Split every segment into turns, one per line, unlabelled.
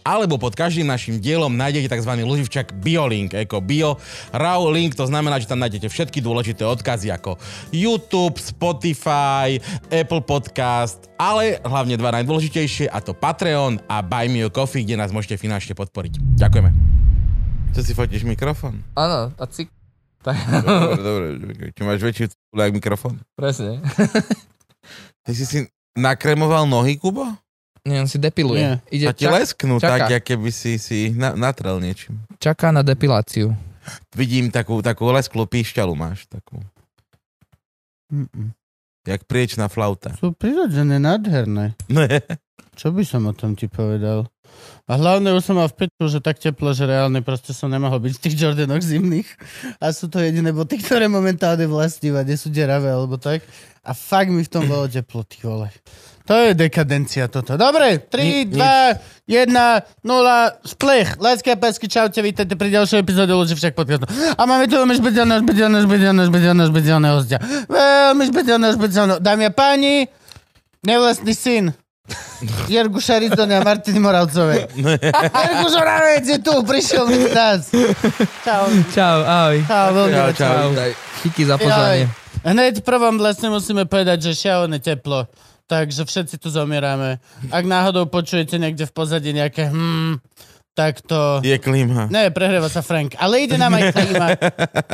Alebo pod každým našim dielom nájdete tzv. loživčak BioLink, ako Bio Raw Link, to znamená, že tam nájdete všetky dôležité odkazy ako YouTube, Spotify, Apple Podcast, ale hlavne dva najdôležitejšie a to Patreon a Buy Me a Coffee, kde nás môžete finančne podporiť. Ďakujeme. Čo si fotíš mikrofón?
Áno, a cik. Tak,
Dobre, dobre. Ty máš väčšiu c***u jak mikrofón.
presne.
Ty si si nakremoval nohy, Kubo?
Nie, on si depiluje.
Nie.
Ide
A ti
čak-
lesknú
čaká.
tak, aké by si si ich na- natrel niečím.
čaká na depiláciu.
Vidím takú, takú lesklú píšťalu máš, takú.
Mm-mm.
Jak priečná flauta.
Sú prirodzené, nádherné.
Ne.
Čo by som o tom ti povedal? A hlavne už som mal v peťku, že tak teplo, že reálne proste som nemohol byť v tých Jordanoch zimných. A sú to jediné boty, ktoré momentálne vlastním a nie sú deravé alebo tak. A fakt mi v tom bolo teplo, ty vole. To je dekadencia toto. Dobre, 3,
Ni-
2, 1, 0, splech. Lásky a pásky, čaute, vítajte pri ďalšej epizóde Ľudí však podcastu. A máme tu veľmi špeciálne, špeciálne, špeciálne, špeciálne, špeciálne hostia. Veľmi špeciálne, špeciálne. Dámy a páni, nevlastný syn. Jergu Šarizdone a Martiny Moravcové. Jergu Žoravec je tu, prišiel medzi nás. Čau.
Čau, ahoj.
Čau, veľmi
Čau,
rád.
čau.
Ahoj. Díky za pozvanie.
Joj. Hneď v prvom vlastne musíme povedať, že šialené teplo. Takže všetci tu zomierame. Ak náhodou počujete niekde v pozadí nejaké hm, tak to...
Je klíma.
Ne, prehrieva sa Frank, ale ide nám aj klíma.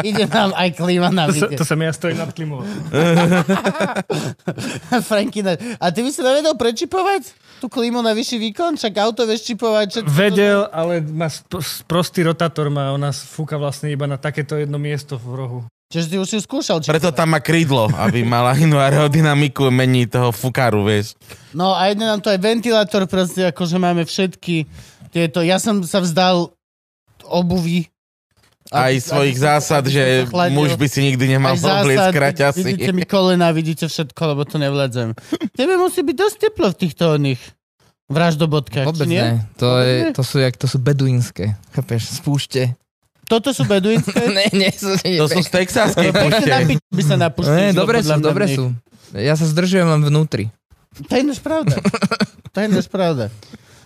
Ide nám aj klíma na
To,
vidie.
to som ja stojím nad klimou.
Frankina. A ty by si nevedel prečipovať tú klímu na vyšší výkon? Však auto vieš čipovať. Čo...
Vedel, ale má sp- prostý rotátor má, ona fúka vlastne iba na takéto jedno miesto v rohu.
Čiže ty už si ju skúšal. Či...
Preto tam má krídlo, aby mala inú aerodynamiku, mení toho fukaru, vieš.
No a jedne nám to aj ventilátor proste, akože máme všetky tieto. Ja som sa vzdal obuvy.
Aj
Aby-
svojich
aby som-
zásad,
aby som
že
sa chladil.
muž by si nikdy nemal
Aj
obliecť kraťasy.
vidíte mi kolena, vidíte všetko, lebo to nevládzem. Tebe musí byť dosť teplo v týchto oných vraždobodkách, či
Vôbec
nie?
nie. To,
Vôbec
je,
nie?
to sú, jak, to sú beduínske. Chápeš? Z púšte.
Toto sú beduínske.
ne, nie, sú, nie,
To sú z texaskej
Pekne na
pošte.
pič by sa napustili.
ne, dobre sú, dobre sú. Ja sa zdržujem len vnútri.
To je ináč pravda. To je ináč pravda.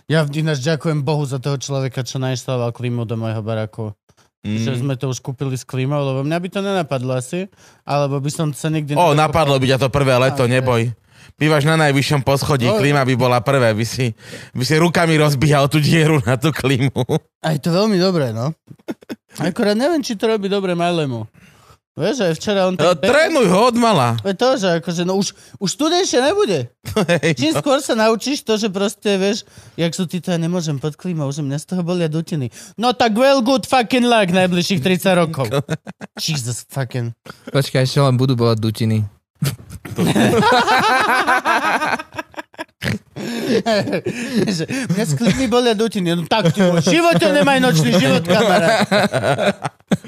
Ja ináč ďakujem Bohu za toho človeka, čo nainštaloval klímu do môjho baraku. Mm. Že sme to už kúpili s klímou, lebo mňa by to nenapadlo asi, alebo by som sa nikdy...
O,
nedokopal.
napadlo by ťa to prvé leto, neboj. Bývaš na najvyššom poschodí,
No.
klíma by bola prvé, by si, by si rukami rozbíjal tú dieru na tú klímu.
A je to veľmi dobré, no. Akorát neviem, či to robí dobre malému. Vieš, aj včera on...
No,
tak-
Trénuj ho od mala.
Veď to, že akože, no už, už studenšie nebude. Čím skôr sa naučíš to, že proste, vieš, jak sú títo, ja nemôžem pod klímou, že mňa z toho bolia dutiny. No tak well good fucking luck najbližších 30 rokov. Jesus fucking.
Počkaj, ešte len budú bola dutiny.
Že mňa z klímy bolia dutiny. No tak, ty vole, v živote nemaj nočný život, kamarát.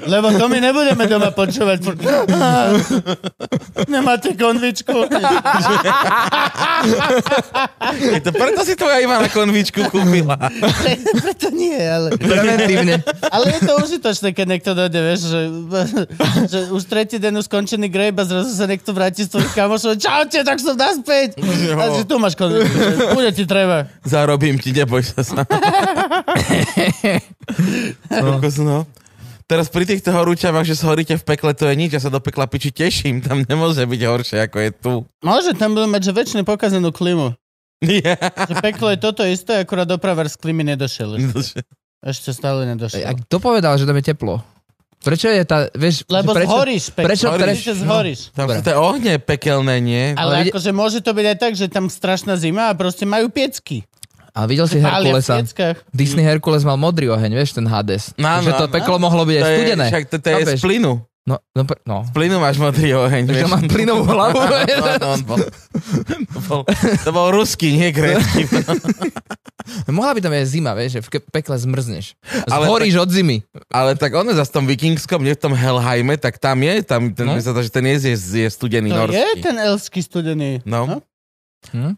Lebo to my nebudeme doma počúvať. furt. Nemáte konvičku.
Je to preto si tvoja Ivana konvičku kúpila.
Preto nie, ale...
Preventívne.
Ale je to užitočné, keď niekto dojde, vieš, že, že už tretí deň už skončený grejb a zrazu sa niekto vráti s tvojich kamošov, čaute, tak som naspäť. A že tu máš konvičku, že bude ti treba.
Zarobím ti, neboj sa sám. Kokos, no. Teraz pri týchto horúčavách, že horíte v pekle, to je nič. Ja sa do pekla piči teším. Tam nemôže byť horšie, ako je tu.
Môže, tam budú mať, že väčšine pokazenú klimu.
Nie.
Že peklo je toto isté, akurát dopravár z klimy nedošiel. Ešte stále
A
nedošiel.
kto povedal, že tam je teplo? Prečo je tá, vieš...
Lebo
prečo,
zhoríš, peklo.
prečo-
Určite
prečo- no.
zhoríš.
Tam sú tie ohne pekelné, nie?
Ale
Ale ide-
akože môže to byť aj tak, že tam strašná zima a proste majú piecky.
A videl si
Ale v
Herkulesa?
pieckách.
Disney Herkules mal modrý oheň, vieš, ten Hades.
No,
Takže
no,
to
no.
peklo mohlo byť aj
to je,
studené.
však to, to je
Chápeš?
z plynu.
No, no, pr- no.
Z plynu máš modrý oheň.
Takže
vieš.
mám plynovú hlavu.
No, to, on bol, to, bol, to bol ruský, nie grécky.
Mohla by tam aj zima, vieš, že v ke- pekle zmrzneš.
Ale
Zhoríš od zimy.
Ale tak ono zase v tom vikingskom, nie v tom Helheime, tak tam je, tam ten, no?
No.
že ten je, je studený
To
norský.
je ten elský studený.
No.
No.
Hm?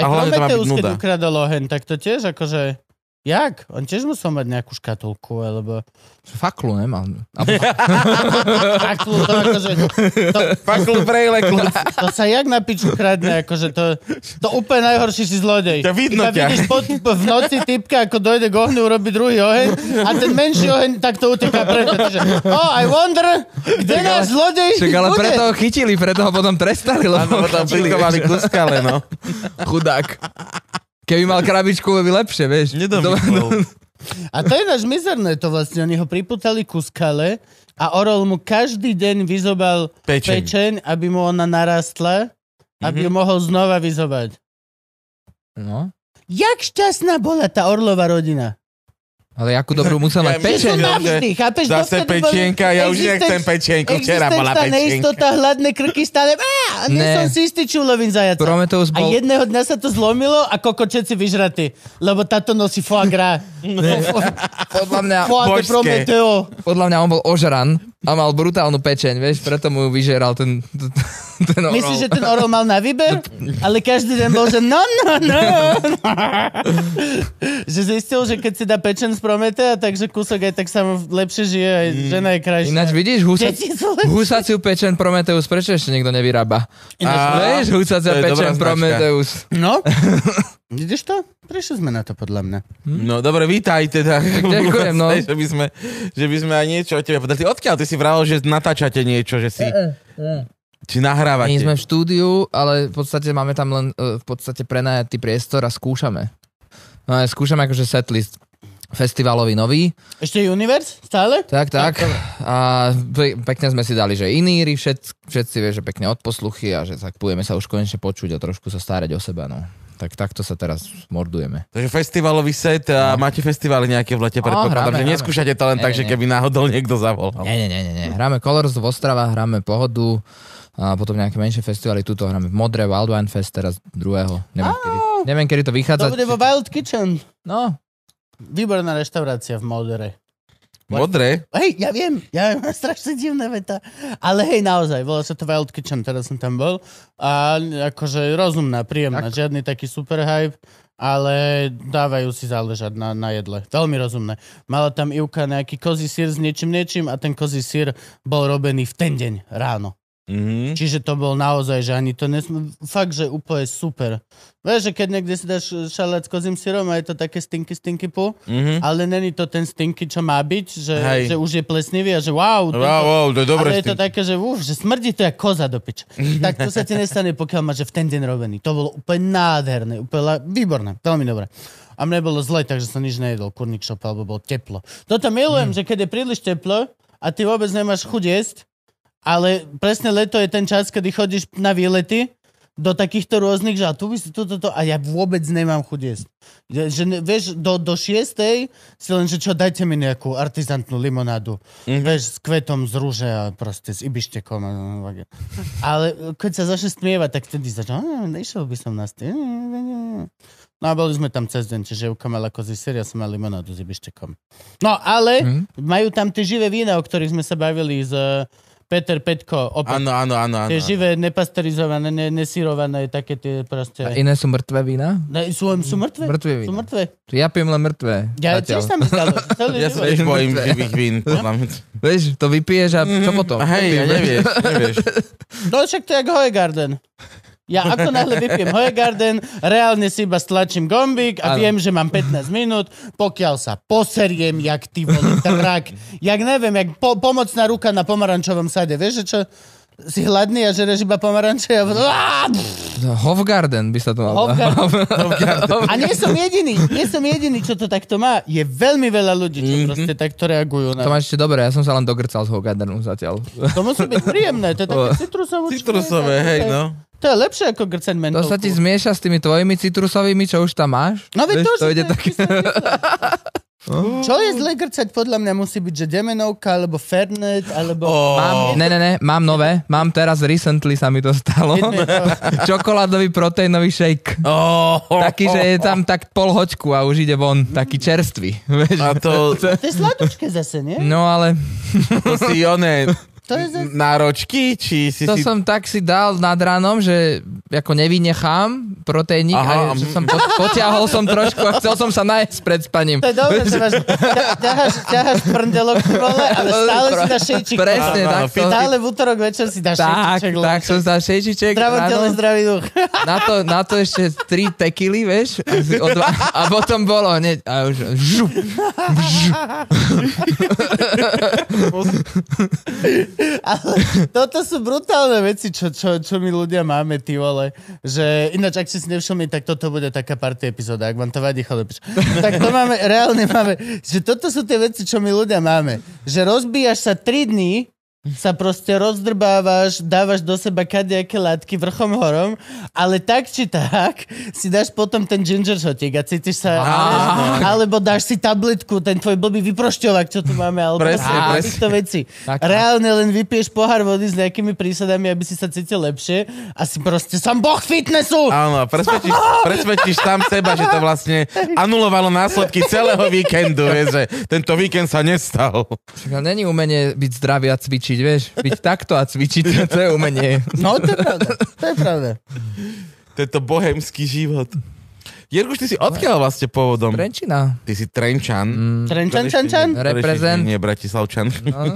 Aj
A hlavne to má byť
Prometeus, keď
nuda.
ukradol oheň, tak to tiež akože... Jak? On tiež musel mať nejakú škatulku, alebo...
Faklu nemal. Alebo
Faklu, to akože... To,
Fakl brejle, kľud.
to sa jak na piču kradne, akože to... To úplne najhorší si zlodej.
Ťa vidno
Iba
ťa.
vidíš pod, v noci typka, ako dojde k ohňu, urobí druhý oheň a ten menší oheň takto uteká preto. Takže, oh, I wonder, kde náš zlodej
Však ale
bude?
preto ho chytili, preto ho potom trestali, lebo
Áno,
ho
tam
chytili,
prikovali
vieš,
k skale, no.
chudák. Keby mal krabičku, by lepšie, vieš.
Nedomyslel.
A to je náš mizerné to vlastne. Oni ho priputali ku skale a orol mu každý deň vyzobal
Pečeň. Mhm.
pečeň, aby mu ona narastla, aby ju mohol znova vyzobať.
No,
Jak šťastná bola tá orlová rodina.
ale akú dobrú musel
Ja
mať
Že sú
myslím,
pečeň.
no, že-
navždy, chápeš?
Zase
Dovtedy boli
pečienka, ja už
existenč-
nechcem pečienku, včera bola
existenčná
pečienka.
neistota, hladné krky stále. Á, nie
Ne.
som si istý, či ulovím zajaca.
Prometeus
A
bol...
jedného dňa sa to zlomilo a kokočeci vyžratí. Lebo táto nosí foie gras.
Podľa mňa,
Foie de
No, Božské.
Prometeo.
podľa mňa on bol ožran a mal brutálnu pečeň, vieš, preto mu vyžeral ten, ten orol.
Myslíš, že ten orol mal na výber? Ale každý deň bol, že no, no, no. že zistil, že keď si dá pečen z Prometea, takže kúsok aj tak samo lepšie žije, aj žena je krajšia.
Ináč vidíš, husac,
Deti sú lepšie.
husaciu pečen Prometeus, prečo ešte niekto nevyrába?
Ináč-
A, vieš,
To
husacia
je dobrá
pečen
značka.
Prometeus.
No, vidíš to? Prišli sme na to, podľa mňa.
No dobre, vítaj teda.
ďakujem, no.
Že by sme, že by sme aj niečo o tebe povedali. Ty Odkiaľ ty si vral, že natáčate niečo, že si... Či nahrávate.
Eh, My sme v štúdiu, ale v podstate máme tam len e, v podstate prenajatý priestor a skúšame. No a skúšame akože setlist festivalový nový,
Ešte Universe? Stále?
tak, tak. A pe- pekne sme si dali, že iní, všetci, všetci vieš, že pekne odposluchy a že tak budeme sa už konečne počuť a trošku sa starať o seba, no. Tak takto sa teraz mordujeme.
Takže festivalový set a máte festivály nejaké v lete,
No. Á,
predpokladám,
hráme,
že
hráme.
neskúšate to len
Nie,
tak,
nie,
že
nie.
keby náhodou niekto zavolal.
Nie, nie, nie, nie, nie. Hráme Colors v Ostrava, hráme Pohodu, a potom nejaké menšie festivaly, tuto hráme v Modre, Wildwine Fest teraz druhého. Neviem, kedy, neviem, kedy to
To
vychádza.
bude vo Wild Kitchen.
No,
Výborná reštaurácia v Moldere.
Modré?
Hej, ja viem, ja viem, strašne divná veta. Ale hej, naozaj, volá sa to Wild Kitchen, teraz som tam bol. A akože rozumná, príjemná, tak. žiadny taký super hype, ale dávajú si záležať na, na jedle. Veľmi rozumné. Mala tam Ivka nejaký kozí sír s niečím niečím a ten kozí sír bol robený v ten deň ráno.
Mhm.
Čiže to bol naozaj, že ani to nesm... Fakt, že úplne super. Vieš, že keď niekde si dáš šalát s kozím sírom a je to také stinky, stinky pu,
Mhm.
ale není to ten stinky, čo má byť, že,
Hej.
že už je plesnivý a že wow. tento-
No, Wow, wow, to je dobré.
ale je
s tým.
to také, že uf, že smrdí to jak koza do pič. Tak to sa ti nestane, pokiaľ máš že v ten deň robený. To bolo úplne nádherné, úplne la- výborné, veľmi dobré. A mne bolo zle, takže som nič nejedol, kurník šop, alebo bolo teplo. Toto milujem,
Mhm.
že keď je príliš teplo a ty vôbec nemáš chuť jesť, ale presne leto je ten čas, kedy chodíš na výlety do takýchto rôznych, že a tu by si toto, to, a ja vôbec nemám chuť jesť. Že, že ne- vieš, do, do šiestej si len, že čo, dajte mi nejakú artizantnú limonádu. Mm-hmm. Vieš, s kvetom z rúže a proste s ibištekom. a- Ale keď sa začne smievať, tak vtedy začne, "Mm, nešiel by som na stý. No a boli sme tam cez deň, čiže Juka mala kozy syr, ja som mal limonádu s ibištekom. No ale
Mhm.
mm-hmm. majú tam tie živé vína, o ktorých sme sa bavili z Peter Petko, opäť.
Áno, áno, áno, áno.
Tie živé, nepasterizované, ne, nesírované, také tie proste...
a iné sú mŕtve vína?
Ne, sú, sú mŕtve?
Mŕtve
Sú
vína.
mŕtve.
Ja pijem len mŕtve.
Ja
zatiaľ.
tiež sa mi stalo. že Celý
Ja sa
život.
tiež bojím živých vín. podľa mňa.
Vieš, to vypiješ a
Mhm.
čo potom?
Hej, ja nevieš, nevieš.
No však to je jak Hoegarden. Ja ako náhle vypijem Hoegarden, reálne si iba stlačím gombík a
Áno.
viem, že mám 15 minút, pokiaľ sa poseriem, jak ty vole trak. Jak neviem, jak po, pomocná ruka na pomarančovom sade. Vieš, že čo? Si hladný a žereš iba pomaranče a... Á, pff,
Hofgarden by sa to malo.
Hofgarden. A nie som jediný, nie som jediný, čo to takto má. Je veľmi veľa ľudí, čo proste takto reagujú.
Mhm. To
Na...
máš ešte dobre, ja som sa len dogrcal z Hofgardenu zatiaľ.
To musí byť príjemné, to je také citrusovúčké.
Citrusové, hej, no.
To je lepšie ako grcen
To
mentolku.
sa ti zmieša s tými tvojimi citrusovými, čo už tam máš.
No veď
Vieš,
to,
to ide tak.
také... Čo je zle grcať, podľa mňa musí byť, že demenovka, alebo fernet, alebo...
Ó.
No.
Mám, ne, ne, ne, mám nové. Mám teraz recently sa mi to stalo.
Jedno je to.
Čokoládový proteínový shake.
Oh,
Taký, že je tam tak pol hoďku a už ide von. Taký čerstvý. Vieš?
A to,
To je sladučké zase, nie?
No ale
to si one
To je zase...
náročky, či si
to
si...
som tak si dal nad ránom, že ako nevynechám proteínik
Aha,
a že som po, potiahol som trošku a chcel som sa nájsť pred spaním.
To je dobré, že máš, ťa- ťaháš, ťaháš prdelok v role, ale stále si dáš šejčík.
Presne,
Áno,
tak
áno,
to.
Stále v útorok večer si dáš
Tak,
šejčíček.
tak som sa šejčiček.
Zdravo
ráno.
telo, zdravý duch.
na to, na to ešte tri tekily, vieš, a, si odva- a potom bolo hneď, a už žup.
Ale toto sú brutálne veci, čo, čo, čo my ľudia máme, ty vole. Že ináč, ak ste si nevšimli, tak toto bude taká party epizóda. Ak vám to vadí, chlapč. Tak to máme, reálne máme. Že toto sú tie veci, čo my ľudia máme. Že rozbíjaš sa 3 dní, sa proste rozdrbávaš, dávaš do seba kadejaké látky vrchom horom, ale tak či tak si dáš potom ten ginger shotík a cítiš sa... Alebo dáš si tabletku, ten tvoj blbý vyprošťovák, čo tu máme, alebo
Presne,
proste
presne.
týchto veci.
Tak.
Reálne len vypiješ pohár vody s nejakými prísadami, aby si sa cítil lepšie a si proste som boh fitnessu!
Áno, a presvedčíš, presvedčíš tam seba, že to vlastne anulovalo následky celého víkendu, vieš, že tento víkend sa nestal.
Však ale Není umenie byť zdravý a cvičiť, vieš, byť takto a cvičiť, to je umenie.
No to je pravda, to je pravda.
Tento bohemský život. Jirku, ty si odkiaľ vlastne pôvodom?
Trenčina.
Ty si Trenčan.
Hmm,
Trenčan, čan, čan.
Reprezent.
Nie, Bratislavčan.
No.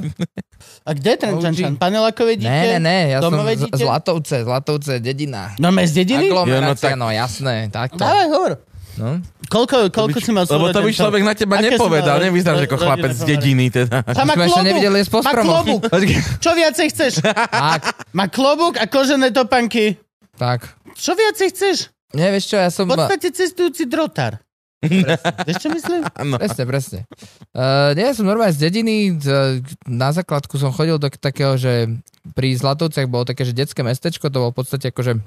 A kde je Trenčan,
OG.
čan? Panelákové dieťa?
Ne, ne, ne, ja som
Domové
z,
dieťa?
Zlatovce, Zlatovce, dedina.
No máme z dediny?
Aglomerácia,
Jo, no tak-
no jasné, takto.
Dávaj, hovor.
No.
Koľko, koľko si mal
Lebo to by
súrodencov?
človek na teba
Aké si
nepovedal.
mal
Nevyzeráš ako
rodinné
chlapec z
pomery?
dediny, teda.
Tá má
My sme ešte
klobúk,
nevideli jesť po
má
stromoch.
klobúk.
Počkej,
Čo viacej chceš?
Tak,
Má klobúk a kožené topánky.
tak.
Čo viacej chceš?
Nie, vieš čo, ja som...
V podstate cestujúci drotár. Vieš, čo myslím?
Áno.
Presne, presne. Uh, nie, ja som normálne z dediny, z, na základku som chodil do takého, že pri Zlatovciach bolo také, že detské mestečko, to bol v podstate akože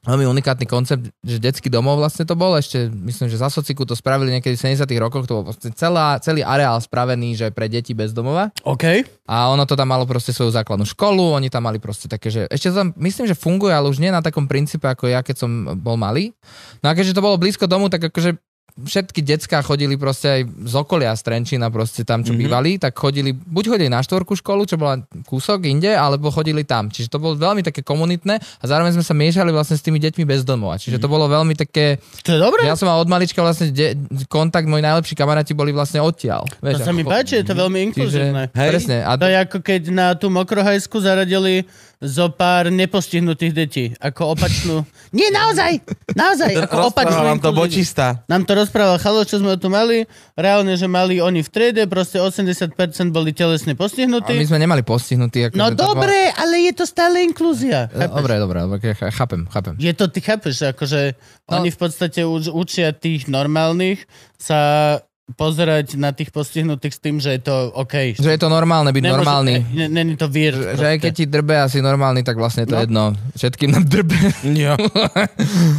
veľmi unikátny koncept, že detský domov vlastne to bol, ešte myslím, že za sociku to spravili niekedy v 70 rokoch, to bol vlastne celá, celý areál spravený, že pre deti bez domova.
OK.
A ono to tam malo proste svoju základnú školu, oni tam mali proste také, že ešte to tam myslím, že funguje, ale už nie na takom princípe ako ja, keď som bol malý. No a keďže to bolo blízko domu, tak akože všetky decká chodili proste aj z okolia Strenčina, proste tam,
Mhm.
čo mm-hmm. bývali, tak chodili, buď chodili na štvorku školu, čo bola kúsok inde, alebo chodili tam. Čiže to bolo veľmi také komunitné a zároveň sme sa miešali vlastne s tými deťmi bez domova. Čiže
Mhm.
to bolo veľmi také...
To je dobré.
Ja som mal od malička vlastne de- kontakt, moji najlepší kamaráti boli vlastne odtiaľ.
To
Vieš,
sa
ako
mi
cho-
páči, je to veľmi inkluzívne.
Čiže, presne. A
To je ako keď na tú mokrohajsku zaradili zo pár nepostihnutých detí. Ako opačnú... Nie, naozaj! Naozaj! Ako opačnú
Rozprával vám to
inkluzívnu.
bočista.
Nám to rozprával chalo, čo sme tu mali. Reálne, že mali oni v triede, proste 80% boli telesne
A my
postihnutí.
sme nemali postihnutý. Ako
No
že to bolo-
dobre, ale je to stále inklúzia. Chápeš?
Dobre, dobre, dobre, ch- chápem, chápem.
Je to, ty chápeš, akože
No.
no. oni v podstate už učia tých normálnych sa pozerať na tých postihnutých s tým, že je to OK.
Že je to normálne byť
Nemôžu-
normálny.
e, Ne, není to vír.
Že- Že aj keď ti drbe asi normálny, tak vlastne je to
eh, No.
jedno. Všetkým nám drbe.
Jo.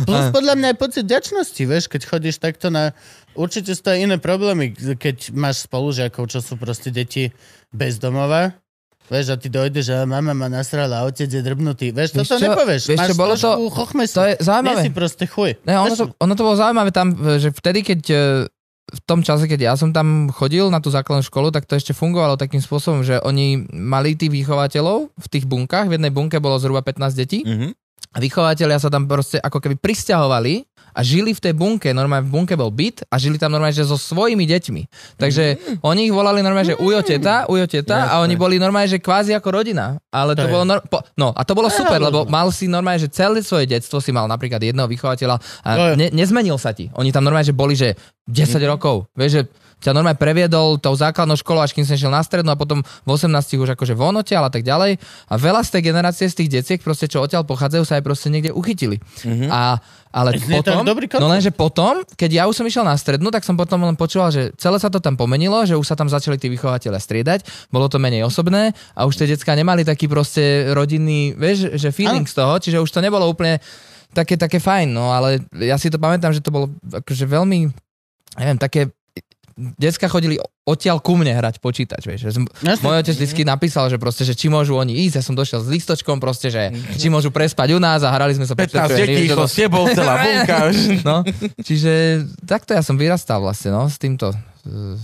Plus podľa mňa je pocit ďačnosti, vieš, keď chodíš takto na... Určite sú to aj iné problémy, keď máš spolužiakov, čo sú proste deti bez domova. Vieš, a ty dojdeš a mama ma nasrala a otec je drbnutý. Vieš,
Vieš
toto
čo?
nepovieš.
Vieš
Máš
čo, bolo to-
trošku chochmesu.
to je zaujímavé.
Nie si proste chuj.
Ne, ono,
Vieš,
to, ono to bolo zaujímavé tam, že vtedy, keď e, v tom čase, keď ja som tam chodil na tú základnú školu, tak to ešte fungovalo takým spôsobom, že oni mali tých vychovateľov v tých bunkách. V jednej bunke bolo zhruba 15 detí.
Mhm.
A vychovateľia sa tam proste ako keby prisťahovali a žili v tej bunke, normálne v bunke bol byt a žili tam normálne, že so svojimi deťmi. Takže
Mhm.
oni ich volali normálne, že ujo teta, ujo teta a oni boli normálne, že kvázi ako rodina. Ale
To
to,
je-
bolo nor- po- no a to
To
bolo
je
super, lebo
rozumné.
mal si normálne, že celé svoje detstvo si mal napríklad jedného vychovateľa
To
a
je- Mhm.
ne- nezmenil sa ti. Oni tam normálne, že boli, že 10 rokov, vieš, že ťa normálne previedol tou základnou školou, až kým som šiel na strednú a potom v 18 už akože von odtiaľ a tak ďalej. A veľa z tej generácie, z tých deciek, proste čo odtiaľ pochádzajú, sa aj proste niekde uchytili. A, ale
Znie to
potom,
ako dobrý koncept.
no lenže potom, keď ja už som išiel na strednú, tak som potom len počúval, že celé sa to tam pomenilo, že už sa tam začali tí vychovateľia striedať, bolo to menej osobné a už tie decka nemali taký proste rodinný, vieš, že feeling z toho, čiže už to nebolo úplne také, také fajn, no ale ja si to pamätám, že to bolo akože veľmi, neviem, také Decka chodili odtiaľ ku mne hrať počítač, vieš. že som-
Jasne.
Môj otec vždy napísal, že proste, že či môžu oni ísť, ja som došiel s listočkom proste, že
Mhm.
či môžu prespať u nás a hrali sme sa
15
počítačové hry,
detí
že
išlo
to-
s tebou, celá bunka.
No, čiže takto ja som vyrastal vlastne, no, s týmto. eh,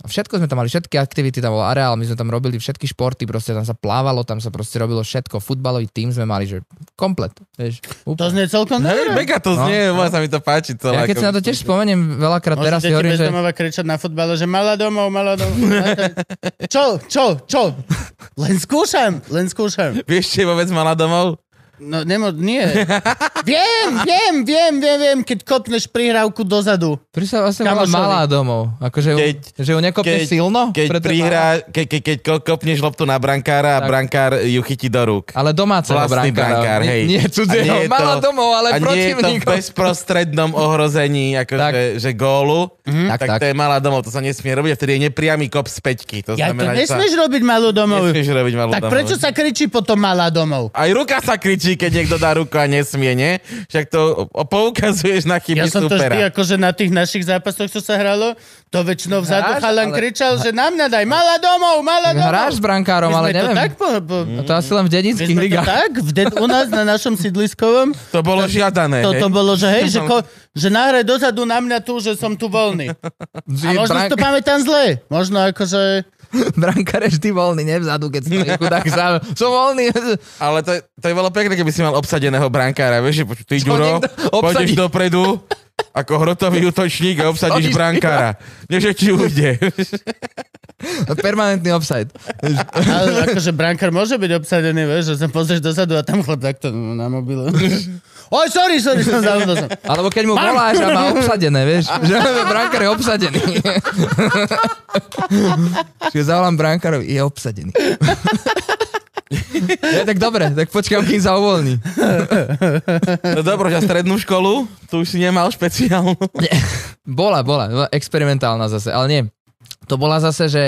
A Všetko sme tam mali, všetky aktivity, tam bol areál, my sme tam robili všetky športy, proste tam sa plávalo, tam sa proste robilo všetko, futbalový tým sme mali, že komplet, vieš,
To
úplne.
znie celkom dobre.
Hej, mega to
No.
znie, no. sa mi to páči celé.
Ja keď
ako-
si na to tiež spomeniem veľakrát
Môžu
teraz, si
deti
hovorím,
bez
že
domova kričať na futbale, že mala domov, mala domov. čo, čo, čo? Len skúšam, len skúšam.
Vieš, čo je vôbec mala domov?
No nemo, nie. Viem, viem, viem, viem, viem, keď kopneš prihrávku dozadu.
pri sa vlastne bola
Kamošovi.
malá domov, akože ju-
Keď-
že ju nekopne
keď-
silno,
Keď,
preto je
prihrá,
malá.
ke, ke, keď ko- kopneš loptu na brankára a
Tak.
brankár ju chytí do rúk.
ale domáceho
Vlastný brankár,
brankára.
hej.
Nie, nie
A
cudzieho,
nie je
malá
to-
domov, ale
a nie je to v
protivníkov.
bezprostrednom ohrození,
Tak.
akože že gólu, tak,
Tak,
tak,
tak.
to je malá domov, to sa nesmie robiť a vtedy je nepriamy kop z peťky. To
Ja to
znamená, že sa
nesmieš robiť malú domov.
nesmieš robiť malú
Tak
domovú.
prečo sa kričí potom malá domov?
Aj ruka sa kričí, keď niekto dá ruku a nesmie, nie? Však to o- poukazuješ na chyby
Ja som to
supera.
vždy akože na tých našich zápasoch, čo sa hralo, to väčšinou vzadu
Hráš,
chalan
ale-
kričal, že nám nadaj, malá domov, malá domov.
Hráš s brankárom,
My
ale
sme to
neviem.
tak po, po,
Mm.
A to asi len v
my
dedinských
sme to
ligách.
tak, v de- u nás na našom sídliskovom,
To bolo žiadané.
to, to
hej?
bolo, že hej, že, ko, že nahraj dozadu na mňa tu, že som tu voľný. A možno si to
Brank-
pamätám zle. Možno akože...
Brankár je vždy voľný, nevzadu, keď stojí chudák sám. Som voľný.
Ale to, je- to je veľa pekné, keby si mal obsadeného brankára, vieš, že poč- ty,
To
Ďuro,
niekto obsadí.
pôjdeš dopredu ako hrotový útočník a obsadíš
Stojíš,
brankára. Nie, že ti ujde.
Permanentný offside.
Ale akože brankár môže byť obsadený, vieš, že sa pozrieš dozadu a tam chlap takto na mobile. Oj, sorry, sorry, som zavodol som.
Alebo keď mu voláš a má obsadené, vieš. Že brankár je obsadený. Čiže zavolám brankárovi, je obsadený. Ja, tak dobre, tak počkám, kým sa uvoľní.
No dobro, že strednú školu, tu už si nemal špeciálnu.
Bola, bola, experimentálna zase, ale nie. To bola zase, že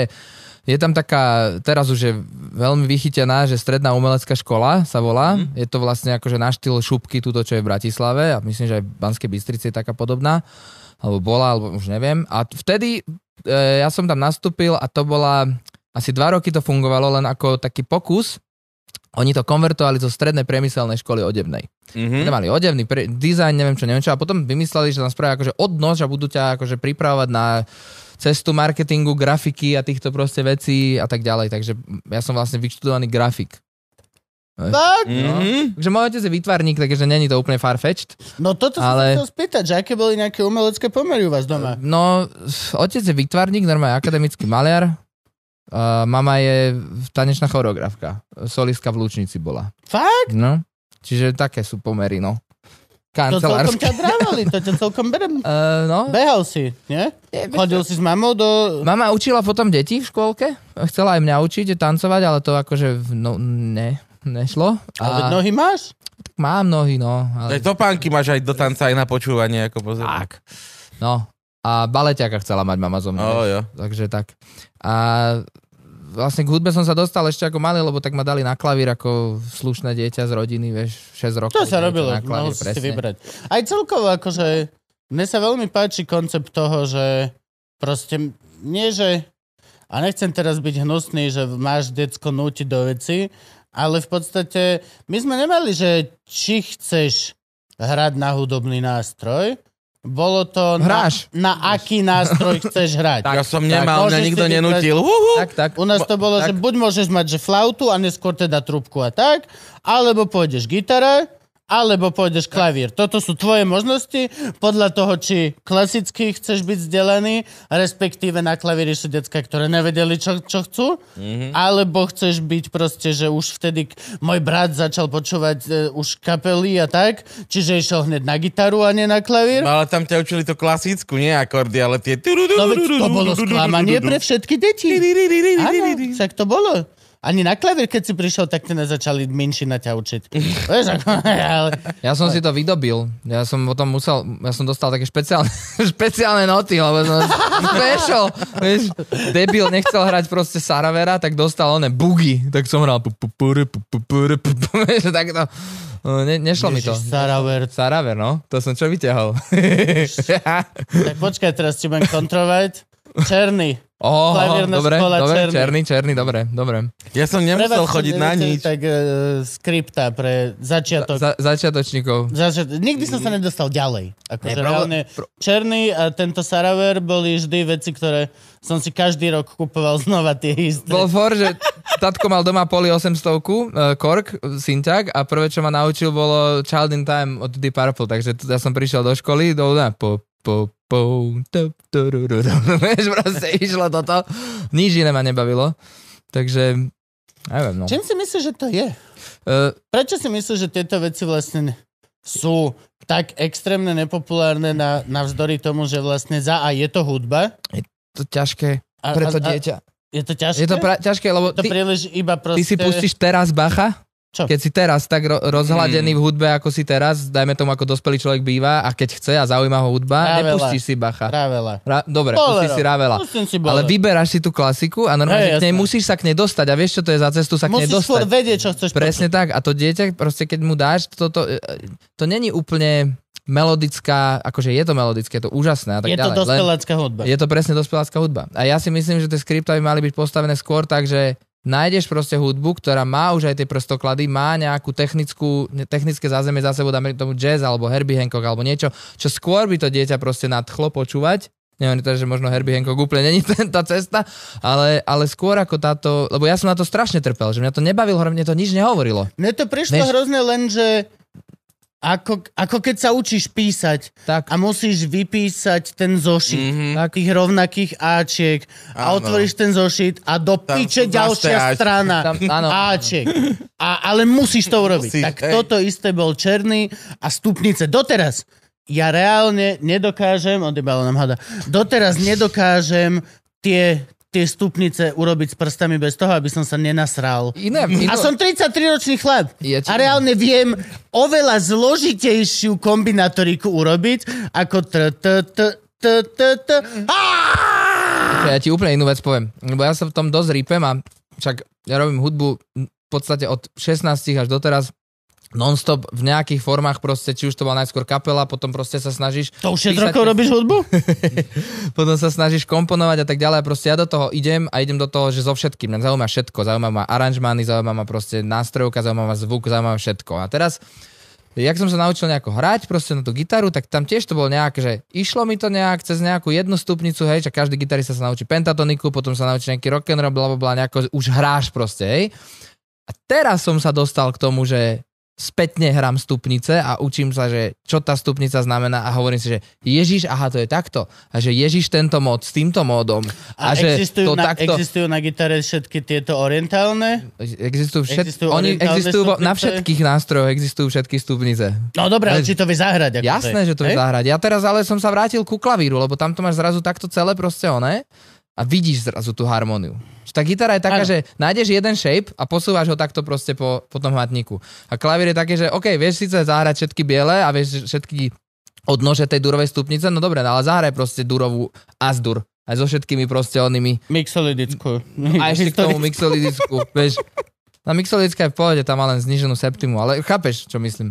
je tam taká, teraz už je veľmi vychytená, že stredná umelecká škola sa volá. Mm. Je to vlastne akože na štýl šupky, túto, čo je v Bratislave a myslím, že aj v Banskej Bystrici je taká podobná. Alebo bola, alebo už neviem. A t- vtedy e, ja som tam nastúpil a to bola, asi dva roky to fungovalo len ako taký pokus. Oni to konvertovali zo strednej priemyselnej školy odevnej.
Hm?
Mm.
Mhm.
Mali odevný pre, dizajn, neviem čo, neviem čo. A potom vymysleli, že tam spravia akože odnož a budú ťa akože pripravovať na cestu marketingu, grafiky a týchto proste vecí a tak ďalej. Takže ja som vlastne vyštudovaný grafik.
Tak,
Mhm.
Takže môj otec je výtvarník, takže není to úplne farfetched.
no toto
Ale-
ale... som sa chcel spýtať, že aké boli nejaké umelecké pomery u vás doma?
No, otec je výtvarník, normálne akademický maliar. Uh, mama je tanečná choreografka. Solistka v Lučnici bola.
Fakt?
No, čiže také sú pomery, no.
To celkom
Kancelárske.
ťa brávali, to ťa celkom berem.
Uh, no,
Behal si, nie?
je-
Chodil si s mamou do...
Mama učila potom deti v škôlke, chcela aj mňa učiť tancovať, ale to akože v- no, ne, nešlo.
Ale no- nohy máš?
tak mám nohy, no.
Aj
Ale,
topánky máš aj do tanca, aj na počúvanie, ako pozerám.
tak. No. A baleťaka chcela mať mama zo mňa.
Oh,
vieš.
jo.
Takže tak. A vlastne k hudbe som sa dostal ešte ako malý, lebo tak ma dali na klavír ako slušné dieťa z rodiny, vieš, 6 rokov.
To sa
dieťa
robilo,
na klavír,
mohol si si
presne.
vybrať. Aj celkovo akože, mne sa veľmi páči koncept toho, že proste nie, že, a nechcem teraz byť hnusný, že máš decko nútiť do veci, ale v podstate my sme nemali, že či chceš hrať na hudobný nástroj, bolo to
Hráš.
na, na aký nástroj chceš hrať.
Ja som nemal,
môžeš
mňa
si
nikto
vybrať-
nenútil. Uhu.
Tak, tak.
U nás to bolo,
tak.
že buď môžeš mať že flautu a neskôr teda trúbku a tak, alebo pôjdeš gitara, alebo pôjdeš klavír. Toto sú tvoje možnosti podľa toho, či klasicky chceš byť vzdelaný, respektíve na klavíri sú decka, ktoré nevedeli, čo, čo chcú, mm-hmm. alebo chceš byť proste, že už vtedy k- môj brat začal počúvať e, už kapely a tak, čiže išiel hneď na gitaru a nie na klavír.
No, ale tam ťa učili to klasickú, nie akordy, ale tie...
No veď to bolo sklamanie pre všetky deti. Áno, však to bolo. Ani na klavír, keď si prišiel, tak te nezačali menšina ťa učiť. Vieš, ako, ale...
Ja som si to vydobil. Ja som potom musel, ja som dostal také špeciálne, špeciálne noty, lebo som special. Vieš, debil nechcel hrať proste Saravera, tak dostal oné bugy. Tak som hral pu, pu, puru, pu, pu, puru, pu, pu, vieš, tak to, no, ne, nešlo mi to.
Ježiš, Saraver.
Saraver, no, to som čo vyťahol.
Tak počkaj, teraz ti budem kontrovať. Černý.
Oh,
Klavírna
dobre,
škola,
dobre,
černý.
černý, černý, dobre, dobre.
Ja som nemusel
Prevažne
chodiť na
neviete,
nič.
Tak e, skripta pre začiatok.
Za, začiatočníkov.
Zaže, nikdy som sa nedostal ďalej. Akože
Ne, proble-
reálne,
pro-
Černý a tento Saraver boli vždy veci, ktoré som si každý rok kupoval znova tie isté.
Bol for, že tatko mal doma poli 800 kork, synťak a prvé, čo ma naučil, bolo Child in Time od Deep Purple, takže t- ja som prišiel do školy, do na, po, po, po, to, to, ru, ru, ru. vieš, proste išlo toto. Nič iné ma nebavilo. Takže, neviem, no.
Čím si myslíš, že to je?
Eh,
Prečo si myslíš, že tieto veci vlastne sú tak extrémne nepopulárne na, navzdory tomu, že vlastne za a je to hudba?
to ťažké
A,
pre to
a- a-
dieťa.
Je to ťažké?
Je to pra- ťažké, lebo
to
ty,
príliš iba proste...
Ty si pustíš teraz Bacha?
Čo? Hmm.
Keď si teraz tak ro- rozhladený v hudbe, ako si teraz, dajme tomu, ako dospelý človek býva a keď chce a zaujíma ho
Ravela.
hudba, nepustíš si Bacha.
Rávela.
Ra- Dobre,
Bolero.
pustíš si Ravela.
Pustím si
Ale
bolero.
vyberáš si tú klasiku a
Hej,
normálne hey, k nej
jasné.
musíš sa k nej dostať a vieš, čo to je za cestu sa k nej
Musíš skôr
dostať.
vedieť, čo chceš
Presne tak. A to dieťa, proste keď mu dáš toto, e, to není úplne melodická, akože je to melodické, je to úžasné a tak
Je to
ďalej. len-
dospelácká hudba.
je to presne dospelácká hudba. A ja si myslím, že tie skripta by mali byť postavené skôr tak, že nájdeš proste hudbu, ktorá má už aj tie prstoklady, má nejakú technickú, technické zázemie za sebou, dáme tomu jazz alebo Herbie Hancock alebo niečo, čo skôr by to dieťa proste nadchlo počúvať. Neviem teda, že možno Herbie Hancock úplne není ten- tá cesta, ale, ale skôr ako táto, lebo ja som na to strašne trpel, že mňa to nebavilo, hra- mne to nič nehovorilo.
Mne to prišlo
Vieš-
hrozné len, že ako, ako keď sa učíš písať
Tak,
a musíš vypísať ten zošit
Mhm.
mm-hmm. tých rovnakých Ačiek a
Áno.
otvoríš ten zošit a do
Tam
piče
sú
ďalšia
zase Ačka.
strana
Tam- áno.
Ačiek. A, ale musíš to urobiť.
Musíš,
tak
hej.
toto isté bol Černý a Stupnice. Doteraz ja reálne nedokážem, odebalo nám hada, doteraz nedokážem tie, tie stupnice urobiť s prstami bez toho, aby som sa nenasral.
iné, iné,
A som 33-ročný chlap.
Ja
a
ti-
reálne viem oveľa zložitejšiu kombinatoriku urobiť, ako t, t, t, t, t, t. Á!
Ja ti úplne inú vec poviem, lebo ja sa v tom dosť rýpem a však ja robím hudbu v podstate od 16 až doteraz non-stop v nejakých formách proste, či už to bola najskôr kapela, potom proste sa snažíš
To už 6
písať
rokov
tie-
robíš hudbu?
potom sa snažíš komponovať a tak ďalej a proste ja do toho idem a idem do toho, že so všetkým. Mňa zaujíma všetko, zaujíma ma aranžmány, zaujíma ma proste nástrojka, zaujíma ma zvuk, zaujíma ma všetko. A teraz jak som sa naučil nejako hrať proste na tú gitaru, tak tam tiež to bolo nejak, že išlo mi to nejak cez nejakú jednu stupnicu, hej, že každý gitarista sa naučí pentatoniku, potom sa naučí nejaký rock'n'roll, bla, bla, bla, nejako už hráš proste, hej. A teraz som sa dostal k tomu, že spätne hrám stupnice a učím sa, že čo tá stupnica znamená a hovorím si, že Ježiš, aha, to je takto. A že Ježiš tento mod s týmto módom.
A,
A, že
existujú,
to
na,
takto...
existujú na gitare všetky tieto orientálne?
Existujú, všet...
existujú
oni
orientálne
existujú vo-
stupnice?
na všetkých nástrojoch, existujú všetky stupnice.
No dobré, ale
Ale-
či to vie zahrať. Ako
Jasné, že to je
hej?
zahrať. Ja teraz ale som sa vrátil ku klavíru, lebo tam to máš zrazu takto celé proste oné a vidíš zrazu tú harmóniu. Že Tá gitara je taká,
Áno.
že nájdeš jeden shape a posúvaš ho takto proste po, po tom hmatníku. A klavír je také, že OK, vieš síce zahrať všetky biele a vieš všetky odnože tej durovej stupnice, no dobre, no ale zahraj proste durovú azdur. Aj so všetkými proste onými
Mixolydickú.
a ešte k tomu mixolidisku, vieš. Na mixolidická je v pohode, tam má len zniženú septimu, ale chápeš, čo myslím.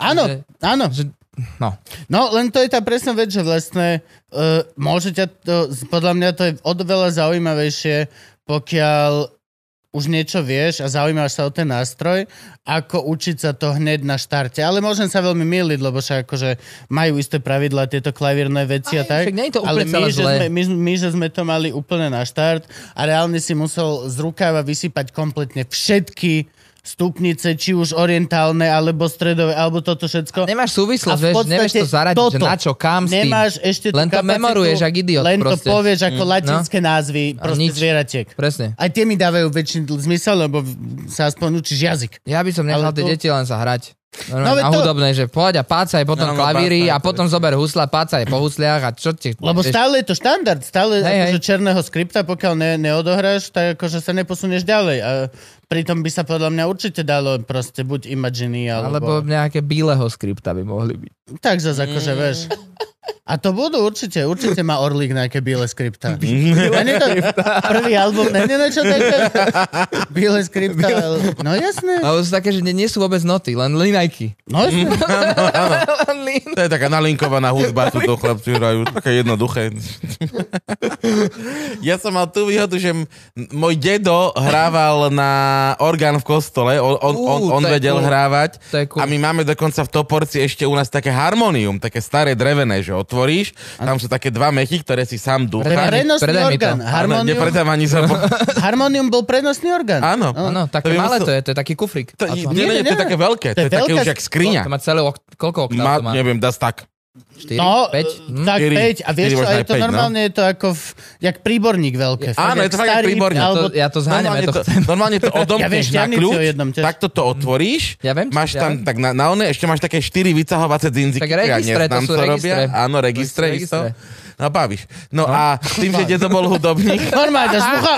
Áno,
že-
áno.
Že, no.
No, len to je tá presná vec, že vlastne uh, môže ťa to, podľa mňa to je oveľa zaujímavejšie, pokiaľ už niečo vieš a zaujímaš sa o ten nástroj, ako učiť sa to hneď na štarte. Ale môžem sa veľmi miliť, lebo však akože majú isté pravidlá tieto klavírne veci a
Aj,
tak.
však nie je to
ale
úplne celé
my že,
zlé.
sme, my, my, že sme to mali úplne na štart a reálne si musel z rukáva vysypať kompletne všetky stupnice, či už orientálne, alebo stredové, alebo toto všetko.
Nemáš
A
súvislosť,
v
vieš,
podstate
nevieš to zaradiť, že
toto.
na čo, kam s tým.
Nemáš ešte tú
Len to
kapacitu,
memoruješ, jak idiot
Len
proste. Mm, no.
to povieš ako latinské názvy proste
nič.
zvieratiek.
Presne.
Aj tie mi dávajú väčší zmysel, lebo v- sa aspoň učíš jazyk.
Ja by som nechal
Ale
tie
to-
deti len sa hrať.
No,
No,
veď
na
to-
hudobnej, že poď a pácaj potom
Áno,
klavíry
pácaj,
a
to
potom zober husla, pácaj po husliach a čo ti...
Lebo
vieš,
stále je to štandard, stále
Hej,
hej, akože
hej.
černého skripta, pokiaľ ne, neodohráš, tak akože sa neposunieš ďalej. A pritom by sa podľa mňa určite dalo proste buď Imaginy,
Alebo
alebo... alebo...
nejaké bíleho skripta by mohli byť.
Tak zase akože, vieš. A to budú určite, určite má Orlík nejaké biele skripta. Není to prvý album, není niečo také? Biele skripta, no jasné,
Ale sú také, že nie, nie sú vôbec noty, len linajky.
no jasné.
Mm.
len lin.
To je taká nalinkovaná hudba, tu to chlapci hrajú, také jednoduché. ja som mal tú výhodu, že m- môj dedo hrával na orgán v kostole, on, on, on,
Ú,
on
to je
vedel
cool.
hrávať
To je cool.
a my máme dokonca v Toporci ešte u nás také harmonium, také staré drevené, že otvoríš, tam sú také dva mechy, ktoré si sám dúchaš.
Drevené.
Prenosný
Predaj mi to.
orgán.
Áno,
Harmonium,
nepredám ani za...
harmonium bol prenosný orgán.
Áno.
Áno,
To
také
by
malé
musel-
to je, to je taký kufrík.
To,
A
nie,
to-
nie, nie, to je také veľké, to je také
veľká
už jak skriňa.
To má celé, ok- koľko oktáv
Má,
to má? Mm,
neviem, dá tak.
4,
No,
5?
tak
Štyri.
5. A vieš
Štyri,
čo, a
možno aj
je to
päť, no.
normálne, je to ako, v, jak príborník veľké.
Áno, je to fakt jak
starý,
príborník.
Alebo,
To, ja to zháňam,
Normálne
ja to
to,
chcem.
normálne to odomkneš
Ja
na
viem šťavnicu
kľúč,
o jednom tiež.
takto to otvoríš,
Mm. Ja viem,
máš
ja
tam
viem.
tak na, na one, ešte máš také štyri vyťahovacie dzinziky.
Tak registre, to sú registre.
Áno, registre,
To sú
isto.
registre.
No bavíš. No, a tým, že dedo bol hudobník,
Normálne, to slucha.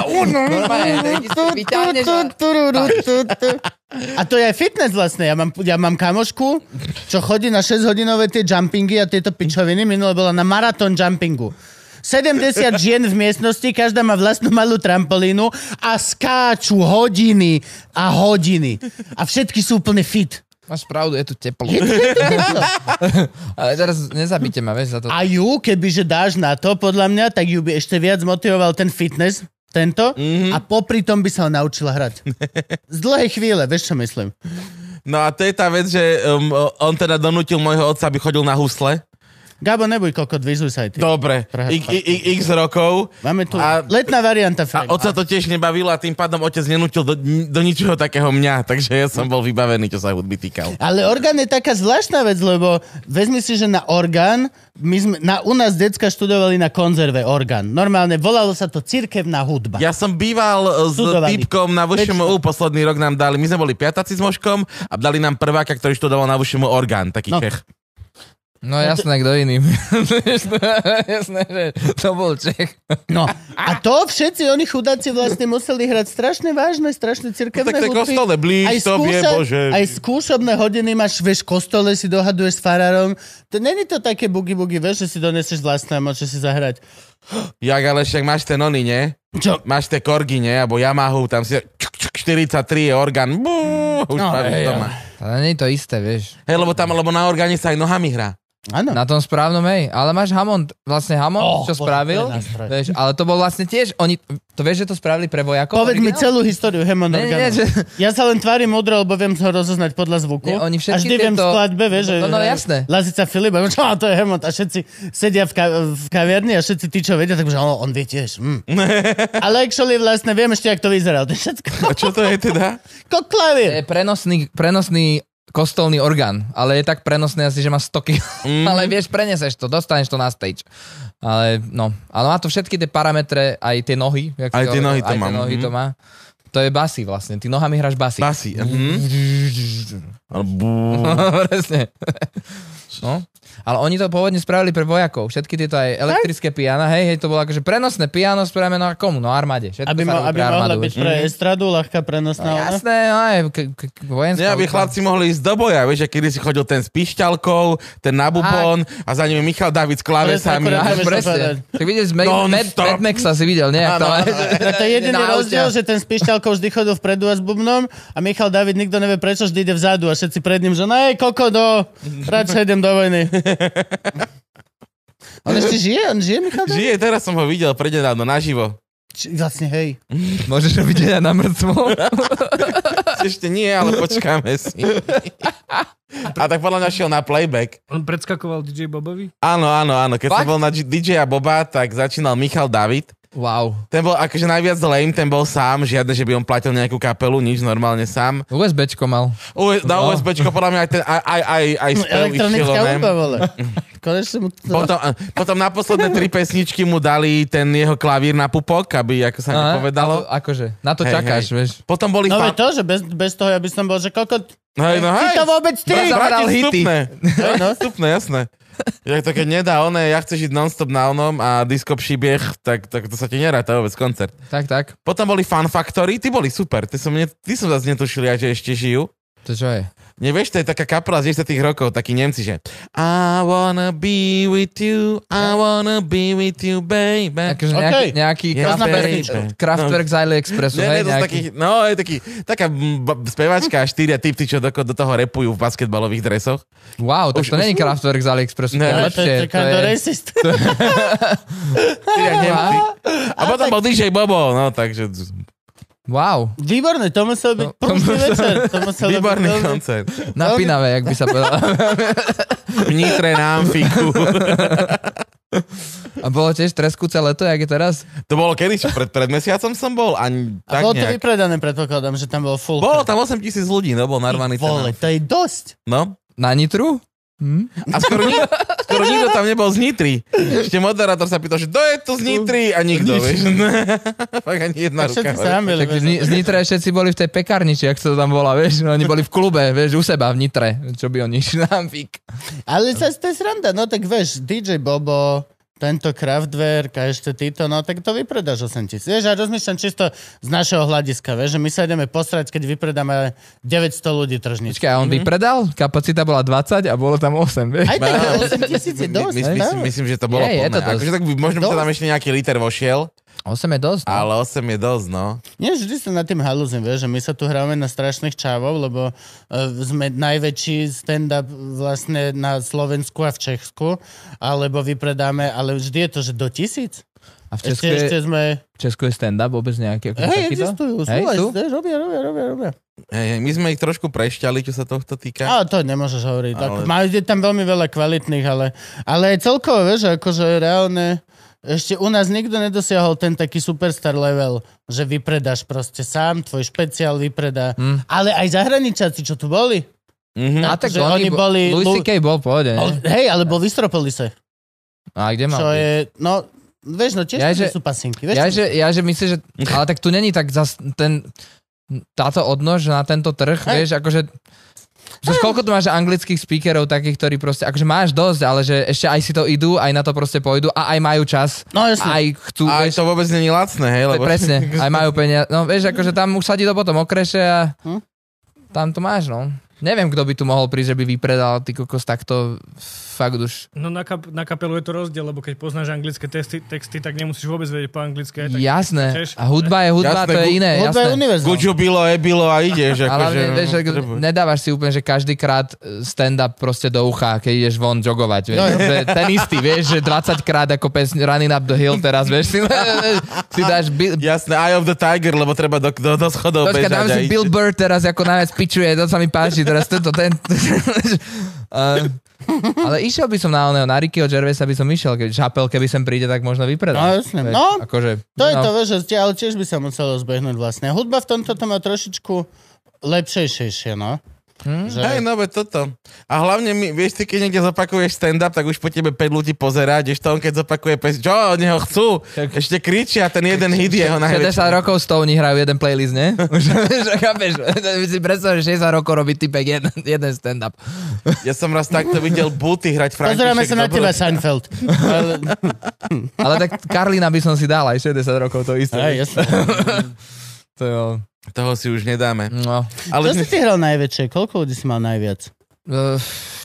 Vyťahneš a-
A Ah, to je aj fitness vlastne. Ja mám, ja mám kamošku, čo chodí na 6-hodinové tie jumpingy a tieto pičoviny. Minule bola na maratón jumpingu. 70 žien v miestnosti, každá má vlastnú malú trampolínu a skáču hodiny a hodiny. A všetky sú úplne fit.
Máš pravdu, je tu teplo.
Je to teplo.
Ale teraz nezabíte ma, vieš, za to.
A ju, kebyže dáš na to, podľa mňa, tak ju by ešte viac motivoval ten fitness, tento, mm-hmm.
Mhm.
a popri tom by sa ho naučila hrať. Z dlhej chvíle, vieš čo myslím.
no a to je tá vec, že um, on teda donútil môjho otca, aby chodil na husle.
Gabo, nebuď kokot, vyzuj sa aj ty.
Dobre,
Prehad-
I, i, i, x rokov.
Máme tu
No. A-
a... letná varianta,
A
Frank.
otca to tiež nebavilo a tým pádom otec nenútil do, do ničoho takého mňa, takže ja som bol vybavený, čo sa hudby týkal.
Ale orgán je taká zvláštna vec, lebo vezmi si, že na orgán, my sme, na, u nás decka študovali na konzerve orgán. Normálne volalo sa to cirkevná hudba.
Ja som býval e, s
Študovaný.
typkom na VŠMU, posledný rok nám dali, my sme boli piataci s Moškom a dali nám prváka, ktorý študoval na VŠMU orgán, taký no.
No.
Čech.
No jasné, kto iný. jasné, že to bol Čech.
No. A to všetci oni chudáci vlastne museli hrať strašne vážne, strašne cirkevné
No Tak to je
hudby.
kostole, blíž tobie, Bože.
Aj skúšobné hodiny máš, vieš, v kostole si dohaduješ s farárom. To není to také bugy-bugy, vieš, že si doneseš vlastné a môžeš si zahrať.
Jak ale však máš ten oný, nie?
Čo?
Máš tie korgy, nie? Alebo Yamahu, tam si... čuk, čuk, 43 je orgán. Bú, už
No,
no, máš
hej,
doma.
Ale nie je to isté, vieš.
Hej, lebo tam, lebo na orgáne sa aj nohami hrá.
Áno.
Na tom správnom, hej. Ale máš Hammond, vlastne Hammond,
Oh,
čo
bože,
spravil.
to je nástroj.
Vieš, ale to bol vlastne tiež, oni, to vieš, že to spravili pre vojakov?
Povedz mi
originál?
celú históriu Hammond
Nie, nie,
orgánu.
že-
Ja sa len tvárim modro, lebo viem ho rozoznať podľa zvuku.
Nie, oni všetky
a vždy viem v
tieto-
skladbe, vieš, že...
No, no, jasné.
Lazica Filip, a čo, a to je Hammond. A všetci sedia v, ka- v kaviarni a všetci tí, čo vedia, tak že on, on vie tiež. Mm. Ale actually vlastne viem ešte, jak to vyzeralo. To je všetko.
A čo to je teda?
Ko
To je
klavír.
prenosný, prenosný kostolný orgán, ale je tak prenosný asi, že má 100 kg. Mm. ale vieš, preneseš to, dostaneš to na stage. Ale no, ale má to všetky tie parametre, aj tie nohy. jak
Aj tie
si hovoril,
nohy to
aj
má,
Tie nohy
mhm.
to má. To je basy vlastne, ty nohami hráš basy.
Basy. Mhm. Ale bú.
Presne. No. Ale oni to pôvodne spravili pre vojakov. Všetky tieto aj elektrické piana, hej, hej, to bolo akože prenosné piano spravené na komu? No armáde. Všetko
Aby,
sa
mo-
robí
aby
pre
mohla
armádu,
byť
vieš.
pre estradu ľahká prenosná. ona.
Jasné, no aj k- k- k- vojenská.
Nie, aby
hudba.
chlapci mohli ísť do boja, vieš, že kedy si chodil ten s pišťalkou, ten na bubon a za ním je Michal David s klávesami.
Presne,
Áno,
Môžeš to povedať.
presne. Tak vidíš, Mad,
Non
Mad,
stop.
Mad Maxa si videl, nie? Áno,
Áno,
No to je jediný
Na
rozdiel,
autiach.
že ten s pišťalkou vždy chodil vpredu a s bubnom a Michal David nikto nevie prečo, vždy ide vzadu a všetci pred ním, že nej, koko do, radšej idem do vojny. On ešte žije? On žije, Michal David?
Žije, teraz som ho videl prednedávno naživo.
Či, vlastne, hej.
Môžeš robiť aj na mŕtvom.
Ešte nie, ale počkáme si. A tak podľa mňa šiel na playback.
On predskakoval DJ Bobovi?
Áno, áno, áno. Keď som
Fakt?
bol na G- DJ a Boba, tak začínal Michal David.
Wow.
Ten bol akože najviac lame, ten bol sám, žiadne, že by on platil nejakú kapelu, nič, normálne sám.
USBčko mal.
U, na
No.
USBčko podľa mňa aj, ten, aj, aj, aj, aj
No,
spev
Elektronická
išiel, ne?
hudba, vole. Konečne mu...
potom, a- potom na posledné tri pesničky mu dali ten jeho klavír na pupok, aby ako sa
Aha,
nepovedalo.
a- Akože, na to
Hej,
čakáš,
hej.
vieš.
Potom boli...
No veď
fan-
to, že bez, bez toho ja by som bol, že kokot,
Hej, no,
ty
hej.
to vôbec ty!
Brat- Zabral hity.
Vstupné.
Hej, no.
Vstupné, jasné. Ja to keď nedá oné, ja chceš žiť nonstop na onom a disco příbeh, tak, tak to sa ti neráta vôbec koncert.
Tak, tak.
Potom boli Fun Factory, ty boli super, ty som, ne, ty som zase netušil, ja, že ešte žijú.
To čo je?
Nevieš, to je taká kapela z 10 rokov, takí Nemci, že I wanna be with you, I wanna be with you, baby.
Akože
Okej.
nejaký, nejaký
Ja
Kraftwerk,
znam-
Kraftwerk z AliExpressu,
Ne, ne,
hej?
to sú
nejaký-
taký, no, je taký, taká mm, ba- speváčka a štyria typci, čo do, do toho repujú v basketbalových dresoch.
Wow, tak
Už-
to není Kraftwerk z AliExpressu, to
Ne.
je
Ale
Ale to
lepšie.
je
To
kind
je...
racist.
Štyria Nemci. A potom bol DJ Bobo, no, takže
Wow,
Výborné, to musel byť
No, to
prvý
musel-
večer. To musel
výborný
byť
koncert.
napínavé, jak by sa povedalo.
V Nitre na Amfiku.
A bolo tiež treskúce leto, jak je teraz?
To bolo kedy? Čo, Pred, pred mesiacom som bol? Ani,
A
tak
bolo to
nejak.
vypredané, predpokladám, že tam bolo full.
Bolo tam 8 tisíc ľudí, no bol narvaný ten
Vole,
Amfik.
to je dosť.
No.
Na Nitru? Hm?
A skoro, ni- skoro nikto tam nebol z Nitry. Ešte moderátor sa pýtal, že kto je tu z Nitry? A nikto, vieš. Fakt ani
Tak
jedna
všetci sa
ruka.
jamili.
Tak z, Ni- z Nitre všetci boli v tej pekárniči, ak sa to tam bola, vieš? Oni boli v klube, vieš, u seba v Nitre. Čo by oni išli na Amfik?
Ale zase to je sranda, no tak vieš, DJ Bobo, tento Kraftwerk a ešte títo, no tak to vypredáš 8 tisíc. Vieš, a rozmýšľam čisto z našeho hľadiska, vieš, že my sa ideme posrať, keď vypredáme 900 ľudí tržničky.
Počkaj, a on vypredal? Kapacita bola 20 a bolo tam 8, vieš?
Aj tak 8 tisíc je dosť.
My, my, myslím, myslím, že to bolo
Je,
plné.
je to dosť.
akože tak by, možno by sa
Dosť.
tam ešte nejaký liter vošiel,
8 je dosť. no.
ale 8 je dosť, no.
Nie, vždy sa nad tým halúzim, vieš, že my sa tu hráme na strašných čávov, lebo uh, sme najväčší stand-up vlastne na Slovensku a v Česku, alebo vypredáme, ale vždy je to, že do tisíc.
A v Česku,
Ešte, ešte
je,
sme...
v Česku je stand-up vôbec nejaký? akože
Hej,
takýto?
existujú,
Hej,
hey,
sú?
robia, robia, robia, robia.
Hej, hej, my sme ich trošku prešťali, čo sa tohto týka.
A to nemôžeš hovoriť. Ale...
Ale-
Majú je tam veľmi veľa kvalitných, ale, ale celkovo, vieš, akože reálne ešte u nás nikto nedosiahol ten taký superstar level, že vypredáš proste sám, tvoj špeciál vypredá.
Hm.
Ale aj zahraničáci, čo tu boli.
Mhm.
No,
A tak
že oni
oni
boli-
boli... Louis
Lu-
C.K. bol v pohode,
Ale,
ne?
hej, alebo vystropili sa.
A kde mal?
Čo
byť?
je, no, vieš, no tiež ja,
Ja, že-
sú pasinky. Vieš,
Ja
čo
že, ja že myslím, že... Ale tak tu není tak zas ten... Táto odnož na tento trh,
Hej.
vieš, akože... Zas koľko tu máš anglických speakerov takých, ktorí proste, akože máš dosť, ale že ešte aj si to idú, aj na to proste pôjdu a aj majú čas,
No jasne.
aj chcú,
A
vieš,
aj to vôbec není lacné, hej, lebo...
presne, aj majú peniaze. No vieš, akože tam už sa ti to potom okreše a
Hm?
tam to máš, no. Neviem, kto by tu mohol prísť, že by vypredal ty kokos takto, fakt už.
No na, kap- na kapelu je to rozdiel, lebo keď poznáš anglické testy, texty, tak nemusíš vôbec vedieť po anglicky. Aj tak.
Jasné,
chceš.
a hudba je hudba,
Jasné,
to je
hu-
iné,
Hudba je
jasné.
univerzálna.
Guču bilo, ebilo a ideš.
A
Akože,
hlavne, vieš, že nedávaš si úplne, že každýkrát e, stand-up proste do ucha, keď ideš von jogovať, vieš.
No,
No, ten istý, vieš, že 20 krát ako pesň Running up the hill teraz, vieš, si, si dáš Bill,
Jasné, Eye of the Tiger, lebo treba do, do, do schodov
Počka,
bežať.
dám
a
si
ísť.
Bill Burr teraz ako najviac pičuje, to sa mi páči, teraz tento, ten... uh, ale išiel by som na oného, na Rickyho Gervaisa by som išiel, keby Chappell, keby sem príde, tak možno vypredal.
No, jasné.
Vieš,
No,
akože,
To je
no,
to, vieš, že tie- ale tiež by sa muselo zbehnúť vlastne. Hudba v tomto to má trošičku lepšejšie, no.
Hm?
Že...
Hej, no veď toto. A hlavne, mi, vieš, ty keď niekde zopakuješ stand-up, tak už po tebe 5 ľudí pozerá, kdežto on keď zopakuje pes, čo od neho chcú, ešte kričia, ten jeden hit je jeho
60
najväčší.
rokov s tou oni hrajú jeden playlist, ne? Už že chápeš, Vy si predstav, že 60 rokov robí typek jeden, jeden stand-up.
Ja som raz takto videl Buty hrať František.
Pozeráme sa na
Dobrovoľ-
teba, Seinfeld. Ale-
Ale tak Karlina by som si dal aj 60 rokov to isté.
Aj, jasné.
To jo,
Toho si už nedáme.
no.
Čo
Ale
si ty hral najväčšie? Koľko ľudí si mal najviac?
Eh,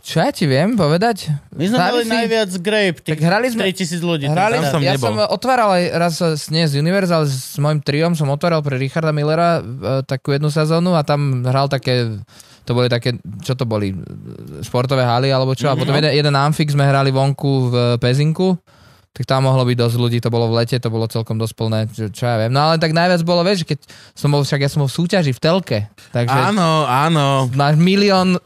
Čo ja ti viem povedať?
My sme
Hrali
mali
si-
najviac grape, tých
Tak hrali sme-
3000 ľudí. tam
Hrali,
sa-
tam som
ja
nebol.
som eh, otváral aj raz eh, s- nie z Universal, s mojim triom som otváral pre Richarda Millera e, takú jednu sezónu a tam hral také, to boli také, čo to boli, e, športové haly alebo čo.
Mhm.
A potom jeden, jeden Amfik sme hrali vonku v eh, Pezinku, tak tam mohlo byť dosť ľudí, to bolo v lete, to bolo celkom dosť plné, čo, čo ja viem. No ale tak najviac bolo, vieš, keď som bol, však ja som bol v súťaži v telke, takže
Áno, áno.
máš milión,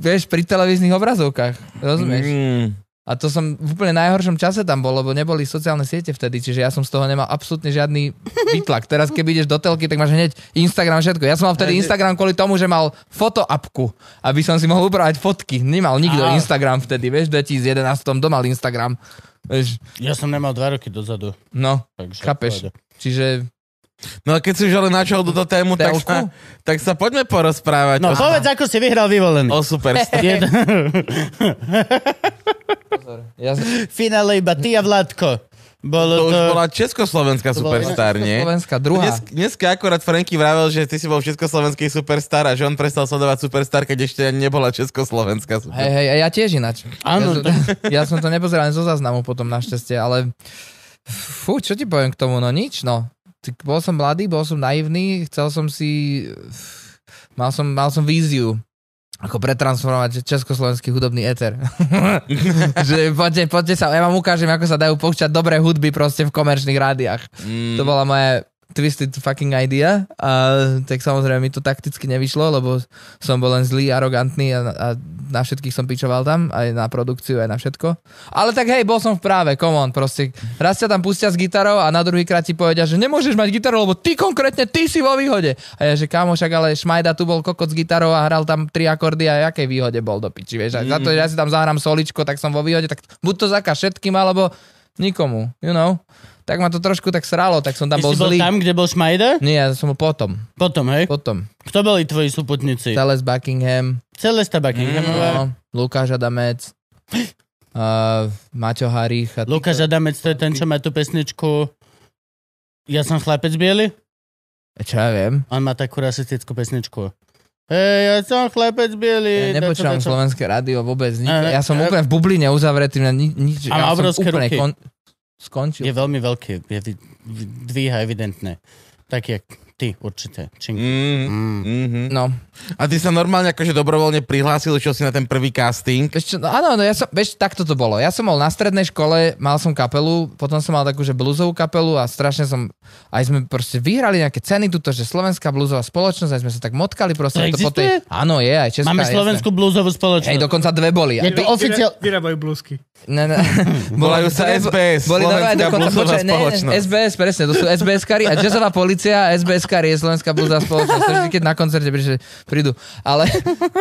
vieš, pri televíznych obrazovkách, rozumieš?
Mm.
A to som v úplne najhoršom čase tam bol, lebo neboli sociálne siete vtedy, čiže ja som z toho nemal absolútne žiadny výtlak. Teraz keď ideš do telky, tak máš hneď Instagram všetko. Ja som mal vtedy Instagram kvôli tomu, že mal fotoapku, aby som si mohol upravať fotky. Nemal nikto
Á.
Instagram vtedy, vieš, v 2011 to mal Instagram. Vieš,
Ja som nemal dva roky dozadu.
no,
Takže
chápeš.
pohode.
Čiže
No a keď si už ale načal túto tému, tak
Telku?
sa, tak sa poďme porozprávať
No
o,
povedz, ako si vyhral vyvolený.
o superstar.
Jed-
ja,
Hm? V finále iba ty a Vládko. Bolo to...
To už bola Československá superstar, nie?
Slovenská druhá.
Dnes, dneska akorát Franky vravel, že ty si bol československý superstar a že on prestal sledovať superstar, keď ešte ani nebola československá
Hej,
superstar.
hej, a ja tiež ináč.
Áno,
ja, som, ja som to nepozeral ani zo záznamu potom našťastie, ale fú, čo ti poviem k tomu, no nič, no. Ty- Bol som mladý, bol som naivný, chcel som si, mal som, mal som víziu ako pretransformovať československý hudobný éter. že poďte, poďte sa, ja vám ukážem, ako sa dajú poučať dobré hudby proste v komerčných rádiách.
Mm,
To bola moja twisted fucking idea a tak samozrejme mi to takticky nevyšlo, lebo som bol len zlý, arogantný a, a na všetkých som pičoval tam, aj na produkciu, aj na všetko. Ale tak hej, bol som v práve, come on, proste. Raz ťa tam pustia s gitarou a na druhý krát ti povedia, že nemôžeš mať gitaru, lebo ty konkrétne, ty si vo výhode. A ja, že kámo, však ale Šmajda tu bol kokot s gitarou a hral tam tri akordy a jakej výhode bol do piči, vieš. A za
Mm.
to, že ja si tam zahrám soličko, tak som vo výhode, tak buď to zakáž všetkým, alebo nikomu, you know. Tak ma to trošku tak sralo, tak som
Ty
tam bol
si bol
zlý.
tam, kde bol Šmajder?
Nie, ja som bol potom,
Potom, hej?
potom.
Kto boli tvoji súputníci?
Dallas Buckingham,
Celesta Buckinghamová.
no, Lukáš Adamec, uh, Maťo Harich. A
Lukáš Adamec, to je ten, čo má tú pesničku Ja som chlapec biely?
Čo ja viem?
On má takú rasistickú pesničku. Hej, ja som chlapec biely.
Ja
dačo,
nepočúvam
dačo.
slovenské rádio vôbec. Nik-
A-
ja som
a-
úplne v bubline uzavretý. Mňa ni- nič,
A má
ja som
obrovské
úplne
ruky.
kon- skončil.
Je veľmi veľký, je vy- vy- dvíha evidentne. Tak jak ty určite. Čink.
mm,
Mm.
mhm.
No,
A ty sa normálne akože dobrovoľne prihlásil, išiel si na ten prvý casting.
vieš čo, no áno, no ja som, vieš, takto to bolo. Ja som bol na strednej škole, mal som kapelu, potom som mal takú, že bluzovú kapelu a strašne som, aj sme proste vyhrali nejaké ceny tuto, že Slovenská bluzová spoločnosť, aj sme sa tak motkali
To
proste. po
existuje?
tej- Áno, je, aj Česká.
Máme
jasné.
slovenskú blúzovú
Hej,
spoločnosť.
dokonca dve boli.
Je to
Vyra-
oficiál-
Vyrábajú blúzky.
Ne, ne.
Volajú sa
Boli-
SBS,
boli normálne
Slovenská blúzová
počkaj, ne, ne,
spoločnosť.
SBS, presne, to sú SBS-kari a jazzová policia a SBS-kari je Slovenská blúzová spoločnosť. Takže keď na koncerte prišli, prídu. Ale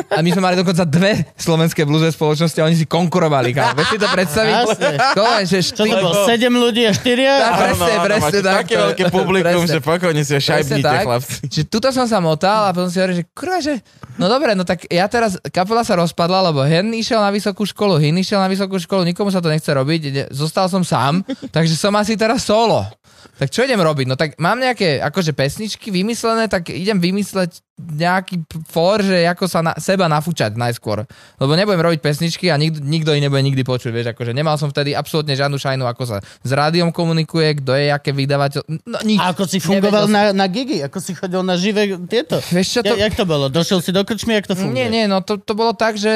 a my sme mali dokonca dve slovenské blúzové spoločnosti a oni si konkurovali. Kámo. Vieš si to predstaviť?
Jasne.
To len, že
Čo to
štyri-
bolo? Sedem ľudí a štyria?
Tak. presne, presne
máte
tak,
Také
to je-
veľké publikum,
presne.
že pokojne si ho šajbnite,
tak.
chlapci.
Čiže tuto som sa motal a potom si hovorím, že kurva, že... No dobre, no tak ja teraz, kapela sa rozpadla, lebo hen išiel na vysokú školu, hen išiel na vysokú školu, nikomu sa to nechce robiť, ide- zostal som sám, takže som asi teraz solo. Tak čo idem robiť? No tak mám nejaké akože pesničky vymyslené, tak idem vymysleť nejaký p- for, že ako sa na, seba nafúčať najskôr. Lebo nebudem robiť pesničky a nikto, nikto ich nebude nikdy počuť, vieš, akože nemal som vtedy absolútne žiadnu šajnu, ako sa s rádiom komunikuje, kto je, aké vydavateľ, no nič.
A ako si fungoval
Nevedel
na, na gigy? Ako si chodil na živé tieto?
Vieš čo, to,
Ja, jak to bolo? Došiel si do krčmy, jak to funguje?
Nie, nie, no to, to bolo tak, že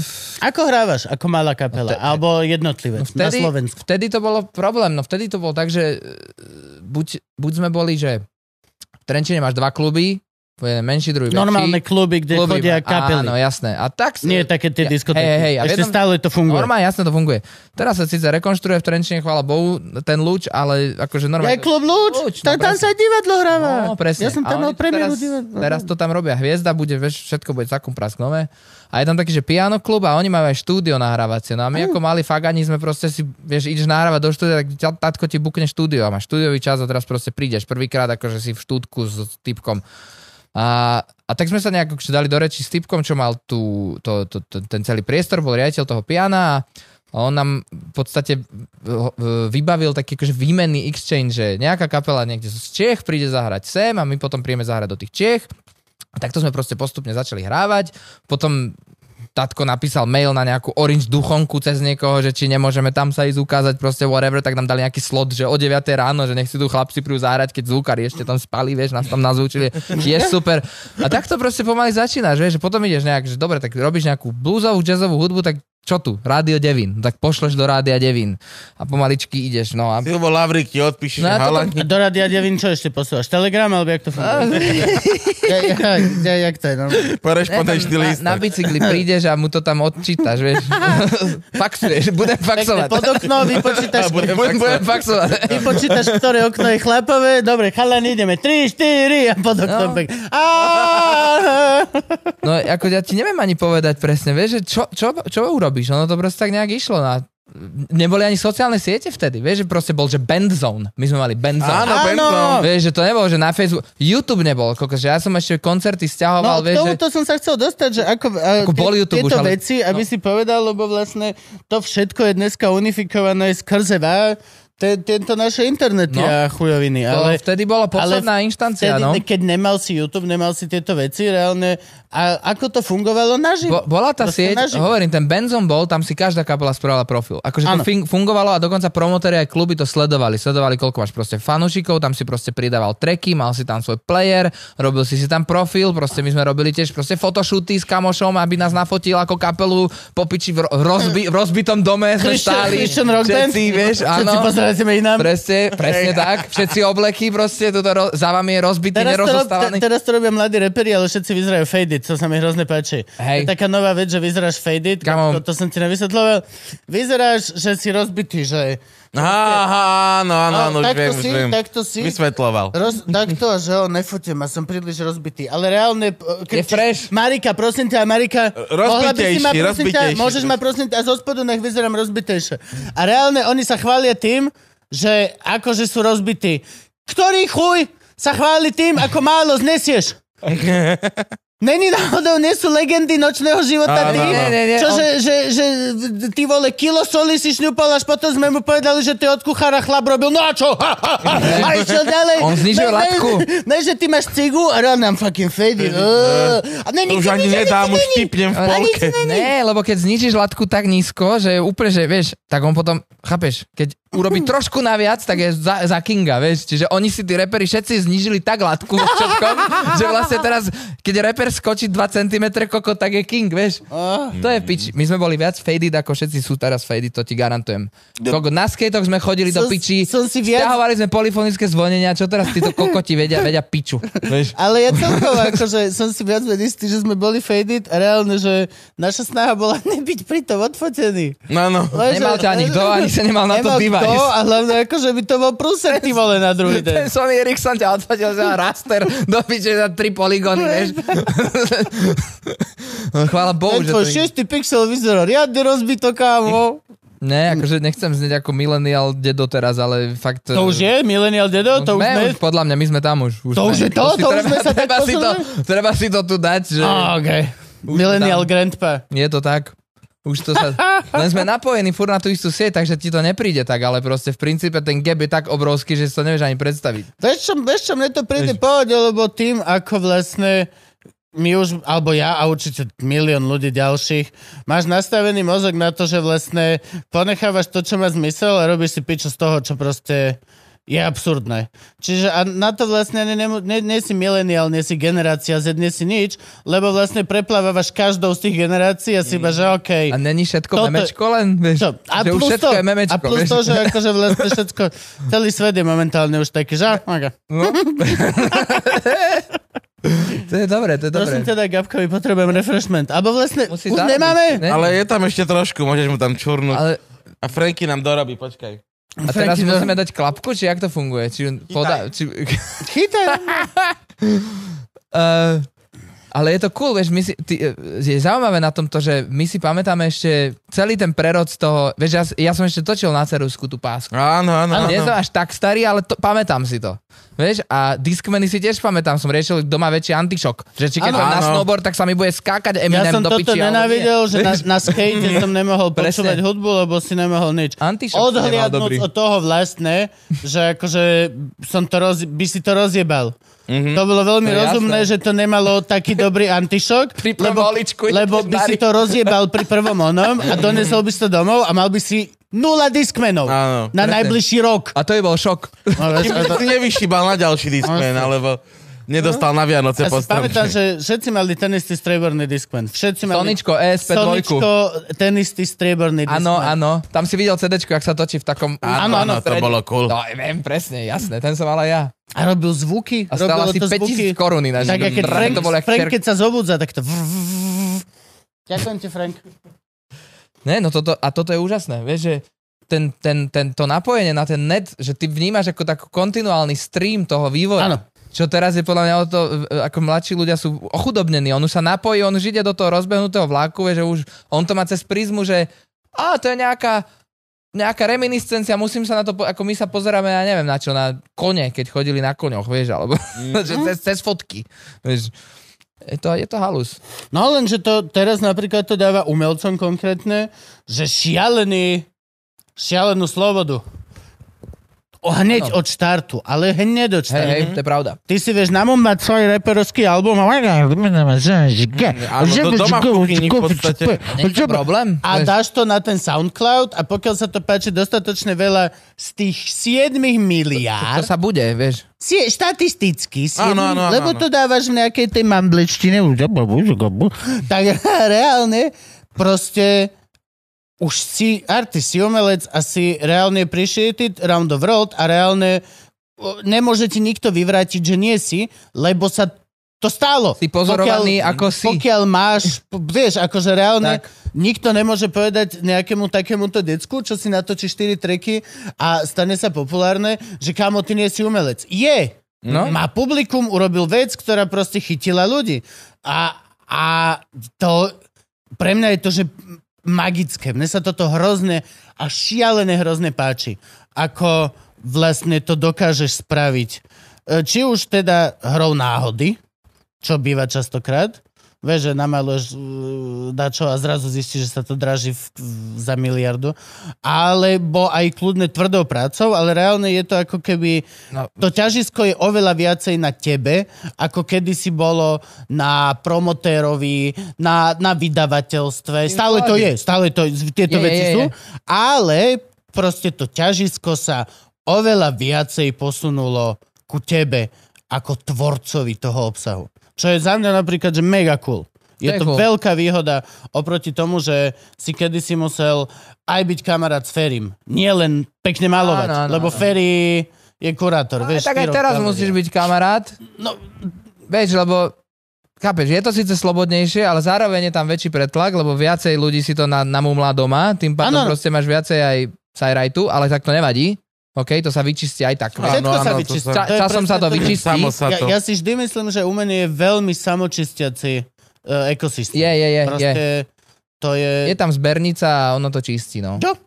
uh,
Ako hrávaš? Ako malá kapela?
No te- no
alebo jednotlivec? na
vtedy,
Slovensku?
vtedy to bolo problém. No vtedy to bolo tak, že uh, buď, buď sme boli, že v Trenčine máš dva kluby, jeden menší, druhý väčší.
Normálne kluby, kde
Kluby,
chodia kapely.
Áno, jasné. A tak... s-
nie také tie
Ja-
diskotéky.
hej, hej, a v
Ešte
jednom-
stále to funguje.
Normálne, jasné, to funguje. Teraz sa síce rekonštruuje v Trenčine, chvála Bohu, ten lúč, ale
Ja
akože
je
normálne...
klub Lúč,
Lúč,
tam,
no
tam sa aj divadlo hráva.
No,
Ja
presne.
som tam
A
mal
oni to
premiéru
teraz,
divadla.
teraz to tam robia hviezda, bude, vieš, všetko bude takom prasknové. A je tam taký, že piano klub a oni majú aj štúdio nahrávacie. No a my ako mali fagani sme proste si, vieš, ideš nahrávať do štúdia, tak ťa- tatko ti bukne štúdio a máš štúdiový čas a teraz proste prídeš prvýkrát akože si v štúdku s typkom. A, a tak sme sa nejako akože dali do reči s typkom, čo mal tú, to, to, to, ten celý priestor, bol riaditeľ toho piana a a on nám v podstate eh, eh, vybavil taký akože výmenný exchange, že nejaká kapela niekde z Čech príde zahrať sem a my potom príjeme zahrať do tých Čech. A takto sme proste postupne začali hrávať. Potom tatko napísal mail na nejakú Orange duchonku cez niekoho, že či nemôžeme tam sa ísť ukázať, proste whatever, tak nám dali nejaký slot, že o 9 ráno, že nech si tu chlapci prídu zahrať, keď zvukári ešte tam spali, vieš, nás tam nazvučili, tiež super. A takto proste pomaly začínaš, vieš, že potom ideš nejak, že dobre, tak robíš nejakú bluesovú, jazzovú hudbu, tak čo tu, Rádio Devín, tak pošleš do Rádia Devín a pomaličky ideš, no a
Silvo Lavrik ti odpíše,
No
no,
a toto-
hala,
A do radia Devin čo ešte posúvaš? Telegram, alebo jak to funguje? ja, ja, ja, jak to je? No?
korešpondenčný
na,
list.
na bicykli prídeš a mu to tam odčítaš, vieš. Faxuješ, budem
Pekne
faxovať.
pod okno, vypočítaš,
Budem
Budem, budem faxovať.
vypočítaš, ktoré okno je chlapové. Dobre, chalani, ideme 3, 4 a pod oknom.
No.
No. Aaaa!
No ako ja ti neviem ani povedať presne, vieš, že čo, čo, čo urobíš? Ono to proste tak nejak išlo. No a neboli ani sociálne siete vtedy, vieš, že proste bol, že Bandzone. My sme mali Bandzone.
Áno,
Áno.
Benson.
Vieš, že to nebolo, že na Facebook, YouTube nebol, kokos, že ja som ešte koncerty
No,
stiahoval,
k
vieš, že...
tomuto som sa chcel dostať, že ako, a,
Ako bol YouTube
tieto
už, ale- No.
veci, aby si povedal, lebo vlastne to všetko je dneska unifikované skrze vá, Te, tento naše internety
No.
a chujoviny,
To
ale...
vtedy bola posledná inštancia, no.
Keď nemal si YouTube, nemal si tieto veci, reálne... A ako to fungovalo naživo?
Bo, bola tá
Proste
sieť,
naživo.
hovorím, ten Benzon bol, tam si každá kapela spravila profil. Akože to
Áno.
fun- fungovalo a dokonca promotéri aj kluby to sledovali. Sledovali, koľko máš proste fanúšikov, tam si proste pridával treky, mal si tam svoj player, robil si si tam profil, proste my sme robili tiež proste fotoshooty s kamošom, aby nás nafotil ako kapelu po piči v, ro- v rozbi- v rozbitom dome sme
Christian-
stáli.
Christian Rock Band?
všetci, vieš, áno.
Všetci pozerajte ma inám.
Presne, presne tak. Všetci obleky, proste, tuto ro- za vami je
Teraz
rozbitý,
to, rob, te,
nerozostávaný.
teraz to robia mladí reperi, ale všetci vyzerajú faded, to sa mi hrozne páči. Je
Hej.
taká nová vec, že vyzeráš faded, to,
Kamo.
to som ti nevysvetloval. Vyzeráš, že si rozbitý, že
Aha, áno, áno,
No,
áno, už
takto
viem, už
si,
viem.
takto si.
Vysvetloval.
roz, takto a že ho nefotím a som príliš rozbitý. Ale reálne... p-
Je fresh. E,
Marika, prosím ťa, Marika... mohla by si ma,
rozbitejší,
prosím ťa,
rozbitejší.
Môžeš ma prosím ťa, zo spodu nech vyzerám rozbitejšie. A reálne oni sa chvália tým, že akože sú rozbití. Ktorý chuj sa chváli tým, ako málo znesieš? Není náhodou, nie sú legendy nočného života
Áno,
tí,
áno.
Nie, nie, nie,
čo,
on-
že, že, že ty vole, kilo soli si šňupal, až potom sme mu povedali, že to je od kuchára chlap robil, no a čo? Ha, ha, ha. A išiel ďalej.
On znižil
Ne, ne,
latku.
Ne, že ty máš cigu a rád nám fucking fedi. Uh, a ne,
To
nič
už ani
není,
nedám,
nič
už
není.
tipnem v
Ale
polke.
Ne, lebo keď znižíš latku tak nízko, že je úplne, že vieš, tak on potom, chápeš, keď
Mm.
urobí trošku naviac, tak je za, za Kinga, vieš. Čiže oni si, tí reperi, všetci znižili tak latku vo všetkom, že vlastne teraz, keď reper skočí 2 cm koko, tak je King, vieš.
Ah.
To je piči. My sme boli viac faded, ako všetci sú teraz faded, to ti garantujem. Koko, na skatech sme chodili
Som-
do piči,
som si viac-
stiahovali sme polifonické zvonenia, čo teraz títo kokoti vedia, vedia piču.
Vieš,
Ale ja celkovo, akože som si viac menej istý, že sme boli faded a reálne, že naša snaha bola nebyť pritom odfotený.
áno.
Lenže-
Nemal ťa ani kto, ani sa nemal na to
Nemal
device.
kto a hlavne akože by to bol prúser, ty vole, na druhý deň.
Ten Sony Ericsson ťa odfotil za raster do piče za tri poligóny, vieš. No, Chvála Bohu,
Ten
že
tvoj
to... Hm.
šiestý pixel vyzerá riadne rozbito, kámo.
Ne, akože nechcem znieť ako milenial dedo teraz, ale fakt...
To už je, millennial dedo, to už
sme,
sme...
už podľa mňa, my sme tam už. už
To
sme.
už je to?
si
To už
treba-
sme sa tak
treba si to, treba si to tu dať, že
Á, okay. Millennial
tam.
grandpa.
je to tak. Už to sa... Len sme napojení fur na tú istú sieť, takže ti to nepríde tak, ale proste v princípe ten gap je tak obrovský, že si to nevieš ani predstaviť.
Vieš čo, vieš čo, mne to príde pohode, lebo tým, ako vlastne my už, alebo ja a určite milión ľudí ďalších, máš nastavený mozog na to, že vlastne ponechávaš to, čo má zmysel a robíš si pičo z toho, čo proste je absurdné. Čiže a na to vlastne ani nemu, nie, nie si mileniál, nie si generácia Z, nie si nič, lebo vlastne preplávaš každou z tých generácií a si iba, že okej.
A není všetko
Toto-
memečko len, vieš?
Čo? A
že už
plus,
všetko
to,
je
a
memečko,
plus
vieš?
to, že akože vlastne všetko, celý svet je momentálne už taký, že? Maga.
To je dobré, to je dobré.
Prosím teda, Gabkovi, potrebujem refreshment. Abo vlastne,
Musí
už
zároveň,
nemáme?
ne?
Ale je tam ešte trošku, môžeš mu tam čurnúť.
Ale
A Franky nám dorobí, počkaj.
a teraz
Franky,
musíme dať klapku, či jak to funguje? Či, poda, či,
Chytaj.
uh, ale je to cool, vieš, my si, ty, eh, je zaujímavé na tomto, že my si pamätáme ešte celý ten prerod z toho, vieš, ja, ja som ešte točil na Cerusku tú pásku.
Áno, áno,
Áno, nie som
áno.
až tak starý, ale to, pamätám si to. Vieš, a Discmany si tiež pamätám, som riešil, kto má väčší antišok. Že či keď
Áno.
dám na
Áno.
snowboard, tak sa mi bude skákať
Ja
Eminem
som
do
toto
piči. alebo nie.
nenávidel, že na, na skate som nemohol
Presne.
počúvať hudbu, lebo si nemohol nič.
Antišok si nemal
Odhliadnúc
dobrý.
od toho vlastne, že akože som to roz, by si to rozjebal. Mm-hmm. To bolo veľmi
Mhm. To je
rozumné,
jasné.
že to nemalo taký dobrý antišok,
Pri prvom
lebo,
oličku je
lebo
to
by si
dary.
to rozjebal pri prvom onom a donesol by si to domov a mal by si nula diskmenov
Áno.
na
Presne.
najbližší rok.
A to je bol šok.
No,
Kým by si nevyšíbal na ďalší diskmen, alebo nedostal na
Ja
Vianoce
si pamätám,
postavček.
že všetci mali ten istý strieborný diskman. Všetci mali...
Soničko E ESP2.
Soničko, ten istý strieborný diskman.
Áno, áno. Tam si videl CD, jak sa točí v takom...
Áno, áno, to
strede.
bolo cool.
No, viem, presne, jasne, ten som mal aj ja.
A robil zvuky.
A stála
robilo
si
to zvuky.
5000 korún ináč.
Tak, a keď
Drrr,
Frank,
to bolo jak
Frank
čer-
keď sa zobudza, tak to... vrr, vrr, vrr. Ďakujem ti, Frank.
Ne, no toto, a toto je úžasné, vieš, že ten, ten, ten, to napojenie na ten net, že ty vnímaš ako taký kontinuálny stream toho vývoja.
Áno.
Čo teraz je podľa mňa o to, e, ako mladší ľudia sú ochudobnení, on už sa napojí, on už ide do toho rozbehnutého vláku, vieš, že už on to má cez prízmu, že a to je nejaká nejaká reminiscencia, musím sa na to, po- ako my sa pozeráme, ja neviem na čo, na kone, keď chodili na koňoch, vieš, alebo že cez, cez fotky, vieš. Je to, je to halus.
No len, že to teraz napríklad to dáva umelcom konkrétne, že šialený, šialenú slobodu. O, hneď od štartu, ale hneď od
Hej,
štartu.
hej, to je pravda.
Ty si vieš namombať svoj reperovský album a
Mm, Áno, do- doma v kuchyni v podstate.
Není to problém?
a
Vieš,
dáš to na ten SoundCloud a pokiaľ sa to páči dostatočne veľa z tých 7
to
miliárd,
sa bude, vieš.
si, štatisticky, si,
Áno, áno, áno,
lebo
áno.
to dávaš v nejakej tej mamblečtine, tak reálne proste už si artist, si umelec a si reálne appreciated around the world a reálne o, nemôže ti nikto vyvrátiť, že nie si, lebo sa to stalo.
Si pozorovaný ako si.
Pokiaľ máš, p- vieš, akože reálne
Tak.
nikto nemôže povedať nejakému takémuto decku, čo si natočí 4 treky a stane sa populárne, že kamo, ty nie si umelec. Je!
No.
Má publikum, urobil vec, ktorá proste chytila ľudí. A, a to, pre mňa je to, že magické. Mne sa toto hrozne a šialené hrozne páči. Ako vlastne to dokážeš spraviť. E, Či už teda hrou náhody, čo býva častokrát. Vieš, že namaluješ uh, dačo a zrazu zistíš, že sa to draží v, v, za miliardu. Alebo aj kľudne tvrdou prácou, ale reálne je to ako keby... No.
No.
To ťažisko je oveľa viacej na tebe, ako kedysi bolo na promotérovi, na, na vydavateľstve. Stále to je, stále to, tieto
Je, je,
veci
je,
sú.
je.
Ale proste to ťažisko sa oveľa viacej posunulo ku tebe ako tvorcovi toho obsahu. Čo je za mňa napríklad, že mega cool. Je
To je
to
cool.
veľká výhoda oproti tomu, že si kedysi musel aj byť kamarát s Ferim. Nie len pekne malovať,
Áno, áno,
lebo
áno.
Ferry je kurátor.
Ale
No vieš,
tak aj
štyroch
teraz
kamarát.
musíš byť kamarát.
No,
Vieš, lebo Chápeš, je to síce slobodnejšie, ale zároveň je tam väčší pretlak, lebo viacej ľudí si to na, namumlá doma, tým pádom
Áno.
proste máš viacej aj sajrajtu, ale tak to nevadí. OK, to sa vyčistí aj tak.
Všetko
Áno,
sa
áno, to
vyčistí.
sa-
To je
časom sa
presne
to vyčistí.
Samo sa
Ja,
to...
ja si vždy myslím, že umenie je veľmi samočistiaci uh, ekosystém.
Je, je, je, je.
Proste to je...
Je tam zbernica a ono to čistí, no.
Čo?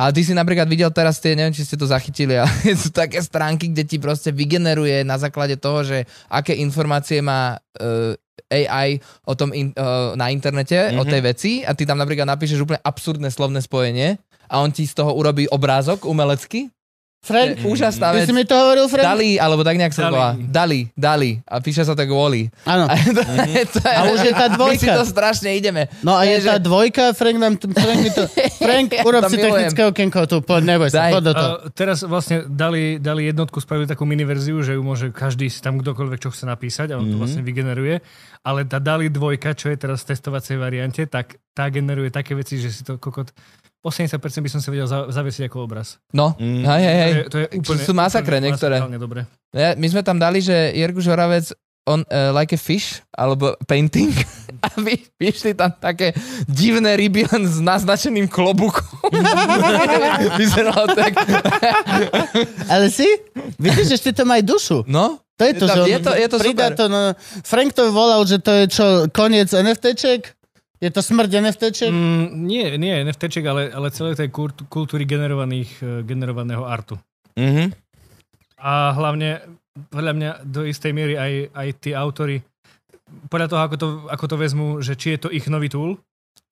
Ale ty si napríklad videl teraz tie, neviem, či ste to zachytili, ale sú také stránky, kde ti proste vygeneruje na základe toho, že aké informácie má eh, AI o tom in, eh, na internete, mm-hmm. o
Mhm.
tej veci a ty tam napríklad napíšeš úplne absurdné slovné spojenie a on ti z toho urobí obrázok umelecký.
Frank,
Je Úžasná
ty si
vec.
mi to hovoril, Frank?
Dali, alebo tak nejak sa to
Dali.
volá. Dali, dali. A píše sa tak Wally.
Áno.
A, to, je- to
Hm.
je,
A už je tá
My si
dvojka.
to strašne ideme.
No a je
že-
tá dvojka, Frank nám... t- Frank, mi to, Frank
Ja
urob si
to milujem.
technické okienko tu, poď, neboj sa,
Daj.
poď do toho.
A teraz vlastne dali, dali jednotku, spravili takú miniverziu, že ju môže každý si tam kdokoľvek, čo chce napísať a on
Mhm.
to vlastne vygeneruje. Ale tá dali dvojka, čo je teraz v testovacej variante, tak tá generuje také veci, že si to kokot... 80% by som si vedel za- zavesiť ako obraz.
No,
Mm.
hej, hej, hej.
To je, to je úplne,
sú masakre
úplne
niektoré.
masakrálne Dobre.
Ja, my sme tam dali, že Jirku Žoravec on uh, like a fish, alebo painting a vy, vyšli tam také divné ryby len s naznačeným klobúkom. Vyzeralo tak.
Ale si? Vidíš, že ešte to má aj dušu.
No,
To je to,
tam-
že on
je to- je to
pridá
super.
to na... Frank to volal, že to je čo, koniec NFTček? Je to smrť NFTček?
Mm, nie, nie, NFTček, ale, ale celé tej kult- kultúry generovaných, eh, generovaného artu.
Mhm.
A hlavne, podľa mňa, do istej miery aj, aj tí autory, podľa toho, ako to, ako to vezmu, že či je to ich nový tool,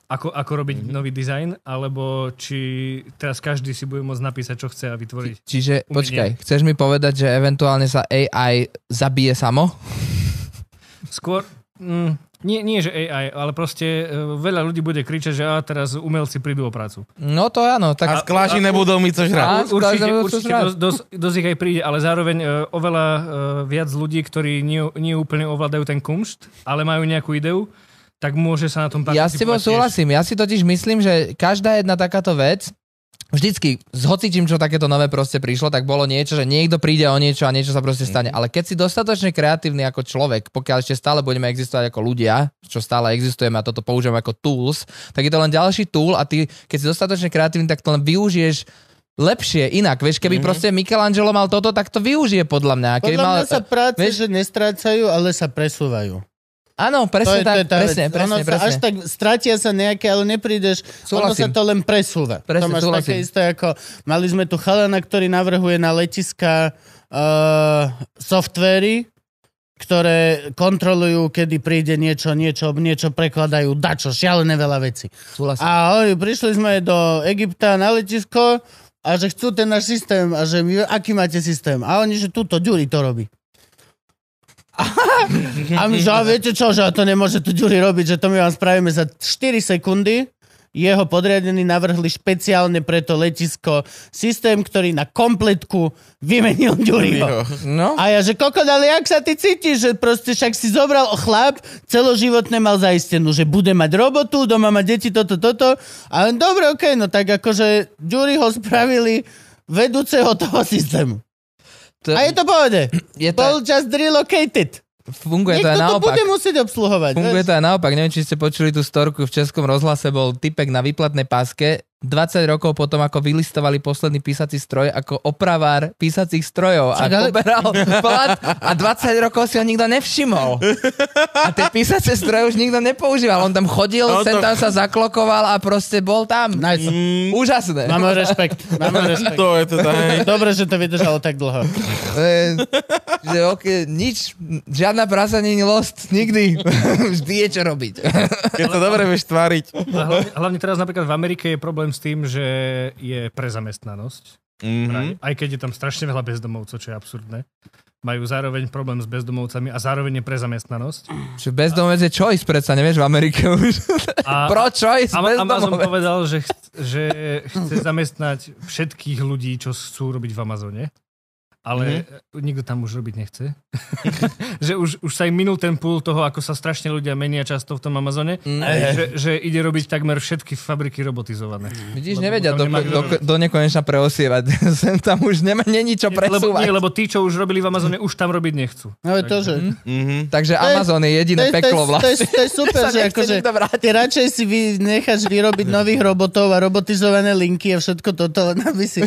ako, ako robiť mm-hmm. nový dizajn, alebo či teraz každý si bude môcť napísať, čo chce a vytvoriť.
čiže
Umenie.
počkaj, chceš mi povedať, že eventuálne sa AI zabije samo?
Skôr, mm, nie, nie že AI, ale proste e, veľa ľudí bude kričať, že a teraz umelci prídu o prácu.
No to
A
áno,
z
tak...
kláši nebudú mi čo žrať.
A-
U- určite,
každému to
určite
srať.
dosť, dosť, dosť ich aj príde, ale zároveň uh, oveľa uh, viac ľudí, ktorí nie, nie úplne ovládajú ten kumšt, ale majú nejakú ideu, tak môže sa na tom
Ja s tebou
participovať tiež.
súhlasím. Ja si totiž myslím, že každá jedna takáto vec, vždycky s hocičím, čo takéto nové proste prišlo, tak bolo niečo, že niekto príde o niečo a niečo sa proste
Mhm.
stane. Ale keď si dostatočne kreatívny ako človek, pokiaľ ešte stále budeme existovať ako ľudia, čo stále existujeme a toto používame ako tools, tak je to len ďalší tool a ty, keď si dostatočne kreatívny, tak to len využiješ lepšie, inak. Vieš, keby mm-hmm. proste Michelangelo mal toto, tak to využije podľa mňa. Keby
Mhm. Podľa
mal,
mňa sa práce, že
vieš-
nestrácajú, ale sa presúvajú.
Áno, presne tak,
tá
presne,
vec.
presne,
ono sa
presne.
až tak stratia sa nejaké, ale neprídeš, ono
Súhlasím.
sa to len presúva. to
Presne,
máš
súhlasím.
také isté ako, mali sme tu chalana, ktorý navrhuje na letiska uh, softvery, ktoré kontrolujú, kedy príde niečo, niečo, niečo prekladajú, dačo, šialené veľa veci.
Súhlasím.
A oni, prišli sme do Egypta na letisko, a že chcú ten náš systém a že my, aký máte systém. A oni, že tuto, Ďuri to robí. A my, že a viete čo, že to nemôže tu Ďuri robiť, že to my vám spravíme za 4 sekundy. Jeho podriadení navrhli špeciálne pre to letisko systém, ktorý na kompletku vymenil Ďuriho.
No,
A ja, že kokot, ale jak sa ty cítiš, že proste však si zobral chlap, celoživotne mal zaistenú, že bude mať robotu, doma má deti, toto, toto. A on, dobre, okej, no tak akože Ďuri ho spravili vedúceho toho systému.
to,
A je to pohode.
Je to-
Bol just relocated.
funguje to
Niekto
aj
to
naopak.
bude musieť obsluhovať.
Funguje
vieš.
to aj naopak. Neviem, či ste počuli tú storku v Českom rozhlase, bol typek na výplatnej páske 20 rokov potom, ako vylistovali posledný písací stroj ako opravár písacích strojov a
Čak, ale-
poberal plat a 20 rokov si ho nikto nevšimol. A tie písacie stroje už nikto nepoužíval. On tam chodil,
No to-
sem tam sa zaklokoval a proste bol tam.
Nice.
Úžasné.
Máme rešpekt. Máme rešpekt.
Mm, To je teda, hej.
Dobre, že to vydržalo tak dlho.
E, že ok, nič, žiadna práca nie je lost, nikdy. Vždy je čo robiť.
Keď sa dobre vieš tváriť.
A hlavne, hlavne teraz napríklad v Amerike je problém s tým, že je prezamestnanosť.
Mhm.
Mm-hmm. Aj keď je tam strašne veľa bezdomovcov, čo je absurdné. Majú zároveň problém s bezdomovcami a zároveň je prezamestnanosť.
Čiže bezdomovec je choice, predsa nevieš v Amerike už.
A,
Pro choice,
Ama- Amazon
bezdomovec.
povedal, že, chc- že chce zamestnať všetkých ľudí, čo chcú robiť v Amazone,
Mhm.
ale mm-hmm. nikto tam už robiť nechce. že už, už sa im minul ten púl toho, ako sa strašne ľudia menia často v tom Amazone, že, že ide robiť takmer všetky fabriky robotizované.
Vidíš,
Lebo
nevedia
tam
do,
nemá kto
do,
robiť.
do nekonečna preosievať. Sem tam už nema, není čo
Lebo, nie,
presúvať.
lebo tí, čo už robili v Amazone, už tam robiť nechcú.
No je to, že...
Mhm.
Takže
je-
Amazon je
To
jediné
je, to, je,
peklo
to, je,
vlastne.
to je super,
Sa
že
nechce
akože...
nikto vrátiť.
Ty radšej si vy, necháš vyrobiť nových robotov a robotizované linky a všetko toto, len aby si...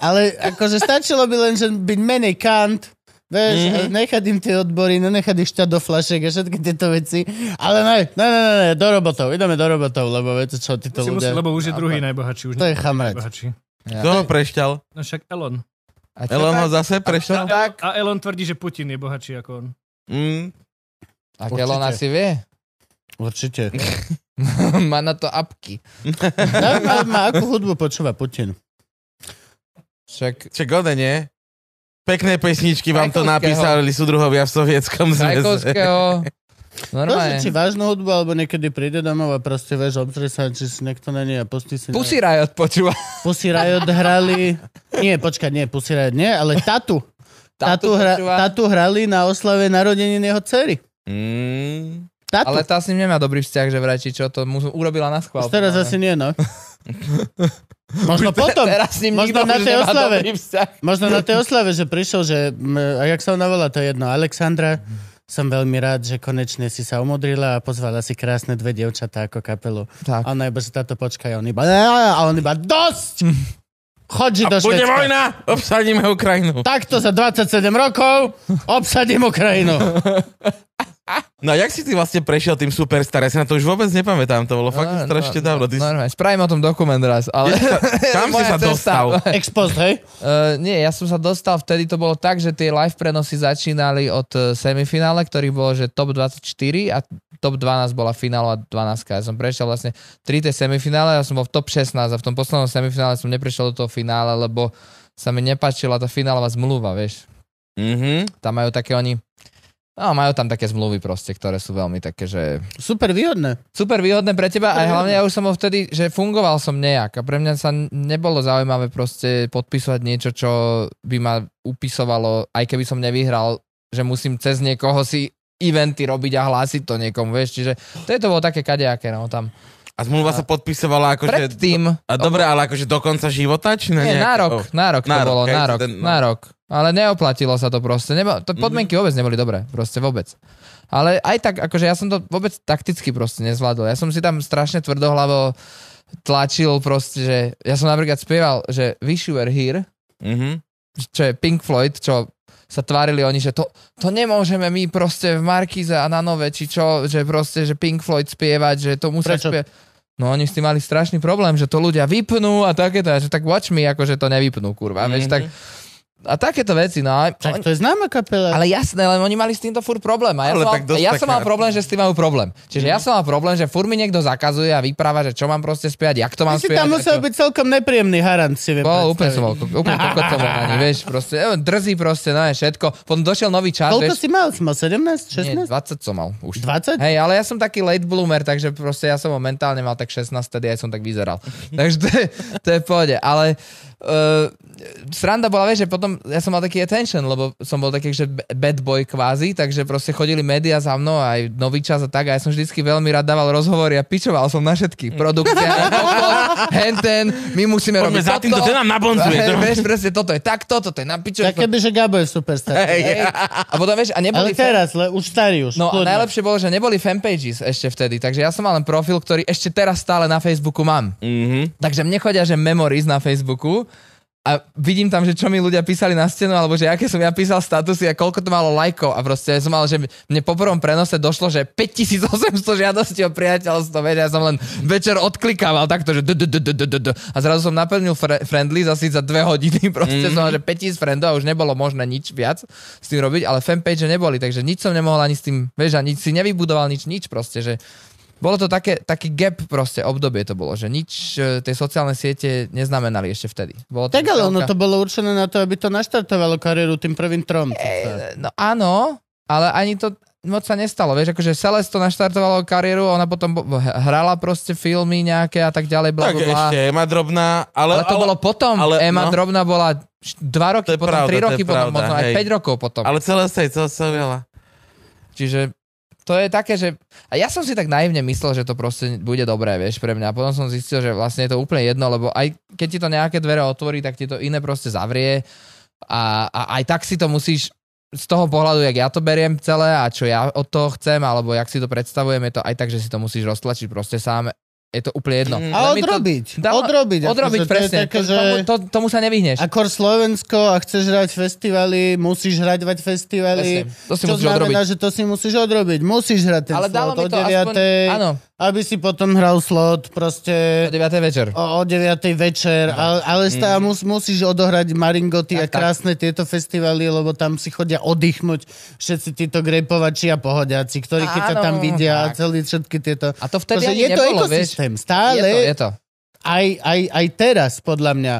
Ale akože stačilo by len, že byť menej kant, vieš,
Mhm.
mm-hmm. nechať im tie odbory, nenechať ich šťať do flašek a všetky tieto veci. Ale ne, ne, ne, ne, ne do robotov, ideme do robotov, lebo viete čo, títo
Si musí,
ľudia...
lebo už je druhý najbohatší. Už
To je
nie-
chamrať.
najbohatší.
Kto ho prešťal?
No však Elon.
A čo
Elon ho
tak?
zase prešťal?
Tak.
A Elon tvrdí, že Putin je bohatší ako on.
Mm.
A Elon
Určite.
asi vie.
Určite.
Má na to apky.
Zaujímavé ma, akú hudbu počúva Putin.
Však
Čiže gode, nie? Pekné pesničky vám to
Čajkovského.
napísali súdruhovia v sovietskom zväze.
Čajkovského...
To, že či
Normálne.
vážnu hudbu, alebo niekedy príde domov a proste, vieš, obzrie sa, či si niekto není a pustí si... na-
Pussy Riot počúva.
Pussy Riot hrali... Nie, počkať, nie, Pussy Riot nie, ale Tatu. Tatu, hra,
počúva.
tatu hrali na oslave narodenín jeho dcery.
Mm.
Tatu.
Ale tá s ním nemá dobrý vzťah, že vraj, či čo to mu urobila na schvál.
Už teraz
Ale-
asi nie, no. Možno potom.
Teraz s ním
Možno
nikto
na
už
tej
nemá
oslave.
dobrý vzťah.
Možno na tej oslave, že prišiel, že... m, A jak sa ona volá, to je jedno. Alexandra, som veľmi rád, že konečne si sa umodrila a pozvala si krásne dve dievčatá ako kapelu.
Tak.
A ona iba, že táto počkaj, on iba... A on iba, dosť! Chodži do
Bude
Švedska.
vojna! Obsadíme Ukrajinu.
Takto za 27 rokov obsadím Ukrajinu.
No a jak si ty vlastne prešiel tým superstar? Ja si na to už vôbec nepamätám, to bolo fakt
No,
strašne
no,
dávno. Ty si...
Normálne, spravím o tom dokument raz, ale...
Kam si sa
Moja cesta.
dostal?
Expost, hej?
Uh, nie, ja som sa dostal, vtedy to bolo tak, že tie live prenosy začínali od eh, semifinále, ktorých bolo, že top 24 a top 12 bola finálová 12. Ja som prešiel vlastne 3 tie semifinále, ja som bol v top 16 a v tom poslednom semifinále som neprešiel do toho finále, lebo sa mi nepáčila tá finálová zmluva, vieš.
Mhm.
Tam majú také oni... No, majú tam také zmluvy proste, ktoré sú veľmi také, že
Super výhodné.
super výhodné pre teba
Mhm.
a hlavne ja už som bol vtedy, že fungoval som nejak a pre mňa sa n- nebolo zaujímavé proste podpisovať niečo, čo by ma upisovalo, aj keby som nevyhral, že musím cez niekoho si eventy robiť a hlásiť to niekomu, vieš, čiže to je to bolo také kadejaké, no tam.
A zmluva sa podpisovala akože...
Predtým,
A dobre, ale akože do konca života? Či na
nie,
nejaké-
na rok,
Oh.
na rok to
Na rok,
bolo,
hej,
na
to
rok,
ten- no. Mhm.
na rok, ale neoplatilo sa to proste, Nebo, to podmienky vôbec neboli dobré, proste vôbec. Ale aj tak, akože ja som to vôbec takticky proste nezvládol. Ja som si tam strašne tvrdohlavo tlačil proste, že ja som napríklad spieval, že Wish You Were Here,
Mhm.
čo je Pink Floyd, čo sa tvárili oni, že to, to nemôžeme my proste v Markíze a na Nove, či čo, že proste, že Pink Floyd spievať, že to musia
Prečo?
spievať. No oni s tým mali strašný problém, že to ľudia vypnú a takéto, a že tak watch me, akože to nevypnú, kurva, mm-hmm. vieš, tak a takéto veci, no.
Mhm.
a-
Tak to je známa kapela.
Ale jasné, len oni mali s týmto fur problém. A ja,
Ale
som mal,
tak dosť
ja som
taká-
mal problém, že s tým majú problém. Čiže
Mhm.
ja som mal problém, že fur mi niekto zakazuje a vypráva, že čo mám proste spiať, jak
Ty
to mám
si
spiať.
tam musel
ako-
byť celkom nepríjemný harant, si viem
Bol,
predstaviť.
úplne som bol, ko- úplne kokot som bol na ne, vieš, proste, e, drzí proste, no je všetko. Potom došiel nový čas,
Koľko
vieš,
si mal? Si mal 17,
nie,
16?
20 som mal už.
20?
Hej, ale ja som taký late bloomer, takže proste ja som ho mentálne mal tak 16, tedy aj som tak vyzeral. takže to je, to je v pohode, ale uh, sranda bola, vieš, že potom ja som mal taký attention, lebo som bol taký, že b- bad boy kvázi, takže proste chodili médiá za mnou, aj nový čas a tak, a ja som vždycky veľmi rád dával rozhovory a pičoval som na všetky. Produkcia, kokot, henten, my musíme
Poďme
robiť
za týmto, teda.
toto.
ten nám nabonzuje.
Hej, vieš, presne, toto je takto, toto je na piču.
Tak keby, že Gabo je superstar.
Hej. A potom, vieš, a
Ale
neboli...
teraz, le, už starý už.
No a
kľudne.
najlepšie bolo, že neboli fanpages ešte vtedy, takže ja som mal len profil, ktorý ešte teraz stále na Facebooku mám.
Mhm.
Takže mne chodia, že memories na Facebooku a vidím tam, že čo mi ľudia písali na stenu, alebo že aké som ja písal statusy a koľko to malo lajkov a proste som mal, že mne po prvom prenose došlo, že 5800 žiadostí o priateľstvo, vieš, ja som len večer odklikával takto, že du, du, du, du, du, du, du. a zrazu som naplnil fre- friendly asi za dve hodiny, proste som mal, že 5000 friendov a už nebolo možné nič viac s tým robiť, ale fanpage neboli, takže nič som nemohol ani s tým, vieš, ani si nevybudoval nič, nič proste, že bolo to také, taký gap proste, obdobie to bolo, že nič e, tie sociálne siete neznamenali ešte vtedy. Bolo to
Tak ale ono
veľká-
to bolo určené na to, aby to naštartovalo kariéru tým prvým trom. čo sa-
No áno, ale ani to moc sa nestalo, vieš, akože Celeste to naštartovalo kariéru, ona potom bo- h- hrala proste filmy nejaké a tak ďalej, bla,
Tak
bla, bla.
ešte Ema drobná, ale...
Ale to bolo potom,
ale-
Emma
no.
Drobná bola 2 roky,
To je
potom
pravda, to
3
je
roky, potom
pravda,
možno aj
hej.
5 rokov potom.
Ale celé sa jej, celé sa veľa.
Čiže to je také, že... A ja som si tak naivne myslel, že to proste bude dobré, vieš, pre mňa. A potom som zistil, že vlastne je to úplne jedno, lebo aj keď ti to nejaké dvere otvorí, tak ti to iné proste zavrie. A, a aj tak si to musíš z toho pohľadu, jak ja to beriem celé a čo ja od toho chcem, alebo jak si to predstavujem, je to aj tak, že si to musíš roztlačiť proste sám. Je to úplne jedno.
Mm.
A
Len mi to-
odrobiť.
Dá-
Odrobiť.
Odrobiť,
akože to je
presne.
také,
To-
že-
tomu, to, tomu sa nevyhneš.
Ako Slovensko a chceš hrať festivaly, musíš hrať vať festivaly.
Presne. To si
čo
musíš
znamená, no,
odrobiť.
že to si musíš odrobiť. Musíš hrať ten
Ale dalo
slot o
mi to aspoň...
9.
Áno,
Aby si potom hral slot proste
o 9. večer.
o, o 9. večer. Ale, ale
Mhm.
stále mus, musíš odohrať maringoty a
Tak, tak.
krásne tieto festivaly, lebo tam si chodia oddychnúť všetci títo grejpovači a pohodiaci, ktorí keď ťa tam
Áno,
vidia a
tak.
celý všetky tieto...
A to
Proste
vtedy ani
je to
nebolo, vieš.
ekosystém. Stále
Je to, je to.
aj, aj, aj teraz, podľa mňa,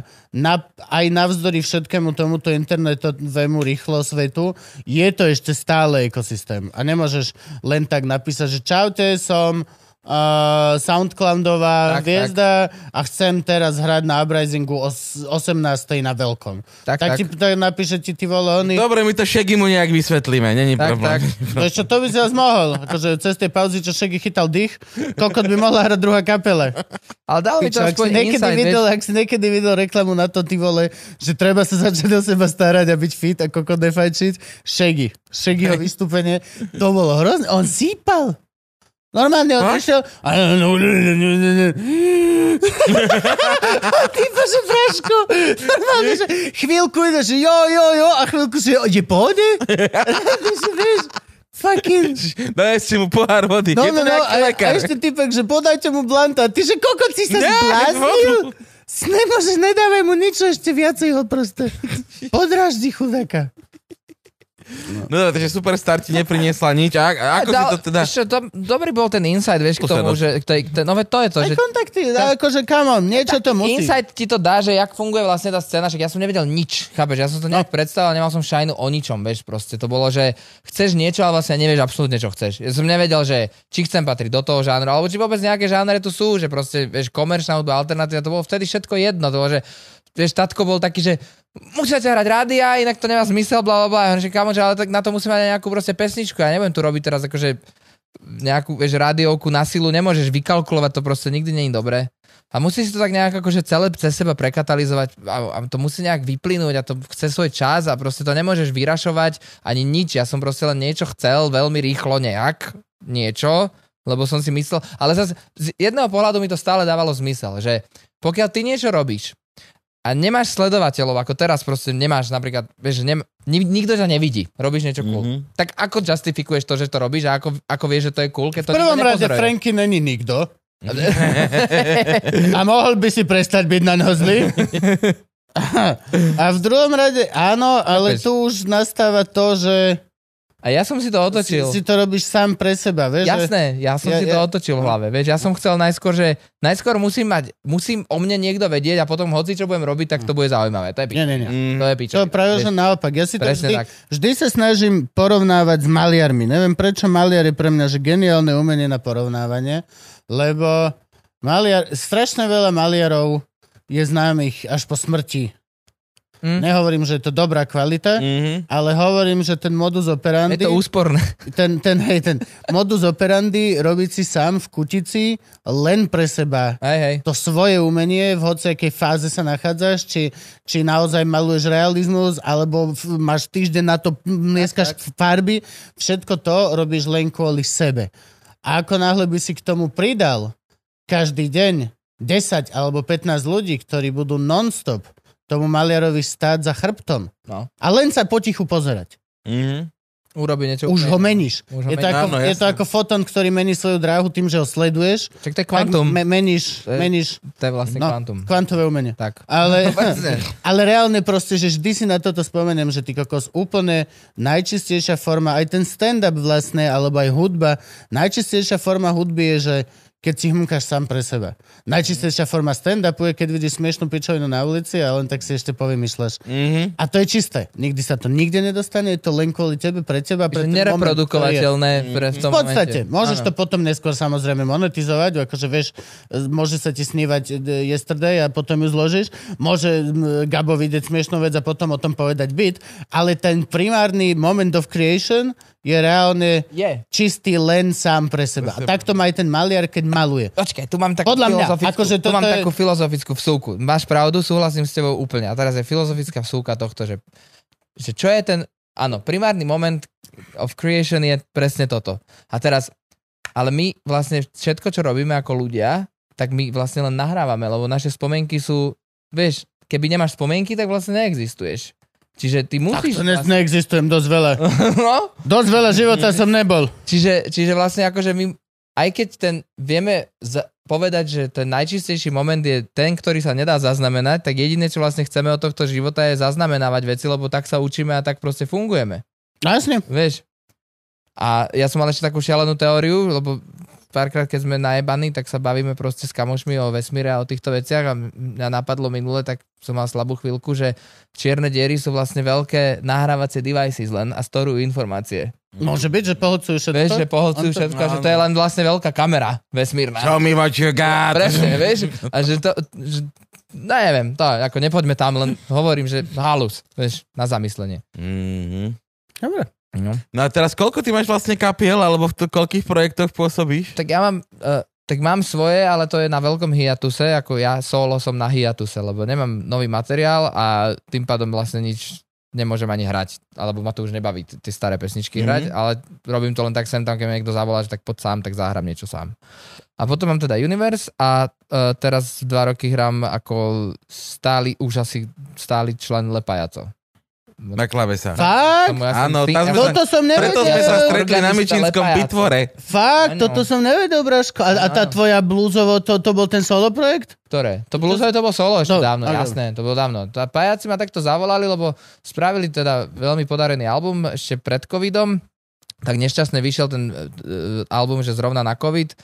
na, aj navzdory všetkému tomuto internetovému rýchlo svetu, je to ešte stále ekosystém. A nemôžeš len tak napísať, že čaute, som uh, Soundcloudová
Tak,
hviezda a chcem teraz hrať na Uprisingu os, 18. na veľkom. Tak,
Tak,
tak,
tak.
ti tak napíše ti ty vole, oni...
Dobre, my to Šegimu nejak vysvetlíme, není
Tak,
problém.
tak.
No ešte to by si zás mohol. Akože cez tie pauzy, čo Šegi chytal dých, koľko by mohla hrať druhá kapela.
Ale dal mi to
Pičo, ak,
aspoň
si niekedy
insight,
videl,
vieš.
ak si niekedy videl reklamu na to, ty vole, že treba sa začať o seba starať a byť fit a koko defajčiť, Shaggy. Shaggyho vystúpenie, to bolo hrozné. On sípal. Normálne on
Fakt?
išiel a no, a ty bože Braško, normálne, že chvíľku ide, že jo, jo, jo a chvíľku si je pohode? Že vieš, fucking
Daj si mu pohár vody.
No,
je to
no, no,
nejaký
a, a
lekár.
ešte typek, že podajte mu blanta. Ty, že kokot si sa
Ne,
zbláznil?
vodu.
S- Nemôžeš, nedávaj mu nič, ešte viacej ho proste. Podráždi chudáka.
No dobre, takže Superstar ti nepriniesla nič. A, a ako si
Dal-
to teda...
vieš čo, to- dobrý bol ten insight, vieš, k
Skúsenosť.
tomu, že... K tej, k tej, no veď to je to,
Aj
že...
kontakty, ale akože come on, niečo to musí.
Insight ti to dá, že jak funguje vlastne tá scéna, však ja som nevedel nič, chápeš, ja
No.
som to nejak predstavil, nemal som šajnu o ničom, vieš, proste to bolo, že chceš niečo, ale vlastne nevieš absolútne, čo chceš. Ja som nevedel, že či chcem patriť do toho žánru, alebo či vôbec nejaké žánre tu sú, že proste, vieš, komerčná hudba, alternatíva, to bolo vtedy všetko jedno, to bolo, že, vieš, tatko bol taký, že musíte hrať rádia, inak to nemá zmysel, bla, bla, bla, ja hovorím, že kamože, ale tak na to musíme mať aj nejakú proste pesničku, ja nebudem tu robiť teraz akože nejakú, vieš, rádiovku na silu, nemôžeš vykalkulovať, to proste nikdy nie je dobré. A musí si to tak nejak akože celé cez seba prekatalizovať a, a to musí nejak vyplynúť a to chce svoj čas a proste to nemôžeš vyrašovať ani nič. Ja som proste len niečo chcel veľmi rýchlo nejak, niečo, lebo som si myslel, ale zase z jedného pohľadu mi to stále dávalo zmysel, že pokiaľ ty niečo robíš a nemáš sledovateľov, ako teraz proste nemáš napríklad, vieš, že nem, ni, nikto ťa nevidí, robíš niečo cool,
Mhm.
tak ako justifikuješ to, že to robíš a ako, ako vieš, že to je cool, keď to
V prvom
nikto
rade
nepozoruje?
Franky není nikto. A mohol by si prestať byť na ňo zlý? A v druhom rade, áno, ale
Chápeš?
tu už nastáva to, že
A ja som si to
si,
otočil.
si to robíš sám pre seba, vieš? že-
Jasné, ja som
Ja-
ja, si to
ja-
otočil v hlave. Vieš, ja som chcel najskôr, že najskôr musím mať, musím o mne niekto vedieť a potom hoci čo budem robiť, tak to bude zaujímavé. To je pič.
Nie, nie, nie.
Mm.
To je pič.
To je práve, že
Vieš,
naopak. Ja si to
Presne
vždy,
tak.
vždy sa snažím porovnávať s maliarmi. Neviem, prečo maliar je pre mňa že geniálne umenie na porovnávanie, lebo maliar, strašne veľa maliarov je známych až po smrti.
Mm.
Nehovorím, že je to dobrá kvalita,
Mhm.
ale hovorím, že ten modus operandi...
je to úsporné.
ten, ten, hej, ten modus operandi robiť si sám v kutici len pre seba
Hej, hej.
to svoje umenie, v hociakej fáze sa nachádzaš, či, či naozaj maluješ realizmus, alebo f- máš týždeň na to, dneskaš farby, všetko to robíš len kvôli sebe. A ako náhle by si k tomu pridal každý deň 10 alebo 15 ľudí, ktorí budú non-stop tomu maliarovi stáť za chrbtom
No.
a len sa potichu pozerať.
Mhm.
Urobí niečo.
Už
úplne
ho
iné.
meníš.
Už ho
Je to,
meníš.
ako,
Áno,
je to
jasné.
ako foton, ktorý mení svoju dráhu tým, že ho sleduješ.
Čak to je
Tak
kvantum. E,
Me- meníš,
To je-
meníš
To je vlastne
No.
kvantum.
kvantové umenie.
Tak. No,
Ale,
Presne.
ale reálne proste, že vždy si na toto spomeniem, že ty kokos úplne najčistejšia forma, aj ten stand-up vlastne, alebo aj hudba, najčistejšia forma hudby je, že keď si hmkáš sám pre seba. Najčistejšia forma stand-upu je, keď vidíš smiešnú pičovinu na ulici a len tak si ešte povymýšľaš.
Mhm.
A to je čisté. Nikdy sa to nikde nedostane, je to len kvôli tebe, pre teba, pre ten moment,
Že
ktorý je.
nereprodukovateľné pre v tom
V podstate, no.
momente.
môžeš
Áno.
to potom neskôr samozrejme monetizovať, akože vieš, e, môže sa ti snívať e, yesterday a potom ju zložíš, môže m, Gabo vidieť smiešnú vec a potom o tom povedať byt, ale ten primárny moment of creation je reálne
Je.
čistý len sám pre seba. A takto má aj ten maliar, keď maluje.
Počkaj, tu mám takú
Podľa mňa,
filozofickú,
akože
tu
toto
mám
je-
takú filozofickú vsúku. Máš pravdu, súhlasím s tebou úplne. A teraz je filozofická vsúka tohto, že, že čo je ten, áno, primárny moment of creation je presne toto. A teraz, ale my vlastne všetko, čo robíme ako ľudia, tak my vlastne len nahrávame, lebo naše spomienky sú, vieš, keby nemáš spomienky, tak vlastne neexistuješ. Čiže ty
To
musíš...
ne,
vlastne,
neexistujem dosť veľa.
no,
Dosť veľa života som nebol.
Čiže, čiže vlastne akože my, aj keď ten, vieme z, povedať, že ten najčistejší moment je ten, ktorý sa nedá zaznamenať, tak jediné, čo vlastne chceme od tohto života je zaznamenávať veci, lebo tak sa učíme a tak proste fungujeme.
No Jasne.
Vieš? A ja som mal ešte takú šialenú teóriu, lebo párkrát, keď sme najebaní, tak sa bavíme proste s kamošmi o vesmíre a o týchto veciach a mňa napadlo minule, tak som mal slabú chvíľku, že čierne diery sú vlastne veľké nahrávacie devices len a storujú informácie.
Môže byť, že pohodcujú všetko.
Mm. Vieš, že pohodcujú
On to- no,
všetko, že to je len vlastne veľká kamera vesmírna.
Tell me what you got.
Presne, vieš? A že to... Že, no neviem, to ako nepoďme tam, len hovorím, že halus, vieš, na zamyslenie.
Mhm.
Dobre.
No.
No a teraz koľko ty máš vlastne kapiel, alebo v to, koľkých projektoch pôsobíš?
Tak ja mám... Uh, tak mám svoje, ale to je na veľkom hiatuse, ako ja solo som na hiatuse, lebo nemám nový materiál a tým pádom vlastne nič nemôžem ani hrať, alebo ma to už nebaví t- tie staré
Mhm.
pesničky hrať, ale robím to len tak sem tam, keď mi niekto zavolá, že tak poď sám, tak zahrám niečo sám. A potom mám teda Universe a uh, teraz dva roky hrám ako stály, už asi stály člen Lepajaco.
Na klavesa.
Fakt?
Áno, tam sme sa-
Toto som nevedel.
Preto sme sa stretli na
Organista
Myčinskom
Lepajaca.
pitvore.
Fakt,
Áno.
toto som nevedel, Braško. A, a tá
Áno.
tvoja blúzovo, to, to bol ten solo projekt?
Ktoré? To bolo, to bolo solo ešte
No,
dávno,
áno.
jasné, to bolo dávno. A pajaci ma takto zavolali, lebo spravili teda veľmi podarený album ešte pred covidom, tak nešťastne vyšiel ten eh, eh, album, že zrovna na covid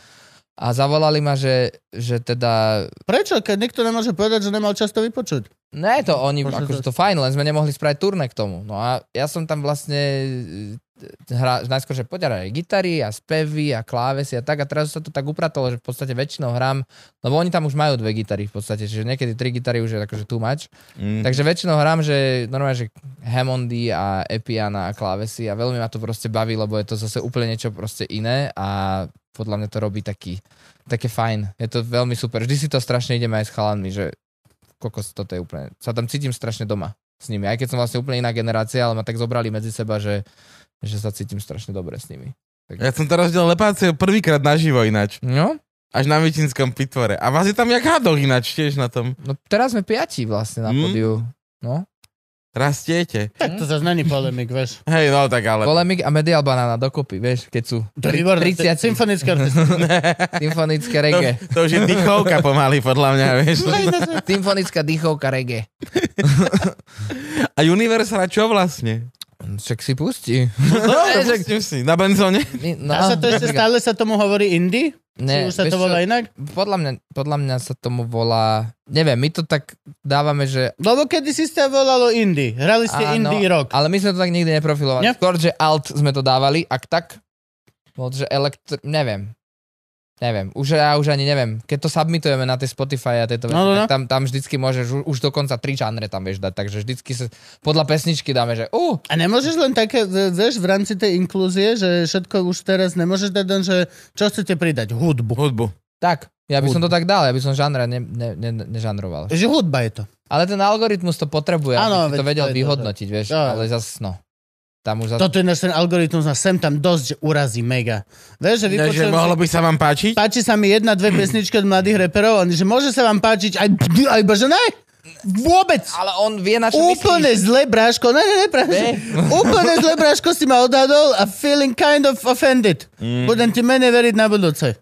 a zavolali ma, že, že teda
Prečo? Keď nikto nemôže povedať, že nemal často vypočuť.
Ne, to oni,
Možno
akože
to-
to fajn, len sme nemohli spraviť turné k tomu. No a ja som tam vlastne e, hra, najskôr, že poďa aj gitary a spevy a klávesy a tak a teraz sa to tak upratalo, že v podstate väčšinou hrám, lebo oni tam už majú dve gitary v podstate, čiže niekedy tri gitary už je akože too much.
Mm.
Takže väčšinou hrám, že normálne, že Hammondy a Epiana a klávesy a veľmi ma to proste baví, lebo je to zase úplne niečo proste iné a podľa mňa to robí taký, také fajn. Je to veľmi super. Vždy si to strašne ideme aj s chalanmi, že kokos, toto je úplne... Sa tam cítim strašne doma s nimi. Aj keď som vlastne úplne iná generácia, ale ma tak zobrali medzi seba, že, že sa cítim strašne dobre s nimi.
Ja som teraz videl Lepácio prvýkrát naživo ináč.
No,
Až na Myčinskom pitvore. A vás je tam jak hádol ináč tiež na tom.
Mhm.
no teraz sme piati vlastne na
Mm.
podiu. No,
Rastiete.
Tak to zase není polemik, vieš.
Hej, no tak ale...
Polemik a medial banana dokopy, vieš, keď sú
To je výborné.
30
Symfonické orchestry.
symfonické
to,
reggae.
to už je dýchovka pomaly, podľa mňa, vieš.
Symfonická dýchovka reggae.
A Universe hrá čo vlastne?
Však si pustí.
No, pustím si. Na benzóne?
My- No,
A sa to ešte stále
napríklad.
sa tomu hovorí indie? Či už
Ne,
sa
vieš
to
čo,
volá inak?
Podľa mňa, podľa mňa sa tomu volá... Neviem, my to tak dávame, že...
Lebo kedy si sa volalo indie. Hrali ste indie rock.
ale my sme to tak nikdy neprofilovali.
Ne?
Skôr, že alt sme to dávali, ak tak, bol, že elektr... Neviem. Neviem, už ja už ani neviem. Keď to submitujeme na tie Spotify a tieto veci,
No, no, no.
tak tam, tam vždycky môžeš, už, už dokonca tri žánre tam vieš dať, takže vždycky sa podľa pesničky dáme, že uh,
A nemôžeš len také, v- vieš, v rámci tej inklúzie, že všetko už teraz nemôžeš dať len, že čo chcete pridať? Hudbu.
Hudbu.
tak, ja by som to
Hudbu.
tak dal, ja by som žánra ne, ne, ne, nežanroval.
Že hudba je to.
Ale ten algoritmus to potrebuje,
Áno,
aby si to
veď
vedel
to je to,
vyhodnotiť, vieš,
Jo, jo.
ale zas no. Tam už zas...
Toto je náš ten algoritmus a sem tam dosť, že urazí mega. Vieš, že
Ne, že
vypočujem...
mohlo by sa vám páčiť?
Páči sa mi jedna, dve pesničky od mladých reperov, oni, že môže sa vám páčiť aj, aj že ne? Vôbec!
Ale on vie, na čo
Úplne
myslíš.
zle, Bráško. Ne, ne, ne, Bráško.
Ne.
Úplne zle, Bráško, si ma odhadol a feeling kind of offended. Budem ti menej veriť na budúce.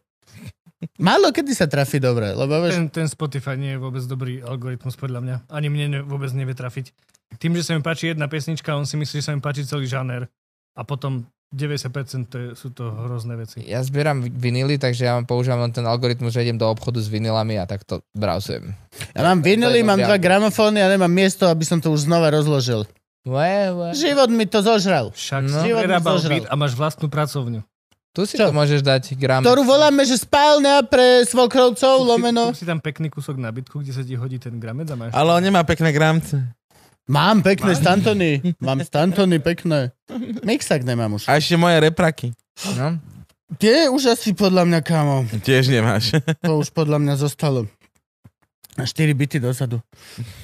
Málo kedy sa trafí dobre, lebo vieš,
Ten, ten Spotify nie je vôbec dobrý algoritmus podľa mňa. Ani mne ne, vôbec nevie trafiť. Tým, že sa mi páči jedna pesnička, on si myslí, že sa mi páči celý žáner. A potom 90% to je, sú to hrozné veci.
Ja zbieram vinily, takže ja používam len ten algoritmus, že idem do obchodu s vinilami a takto browsujem.
ja mám vinily, mám dva gramofóny a nemám miesto, aby som to už znova rozložil.
Ue, ue.
Život mi to zožral.
Však
No.
no, si
Život mi
prerábal
zožral.
byt a máš vlastnú pracovňu.
Tu si
Čo?
to môžeš dať gram.
Ktorú voláme, že spálňa pre svokrovcov,
Kúp si-
lomeno.
kúp si tam pekný kúsok nabytku, kde sa ti hodí ten gramec a máš...
Ale on nemá pekné gramce.
Mám pekné stantony. Mám stantony pekné. Mixak nemám už.
A ešte moje repraky.
No.
Tie už asi podľa mňa, kamo.
Tiež nemáš.
To už podľa mňa zostalo. A 4 byty dozadu.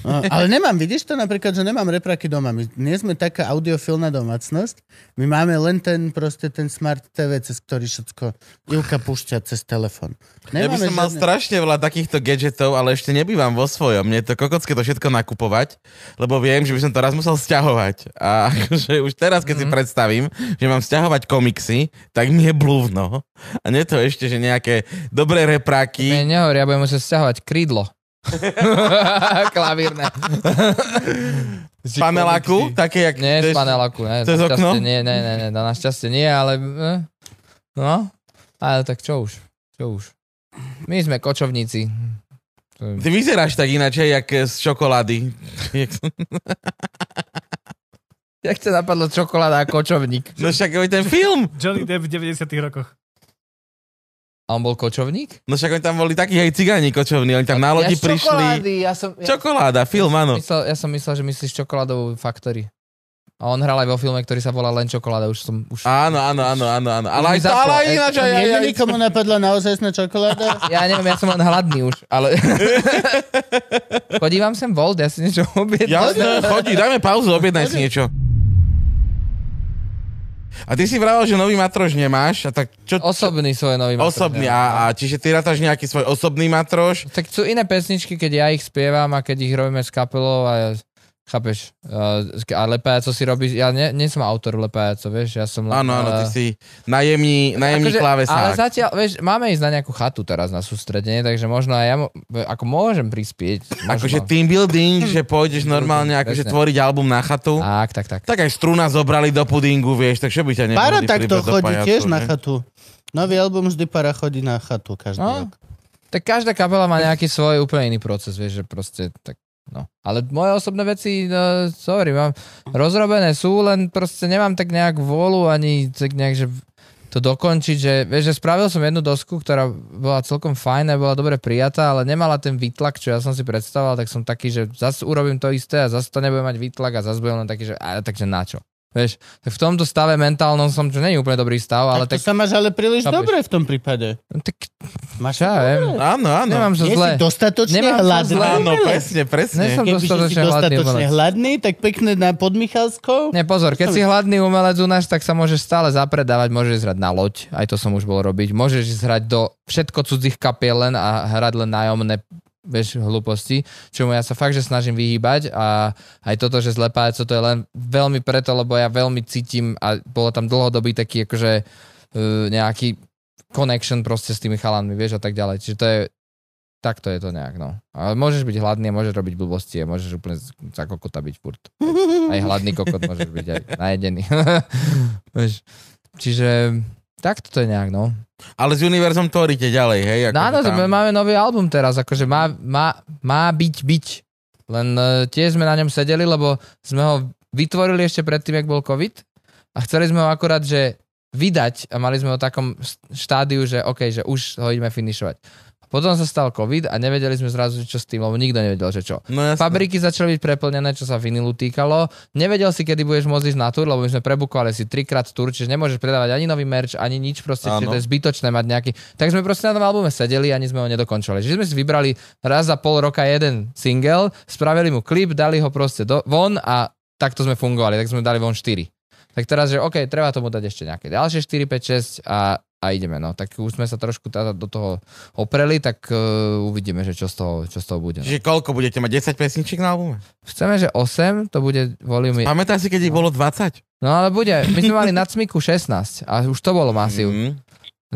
A, ale nemám, vidíš to napríklad, že nemám repraky doma. My nie sme taká audiofilná domácnosť. My máme len ten proste ten smart TV, cez ktorý všetko Ilka púšťa cez telefon.
Ja by som mal strašne veľa takýchto gadgetov, ale ešte nebývam vo svojom. Mne je to kokocké to všetko nakupovať, lebo viem, že by som to raz musel sťahovať. A akože už teraz,
Mhm.
keď mm-hmm. si predstavím, že mám sťahovať komiksy, tak mi je blúvno. A nie to ešte, že nejaké dobré
Ne,
repráky.
nehovorí, ja budem musieť stiahovať krídlo. Klavírne.
Z paneláku, také jak...
Nie, z paneláku. Ne,
cez
našťastie
okno?
Nie, nie, nie, nie, no, našťastie nie, ale... eh, No, ale tak čo už? Čo už? My sme kočovníci. To-
Ty vyzeráš tak ináč, hej, jak z čokolády. Jak
Jak ťa napadlo čokoláda a kočovník?
No však je ten film.
Johnny Depp v 90 rokoch.
A on bol kočovník?
No však oni tam boli takí aj cigáni kočovní, oni tam na lodi
z
prišli.
čokolády, Ja som, ja,
Čokoláda, film, áno.
myslel, ja som myslel, že myslíš čokoládovú Factory. A on hral aj vo filme, ktorý sa volá len čokoláda. Už som... Už...
Áno, áno, áno, áno, áno. Ale aj
mi
to, ale aj
zaplo, aj-
ináč, aj, aj,
Neviem,
aj.
nikomu napadla naozaj čokoláda.
Ja neviem, ja som len hladný už, ale... Chodívam sem Volt, ja si niečo objednám.
Jasné, chodí, dajme pauzu, objednaj si niečo. A ty si vravel, že nový matroš nemáš, a tak čo...
Osobný no. svoj nový materiál.
Osobný, a, a čiže ty rátaš nejaký svoj osobný matroš?
Tak sú iné pesničky, keď ja ich spievam a keď ich robíme s kapelou a chápeš, eh, a lepáco si robí, ja nie, nie som autor lepáco, vieš, ja som len...
Áno, áno, ty
eh,
si najemný, najemný
Akože, Ale
klávesák.
zatiaľ, vieš, máme ísť na nejakú chatu teraz na sústredenie, takže možno aj ja, mo- ako môžem prispieť. Možno.
Akože team building, že pôjdeš normálne akože
presne.
tvoriť album na chatu.
Tak, tak, tak.
Tak aj struna zobrali do pudingu, vieš, tak čo by ťa nemohli
Para takto
pribrať do
chodí
pajacu,
tiež na
že?
chatu. Nový album vždy para chodí na chatu každý
No.
rok.
Tak každá kapela má nejaký svoj úplne iný proces, vieš, že proste tak, no. Ale moje osobné veci, no, sorry, mám rozrobené sú, len proste nemám tak nejak vôľu ani tak nejak, že to dokončiť, že, vieš, že spravil som jednu dosku, ktorá bola celkom fajná, bola dobre prijatá, ale nemala ten výtlak, čo ja som si predstavoval, tak som taký, že zase urobím to isté a zase to nebudem mať výtlak a zase budem len taký, že a, takže na čo? Vieš, tak v tomto stave mentálnom som, čo nie je úplne dobrý stav, ale
Ale tak to sa
tak,
máš ale príliš
Chápeš?
dobre v tom prípade.
tak,
Máš
čo ja viem,
Áno, áno.
nemám
No,
sa
Nie si
zle.
dostatočne
Nemám sa
hladný.
zle.
Áno,
Milé.
presne, presne.
Nesom-
Keby že si
dostatočne hladný
dostatočne
umelec.
hladný, tak pekne na pod Michalskou.
Nie, pozor, keď si hladný umelec u nás, tak sa môžeš stále zapredávať, môžeš ísť hrať na loď, aj to som už bol robiť, môžeš ísť hrať do všetko cudzích kapiel len a hrať len nájomné vieš, hlúposti, čomu ja sa fakt, že snažím vyhýbať a aj toto, že zle pájaco, to je len veľmi preto, lebo ja veľmi cítim a bolo tam dlhodobý taký akože uh, nejaký connection proste s tými chalanmi, vieš, a tak ďalej. Čiže to je, takto je to nejak, no. Ale môžeš byť hladný, a môžeš robiť blbosti, a môžeš úplne z- za kokota byť furt. Aj hladný kokot môžeš byť, aj najedený. Vieš, Čiže takto to je nejak, no.
Ale s univerzom tvoríte ďalej, hej?
No áno,
že
tak
tam-
máme nový album teraz, akože má, má, má byť byť. Len uh, tiež sme na ňom sedeli, lebo sme ho vytvorili ešte predtým, jak bol COVID a chceli sme ho akurát, že vydať a mali sme ho v takom s- štádiu, že OK, že už ho ideme finišovať. Potom sa stal COVID a nevedeli sme zrazu, že čo s tým, lebo nikto nevedel, že čo.
No jasné.
Fabriky začali byť preplnené, čo sa vinilu týkalo. Nevedel si, kedy budeš môcť ísť na tur, lebo my sme prebukovali si trikrát tur, čiže nemôžeš predávať ani nový merch, ani nič proste, čiže
Áno.
to je zbytočné mať nejaký. Tak sme proste na tom albume sedeli, ani sme ho nedokončili. Čiže sme si vybrali raz za pol roka jeden single, spravili mu klip, dali ho proste do, von a takto sme fungovali, tak sme dali von 4. Tak teraz, že OK, treba tomu dať ešte nejaké ďalšie 4, 5, 6 a, a ideme. No. Tak už sme sa trošku teda do toho opreli, tak uh, uvidíme, že čo z toho, čo z toho bude. No.
Čiže koľko budete mať? 10 pesničiek na albume?
Chceme, že 8, to bude volume...
Pamätáš si, keď ich bolo 20?
No ale bude, my sme mali na cmiku 16 a už to bolo masív.
Mhm.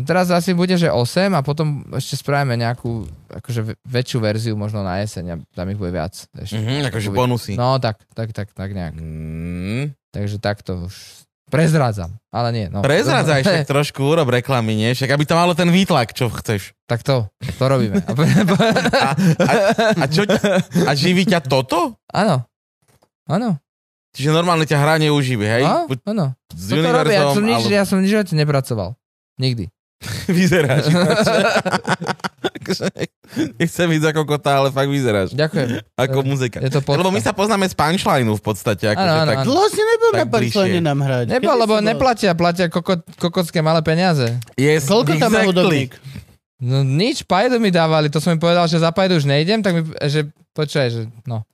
A teraz asi bude, že 8 a potom ešte spravíme nejakú akože vä- väčšiu verziu možno na jeseň a tam ich bude viac. Ešte.
Mhm, akože
Uvidíme.
bonusy.
No tak, tak, tak, tak nejak.
Mm,
Takže takto už prezrádzam, ale nie. No.
prezradzaj však trošku, urob reklamy, nie? Však aby tam malo ten výtlak, čo chceš.
Tak to, to robíme. A pre-
A, a, a, čo, a živí ťa toto?
Áno. Áno,
Čiže normálne ťa hra neuživí, hej?
Á,
Buď
áno.
s
Toto No, robí, ja som nič,
ale-
ja som nič v živote nepracoval. Nikdy.
Vyzeráš. ináč. Akože Nechcem ísť za kokota, ale fakt vyzeráš.
Ďakujem.
Ako muzika.
Je to podsta.
Lebo my sa poznáme z punchlineu v podstate. Akože
Áno, áno,
tak,
áno.
Dlho si nebol
Tak
na punchline
bližšie.
nám hrať.
Nebol,
Kedy
lebo
si bol?
neplatia, platia kokot, kokotské malé peniaze.
Yes,
Koľko tam má
exactly.
hudobník?
No nič, pajdu mi dávali, to som im povedal, že za pajdu už nejdem, tak mi, že počkaj, že no.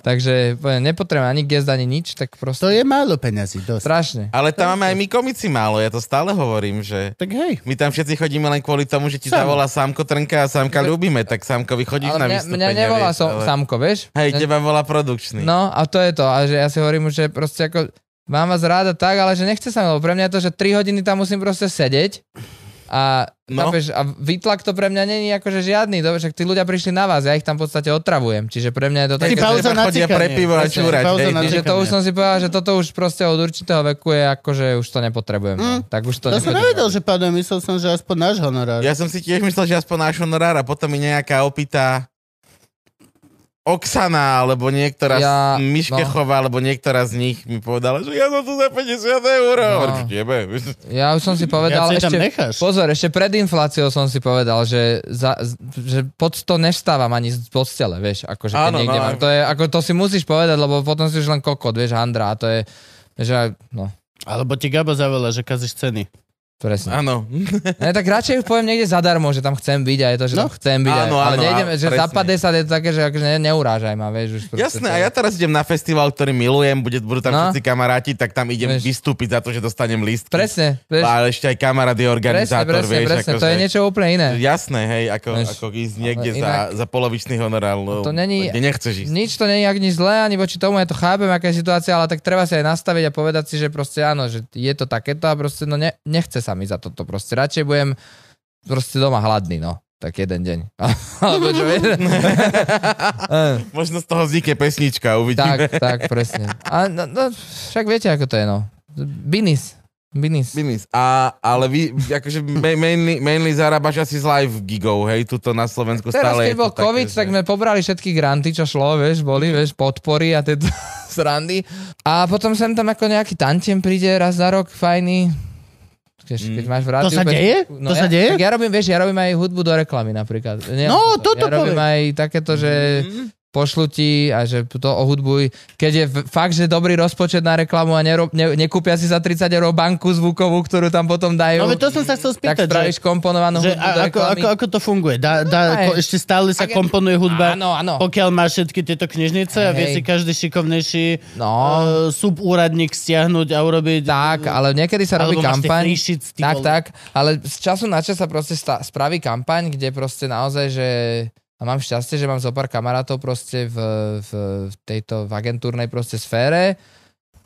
Takže poviem, nepotrebujem ani gest, ani nič, tak
To
proste
je málo peňazí, dosť.
strašne.
Ale tam máme aj my komici málo, ja to stále hovorím, že
Tak hej.
my tam všetci chodíme len kvôli tomu, že ti
Sam.
zavolá Sámko Trnka a Sámka ľúbime, tak Sámkovi chodíš na
Ale mňa, mňa
vystúpenia.
nevolá
vieš,
som,
ale-
samko, vieš?
Hej,
Mňa-
teba volá produkčný.
No a to je to, a že ja si hovorím, že proste ako mám vás ráda tak, ale že nechce sa mi, lebo pre mňa je to, že 3 hodiny tam musím proste sedieť a,
No.
no. chápeš, a výtlak to pre mňa není akože žiadny, dobre, však tí ľudia prišli na vás, ja ich tam v podstate otravujem, čiže pre mňa je to
Si
také...
Keď
pauza na
chodia
cikanie.
pre pivo a
Presne,
čúrať,
pauza
hej,
na
hej.
Čiže to
Čakania.
už som si povedal, že toto už proste od určitého veku je ako, že už to nepotrebujem. Mm. Tak už to
To som
nechodím.
nevedel, že padne, myslel som, že aspoň náš honorár.
Ja som si tiež myslel, že aspoň náš honorár a potom mi nejaká opýta Oksana, alebo niektorá ja,
Ja-
z Miškechová, no. alebo niektorá z nich mi povedala, že ja som tu za 50 eur.
No.
No. Tebe.
Ja už som si
Ja
povedal,
si tam
ešte,
necháš.
pozor, ešte pred infláciou som si povedal, že, za, z- že pod to nestávam ani z postele, vieš, akože keď
Áno,
niekde
no.
mám. To, je, ako, to si musíš povedať, lebo potom si už len kokot, vieš, handra a to je, že, no,
Alebo ti Gabo zavolá, že kazíš ceny.
presne.
Áno.
Ne, tak radšej už poviem niekde zadarmo, že tam chcem byť a je to, že
No.
tam chcem byť.
Áno,
aj, ale
áno,
nejdem,
áno,
že za
presne.
50 je to také, že akože ne, neurážaj ma, vieš. Už proste
Jasné,
to
a
je-
ja teraz idem na festival, ktorý milujem, bude, budú tam
No.
všetci kamaráti, tak tam idem
Vieš.
vystúpiť za to, že dostanem listky.
Presne, vieš,
Ale ešte aj kamarát je
presne,
organizátor,
presne,
vieš.
presne, to
akože-
je niečo úplne iné.
Jasné, hej, ako,
Vieš,
ako ísť niekde
inak-
za, za polovičný honorár, no,
to není-
kde nechceš ísť.
Nič to nie je ani zlé, ani voči tomu, ja to chápem, aká je situácia, ale tak treba si aj nastaviť a povedať si, že proste áno, že je to takéto a proste no ne, nechce sa mi za toto proste. Radšej budem proste doma hladný, no. Tak jeden deň. Alebo čo vieš? Eh,
Možno z toho vznikne pesnička,
tak,
uvidíme.
tak, presne. A no, no, však viete, ako to je, no. Binis. Binis.
Bimis. A, ale vy, akože ma- mainly, mainly zarábaš asi z live gigov, hej, tuto na Slovensku
Teraz,
stále.
keď
je to
bol
také,
COVID,
že-
tak sme pobrali všetky granty, čo šlo, vieš, boli, vieš, podpory a tieto srandy. A potom sem tam ako nejaký tantiem príde raz za rok, fajný. Keď,
Mm.
keď máš v rádiu,
To sa
vieš-
deje? To sa
ja,
deje?
Tak ja robím, vieš, ja robím aj hudbu do reklamy napríklad. Nie,
No, toto
Ja robím
povedz.
aj takéto, že
Mm.
pošlu ti a že to ohudbuj. Keď je v- fakt, že dobrý rozpočet na reklamu a nerob, ne, nekúpia si za 30 eur banku zvukovú, ktorú tam potom
No
dajú,
veď to som sa chcel
tak
spýtať, že,
spravíš komponovanú
že
hudbu
a,
do
ako,
reklamy.
ako, ako to funguje? Dá, dá, ako,
aj-
ešte stále sa
ak-
komponuje hudba,
Áno, áno.
pokiaľ máš všetky tieto knižnice a vie
Hej.
si každý šikovnejší
No.
uh, subúradník stiahnuť a urobiť...
Tak, ale niekedy sa
alebo
robí
máš tie free
kampaň.
sheets, ty
Tak,
vole.
tak, ale z času na čas sa proste sta- spraví kampaň, kde proste naozaj, že A mám šťastie, že mám zo pár kamarátov proste v, v, v tejto v agentúrnej proste sfére,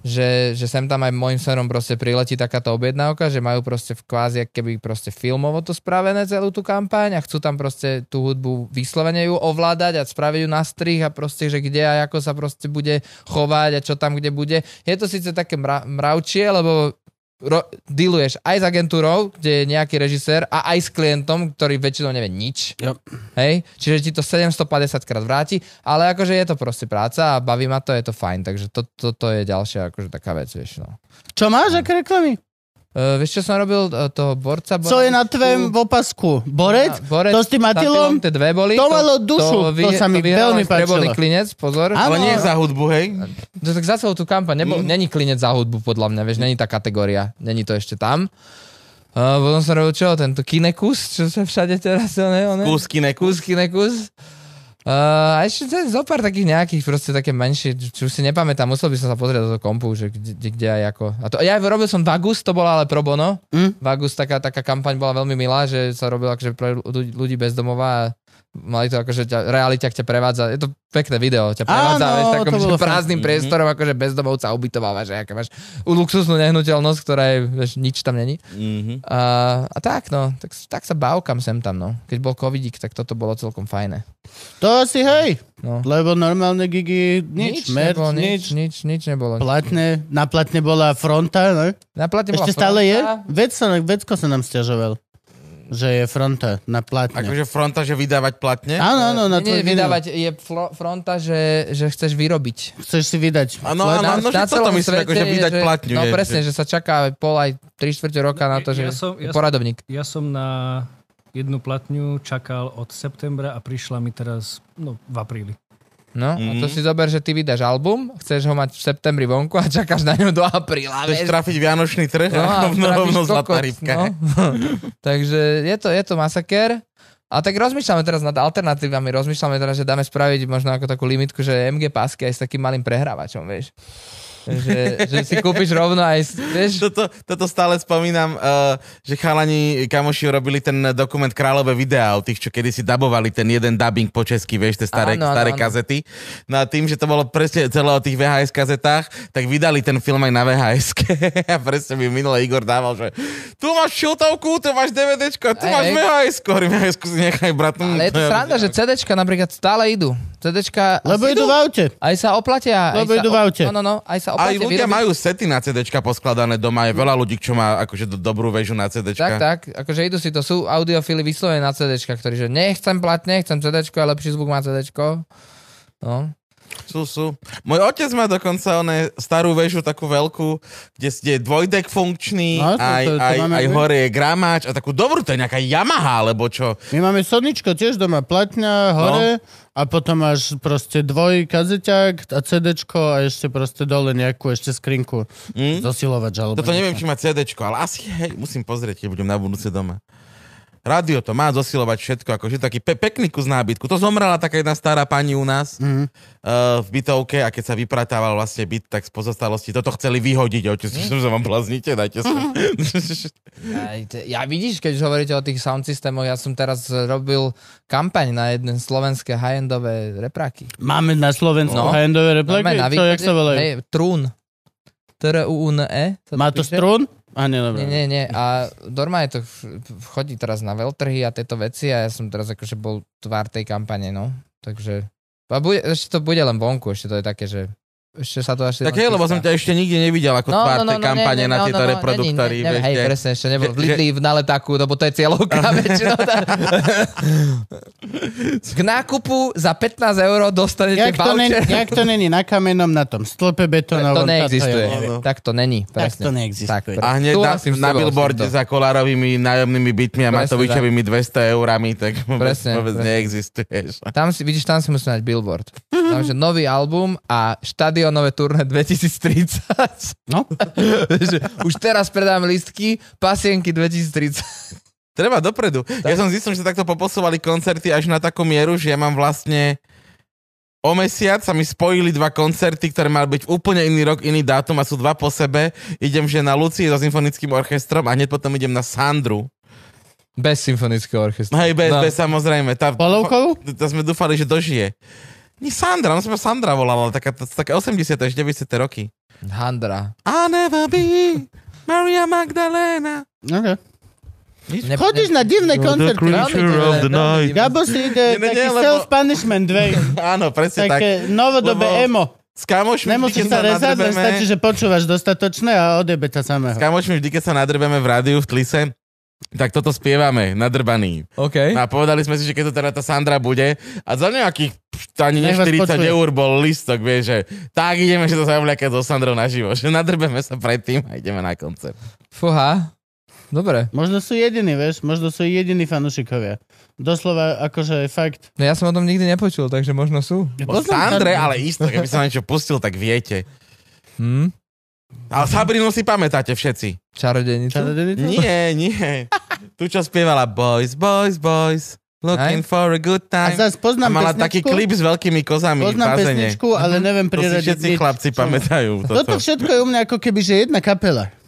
že, že sem tam aj môjim smerom proste priletí takáto objednávka, že majú proste v kvázi ak keby proste filmovo to spravené celú tú kampaň a chcú tam proste tú hudbu vyslovene ju ovládať a spraviť ju na strih a proste, že kde a ako sa proste bude chovať a čo tam kde bude. Je to síce také mra, mravčie, lebo ro- dealuješ aj s agentúrou, kde je nejaký režisér a aj s klientom, ktorý väčšinou nevie nič.
Jo.
Hej? Čiže ti to 750 krát vráti, ale akože je to proste práca a baví ma to, je to fajn, takže to, to, to je ďalšia akože taká vec, vieš no.
Čo máš, aké reklamy?
Uh, vieš, čo som robil uh, toho borca?
Co je na tvojom opasku? Borec?
No,
To s tým Atilom?
Tie dve boli.
To malo dušu, to sa mi
vyhralo
veľmi
aj Streborný
páčilo.
klinec, pozor.
Áno.
Ale nie za hudbu, hej?
No tak za celú tú kampaň, nebol, mm. není klinec za hudbu podľa mňa, vieš, není tá kategória, není to ešte tam. Uh, potom som robil čo, tento kinekus, čo sa všade teraz, ne, one,
Kúsky nekus.
kus, kinekus. Uh, a ešte ten zo pár takých nejakých, proste také menšie, čo už si nepamätám, musel by som sa pozrieť do toho kompu, že kde, kde, kde aj ako. A to, ja robil som Vagus, to bola ale pro bono.
Mm.
Vagus, taká, taká kampaň bola veľmi milá, že sa robila akože pre ľudí, ľudí bezdomová a mali to akože ťa, realiťak ťa prevádza, je to pekné video, ťa prevádza
Áno,
vieš, takom
to
že
bolo Mhm.
prázdnym
fajn.
priestorom, akože bezdomovca ubytováva, že aká máš luxusnú nehnuteľnosť, ktorá je, vieš, nič tam není.
Mhm.
A, a tak no, tak, tak sa bávkam sem tam no. Keď bol covidik, tak toto bolo celkom fajné.
To asi hej,
No.
lebo normálne gigy, nič, merch,
nebolo,
nič.
nič, nič, nič nebolo.
Platne, na platne bola fronta, ne?
Na platne bola
Ešte stále je?
fronta.
Vecko, Vecko sa nám stiažoval, že je fronta na platne.
Akože fronta, že vydávať platne?
Áno, áno, na to
Nie, vydávať je flo, fronta, že, že chceš vyrobiť.
Chceš si vydať.
Áno, áno, áno, No, že toto
celom
myslím,
svete
akože
je,
vydať platňu.
No
je,
presne,
že-
že sa čaká pol aj 3 čtvrte roka na to, že
Ja som-
je
ja som-
poradovník.
Ja som na jednu platňu čakal od septembra a prišla mi teraz no, v apríli.
No, a
Mhm.
to si zober, že ty vydáš album, chceš ho mať v septembri vonku a čakáš na ňu do apríla.
Chceš
vieš.
trafiť vianočný trh
No a
a rovno,
trafíš
rovno zlatá
kokot,
rybka.
no. Takže je to, je to masaker. A tak rozmýšľame teraz nad alternatívami, rozmýšľame teraz, že dáme spraviť možno ako takú limitku, že MG pásky aj s takým malým prehrávačom, vieš. Že, že si kúpiš rovno aj, s- vieš,
Toto, toto stále spomínam, uh, že chalani kamoši robili ten dokument Kráľové videá o tých, čo kedysi dabovali ten jeden dubbing po česky, vieš, tie staré,
Áno, áno,
staré
áno.
kazety. No a tým, že to bolo presne celé o tých VHS kazetách, tak vydali ten film aj na VHS. a presne mi minule Igor dával, že tu máš šiltovku, tu máš DVDčko, tu
Aj,
máš
aj.
VHS. Hovorím, VHS si nechaj, brat.
ale je to sranda, že CDčka napríklad stále idú. CDčka
Lebo idú v aute.
aj sa oplatia.
Lebo
aj sa
idú v aute.
No, no, no, aj sa
Aj
oplatia.
ľudia
vyrobiť.
majú sety na CDčka poskladané doma, je veľa ľudí, čo má akože do- dobrú väžu na CDčka.
Tak, tak, akože idú si to, sú audiofily vyslovene na CDčka, ktorí, že nechcem platne, chcem CDčko, a lepší zvuk má CDčko. No.
Sú, sú. Môj otec má dokonca oné starú väžu, takú veľkú, kde s- kde je dvojdek funkčný,
No, to- to-
aj,
to
aj,
máme
aj
my.
hore je gramáč a takú dobrú, to je nejaká Yamaha, alebo čo.
My máme Soničko tiež doma, platňa, hore
No.
a potom máš proste dvoj kazeťák a CDčko a ešte proste dole nejakú ešte skrinku.
Hm?
Zosilovač alebo
Toto neviem,
niečo.
či má CDčko, ale asi hej, musím pozrieť, keď budem na budúce doma. Rádio to má zosilovať všetko, akože taký pe- pekný kus nábytku. To zomrela taká jedna stará pani u nás
Mhm.
mm. uh, v bytovke a keď sa vypratával vlastne byt, tak z pozostalosti toto chceli vyhodiť. Otec, mm. že vám bláznite, dajte sa.
Aj te- Ja vidíš, keď už hovoríte o tých sound systémoch, ja som teraz robil kampaň na jedné slovenské high-endové repráky.
Máme na Slovensku
No.
no. high-endové repliky?
Normálne
Čo, jak sa volajú?
hej, Trún. t r u n e
Má to strún? A nie, dobre.
Nie, nie, nie. A normálne to v- v- chodí teraz na veľtrhy a tieto veci a ja som teraz akože bol tvár tej kampane, no. Takže... A bude, ešte to bude len vonku, ešte to je také, že... Ešte sa to až...
Tak hej, lebo som ťa ešte nikde nevidel
No,
ako tvár tej kampane na tieto reproduktory.
Ne, ne,
vieš,
hej,
tie-
presne, ešte nebol
že-
v Lidli v naletáku, lebo to je cieľovka väčšinou. Tá... K nákupu za 15 eur dostanete
Jak to,
voucher.
není, jak to není na kamenom, na tom stĺpe
to
betónovom.
neexistuje.
tato je- No,
Áno.
Tak to není,
Tak
presne.
to neexistuje.
A hneď na, na
vlastne
billboarde za kolárovými nájomnými bytmi a
Presne
Matovičovými 200 eurami, tak vôbec,
Presne,
vôbec
presne.
neexistuješ.
Tam si, vidíš, tam si musí mať billboard. Tam, že nový album a štadionové turné 2030.
No.
Že Už teraz predám listky, pasienky 2030.
Treba dopredu. Ja som zistil, že sa takto poposúvali koncerty až na takú mieru, že ja mám vlastne o mesiac sa mi spojili dva koncerty, ktoré mali byť úplne iný rok, iný dátum a sú dva po sebe. Idem že na Lucii so symfonickým orchestrom a hneď potom idem na Sandru
Bez symfonického orchestra.
Hej, bez,
No.
bez samozrejme. Tá,
Polovkovú?
tá sme dúfali, že dožije. Nie Sandra, no sme Sandra volala, taká, také 80. až 90. roky.
Handra.
I never be Maria Magdalena.
Okay.
Ne-
Chodíš na divné koncerty.
creature of the night.
Gabo si ide
Nie, nie,
taký
nie, lebo-
self-punishment, vej.
Áno, presne tak.
Také novodobé
lebo-
emo.
S kamošmi
Nemusíš
vždy, keď
sa rezať, len
nadrbeme-
stačí, že počúvaš dostatočné a odjebe ťa
S
samého.
kamošmi vždy, keď sa nadrbeme v rádiu v Tlise, tak toto spievame, nadrbaný. No
OK.
A povedali sme si, že keď to teda tá Sandra bude, a za nejakých pš, ani ne
Nech vás
40
počuje.
eur bol listok, vieš, že tak ideme, že to sa obliakať so Sandrou naživo, že nadrbeme sa predtým a ideme na koncert.
Fúha. Dobre.
Možno sú jediní, vieš, možno sú jediní fanúšikovia. Doslova, akože fakt.
No ja som o tom nikdy nepočul, takže možno sú.
O Sandre, ale isto, keby som niečo pustil, tak viete.
Hm?
Ale Sabrinu si pamätáte všetci.
Čarodejnicu?
Hm?
Čarodejnicu?
Nie, nie. Tu čo spievala Boys, boys, boys, looking for a good
A
time.
zase
A
poznám
mala
pesničku,
taký klip s veľkými kozami v
poznám
bazene.
pesničku, ale neviem
To si
priradiť
všetci
nič.
chlapci
Čo?
pamätajú.
Toto
Toto.
všetko je u mňa ako keby, že jedna kapela.